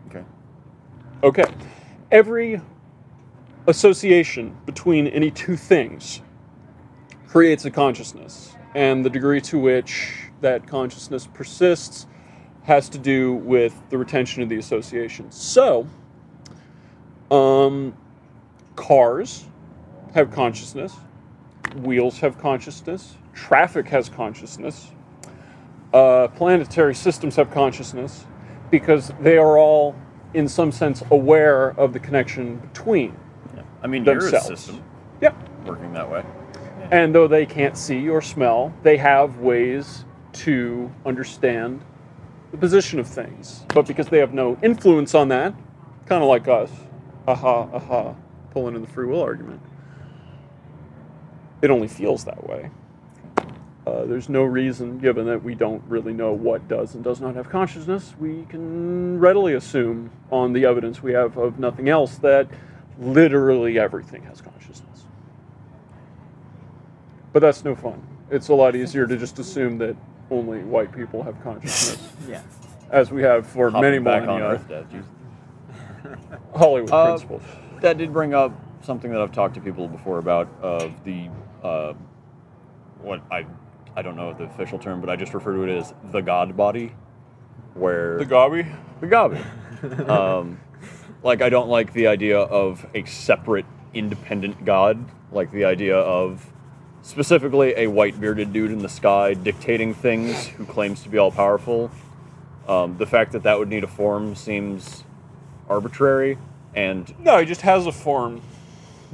[SPEAKER 1] Okay.
[SPEAKER 2] Okay. Every association between any two things creates a consciousness, and the degree to which that consciousness persists has to do with the retention of the association. So, um, cars have consciousness, wheels have consciousness, traffic has consciousness, uh, planetary systems have consciousness because they are all, in some sense, aware of the connection between.
[SPEAKER 1] I mean,
[SPEAKER 2] Themselves.
[SPEAKER 1] you're a system
[SPEAKER 2] Yep.
[SPEAKER 1] working that way.
[SPEAKER 2] And though they can't see or smell, they have ways to understand the position of things. But because they have no influence on that, kind of like us, aha, aha, pulling in the free will argument, it only feels that way. Uh, there's no reason, given that we don't really know what does and does not have consciousness, we can readily assume, on the evidence we have of nothing else, that literally everything has consciousness. But that's no fun. It's a lot easier to just assume that only white people have consciousness,
[SPEAKER 1] *laughs*
[SPEAKER 4] Yeah.
[SPEAKER 2] as we have for
[SPEAKER 1] Hopping
[SPEAKER 2] many
[SPEAKER 1] back
[SPEAKER 2] millennia
[SPEAKER 1] on Earth, Dad. Jesus.
[SPEAKER 2] Hollywood
[SPEAKER 1] Uh,
[SPEAKER 2] principles.
[SPEAKER 1] That did bring up something that I've talked to people before about of the uh, what I I don't know the official term, but I just refer to it as the God body, where
[SPEAKER 2] Gabi?
[SPEAKER 1] the Gabi.
[SPEAKER 4] *laughs*
[SPEAKER 1] um, like I don't like the idea of a separate, independent God. Like the idea of specifically a white bearded dude in the sky dictating things who claims to be all powerful. Um, the fact that that would need a form seems arbitrary and
[SPEAKER 2] No, he just has a form.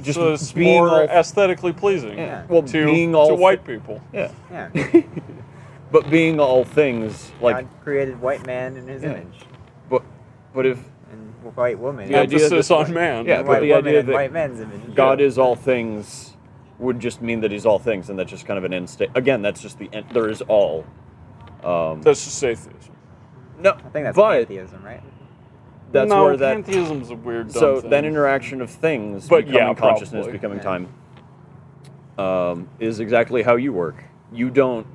[SPEAKER 1] just
[SPEAKER 2] so it's
[SPEAKER 1] being
[SPEAKER 2] more
[SPEAKER 1] all,
[SPEAKER 2] aesthetically pleasing
[SPEAKER 4] Yeah.
[SPEAKER 1] well
[SPEAKER 2] to,
[SPEAKER 1] being
[SPEAKER 2] to
[SPEAKER 1] all
[SPEAKER 2] white people.
[SPEAKER 1] yeah, *laughs*
[SPEAKER 4] Yeah.
[SPEAKER 1] but being all things like
[SPEAKER 4] God created white man in his
[SPEAKER 1] Yeah.
[SPEAKER 4] image
[SPEAKER 1] but but if
[SPEAKER 4] and white woman.
[SPEAKER 1] The idea
[SPEAKER 2] Emphasis
[SPEAKER 1] that-
[SPEAKER 2] on man.
[SPEAKER 1] yeah,
[SPEAKER 4] and
[SPEAKER 1] but
[SPEAKER 4] white
[SPEAKER 1] the
[SPEAKER 4] woman
[SPEAKER 1] idea
[SPEAKER 4] and
[SPEAKER 1] that
[SPEAKER 4] white man's image.
[SPEAKER 1] God is all things would just mean that he's all things, and that's just kind of an end state. Again, that's just the end. There is all. Um,
[SPEAKER 2] That's just atheism.
[SPEAKER 1] no,
[SPEAKER 4] I think that's
[SPEAKER 1] but
[SPEAKER 4] atheism, right?
[SPEAKER 1] that's
[SPEAKER 2] no,
[SPEAKER 1] where that.
[SPEAKER 2] pantheism's a weird dumb
[SPEAKER 1] So
[SPEAKER 2] thing.
[SPEAKER 1] that interaction of things
[SPEAKER 2] But
[SPEAKER 1] becoming
[SPEAKER 2] yeah,
[SPEAKER 1] consciousness,
[SPEAKER 2] probably.
[SPEAKER 1] becoming
[SPEAKER 4] Yeah.
[SPEAKER 1] time, um, is exactly how you work. You don't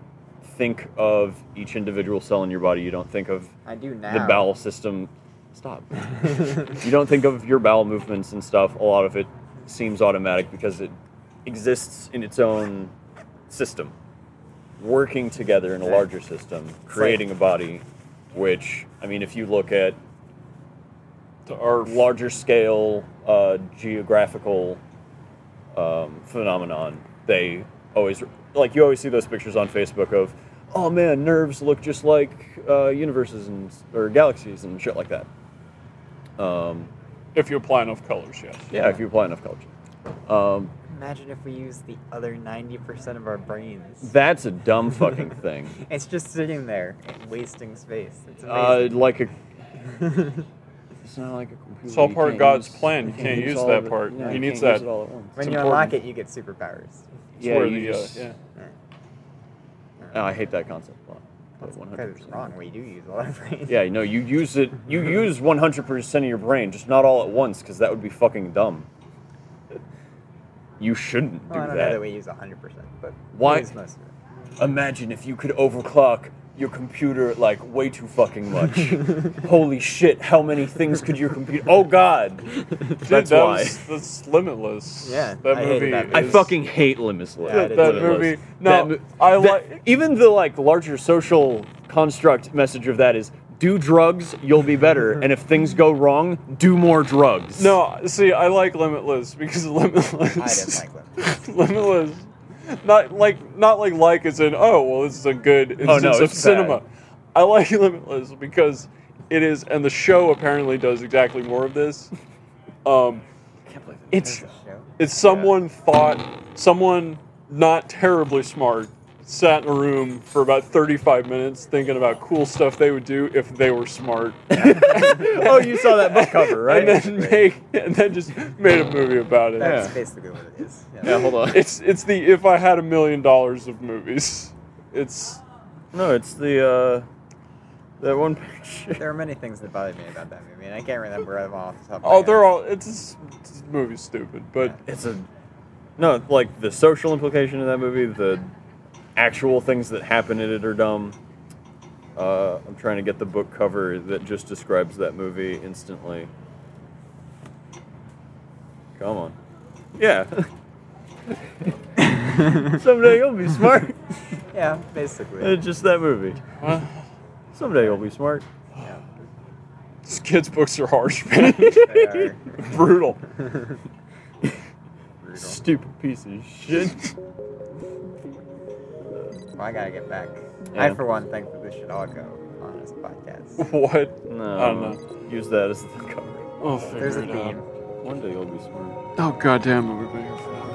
[SPEAKER 1] think of each individual cell in your body. You don't think of
[SPEAKER 4] I do now.
[SPEAKER 1] the bowel system. Stop. you don't think of your bowel movements and stuff. A lot of it seems automatic because it exists in its own system, working together in a larger system, creating a body. Which, I mean, if you look at
[SPEAKER 2] To our
[SPEAKER 1] larger scale uh, geographical um, phenomenon. They always like you always see those pictures on Facebook of, oh man, nerves look just like uh, universes and or galaxies and shit like that. Um,
[SPEAKER 2] if you apply enough colors, yes.
[SPEAKER 1] yeah, if you apply enough culture. Um,
[SPEAKER 4] Imagine if we use the other 90% of our brains.
[SPEAKER 1] that's a dumb fucking thing.
[SPEAKER 4] It's just sitting there, wasting space. It's
[SPEAKER 1] Uh,
[SPEAKER 4] amazing.
[SPEAKER 1] like a. It's not like a computer.
[SPEAKER 2] It's all
[SPEAKER 1] You
[SPEAKER 2] part of
[SPEAKER 1] can't
[SPEAKER 2] God's
[SPEAKER 1] use-
[SPEAKER 2] plan. You can't use
[SPEAKER 1] all
[SPEAKER 2] that
[SPEAKER 1] of it.
[SPEAKER 2] part.
[SPEAKER 1] Yeah,
[SPEAKER 2] He
[SPEAKER 1] you
[SPEAKER 2] needs
[SPEAKER 1] can't use
[SPEAKER 2] that.
[SPEAKER 1] it all at once.
[SPEAKER 4] when
[SPEAKER 2] it's
[SPEAKER 4] you unlock
[SPEAKER 2] important.
[SPEAKER 4] it, you get superpowers.
[SPEAKER 2] It's
[SPEAKER 1] Yeah,
[SPEAKER 2] where
[SPEAKER 1] you
[SPEAKER 2] the,
[SPEAKER 1] *laughs*
[SPEAKER 2] uh,
[SPEAKER 1] just-
[SPEAKER 2] yeah.
[SPEAKER 4] Yeah.
[SPEAKER 1] Oh, I hate that concept a lot. But Oh, one
[SPEAKER 4] Because
[SPEAKER 1] hundred
[SPEAKER 4] it's
[SPEAKER 1] percent.
[SPEAKER 4] wrong. We do use a lot of brains.
[SPEAKER 1] Yeah, no, you use it. You use one hundred percent of your brain, just not all at once, because that would be fucking dumb. You shouldn't do
[SPEAKER 4] Well, I Oh, don't know
[SPEAKER 1] that.
[SPEAKER 4] that we use 100%, but
[SPEAKER 1] Why-
[SPEAKER 4] we use most of it.
[SPEAKER 1] Imagine if you could overclock
[SPEAKER 7] your computer like way too fucking much. Holy shit! How many things could your computer? Oh god, that's
[SPEAKER 2] that
[SPEAKER 7] why.
[SPEAKER 2] was- that's limitless.
[SPEAKER 4] Yeah,
[SPEAKER 2] that
[SPEAKER 4] I
[SPEAKER 2] movie.
[SPEAKER 4] hated that movie.
[SPEAKER 1] I
[SPEAKER 2] is-
[SPEAKER 1] fucking hate Limitless.
[SPEAKER 4] Yeah, I
[SPEAKER 2] that,
[SPEAKER 4] did
[SPEAKER 2] that
[SPEAKER 4] too.
[SPEAKER 2] movie. No,
[SPEAKER 1] That mo-
[SPEAKER 2] I
[SPEAKER 1] that-
[SPEAKER 2] like.
[SPEAKER 1] even the like larger social construct message of that is do drugs, you'll be better, and if things go wrong, do more drugs.
[SPEAKER 2] *laughs* No, see, I like Limitless because *laughs* Limitless.
[SPEAKER 4] I
[SPEAKER 1] *laughs*
[SPEAKER 4] didn't like
[SPEAKER 2] *laughs*
[SPEAKER 4] them.
[SPEAKER 2] Limitless. Not like not like like as in oh well this is a good instance of
[SPEAKER 1] Oh, it's
[SPEAKER 2] cinema.
[SPEAKER 1] bad.
[SPEAKER 2] I like *laughs* Limitless because it is, and the show apparently does exactly more of
[SPEAKER 4] *laughs*
[SPEAKER 2] this. Um, it's it's someone thought someone not terribly smart sat in a room for about 35 minutes thinking about cool stuff they would do if they were smart
[SPEAKER 1] oh, you saw that book cover, right?
[SPEAKER 2] and then make and then just made a movie about it
[SPEAKER 4] That's basically what it is. Yeah.
[SPEAKER 1] yeah, hold on.
[SPEAKER 2] it's it's the if I had a million dollars of movies. It's
[SPEAKER 1] No, it's the uh, that one picture.
[SPEAKER 4] There are many things that bothered me about that movie, and I can't remember them all off the top of my
[SPEAKER 2] oh,
[SPEAKER 4] head.
[SPEAKER 2] they're all it's just, this movie's stupid, but
[SPEAKER 1] It's a no, like the social implication of that movie, the actual things that happen in it are dumb. Uh, I'm trying to get the book cover that just describes that movie instantly. Come on. Yeah. Someday you'll be smart. *laughs*
[SPEAKER 4] Yeah, basically.
[SPEAKER 1] It's just that movie. Someday you'll be smart.
[SPEAKER 2] these *laughs* kids' books are harsh, man. *laughs*
[SPEAKER 4] They
[SPEAKER 1] *laughs*
[SPEAKER 4] are.
[SPEAKER 2] Brutal.
[SPEAKER 1] Stupid piece of shit.
[SPEAKER 4] Well, I gotta get back.
[SPEAKER 1] Yeah.
[SPEAKER 4] I, for one, think that we should all go on
[SPEAKER 2] *laughs*
[SPEAKER 4] this podcast.
[SPEAKER 2] What?
[SPEAKER 1] No,
[SPEAKER 2] I don't
[SPEAKER 1] Use that as the cover.
[SPEAKER 2] I'll figure
[SPEAKER 4] There's a
[SPEAKER 2] it out.
[SPEAKER 4] theme.
[SPEAKER 1] One day you'll be smart.
[SPEAKER 2] Oh goddamn, we're being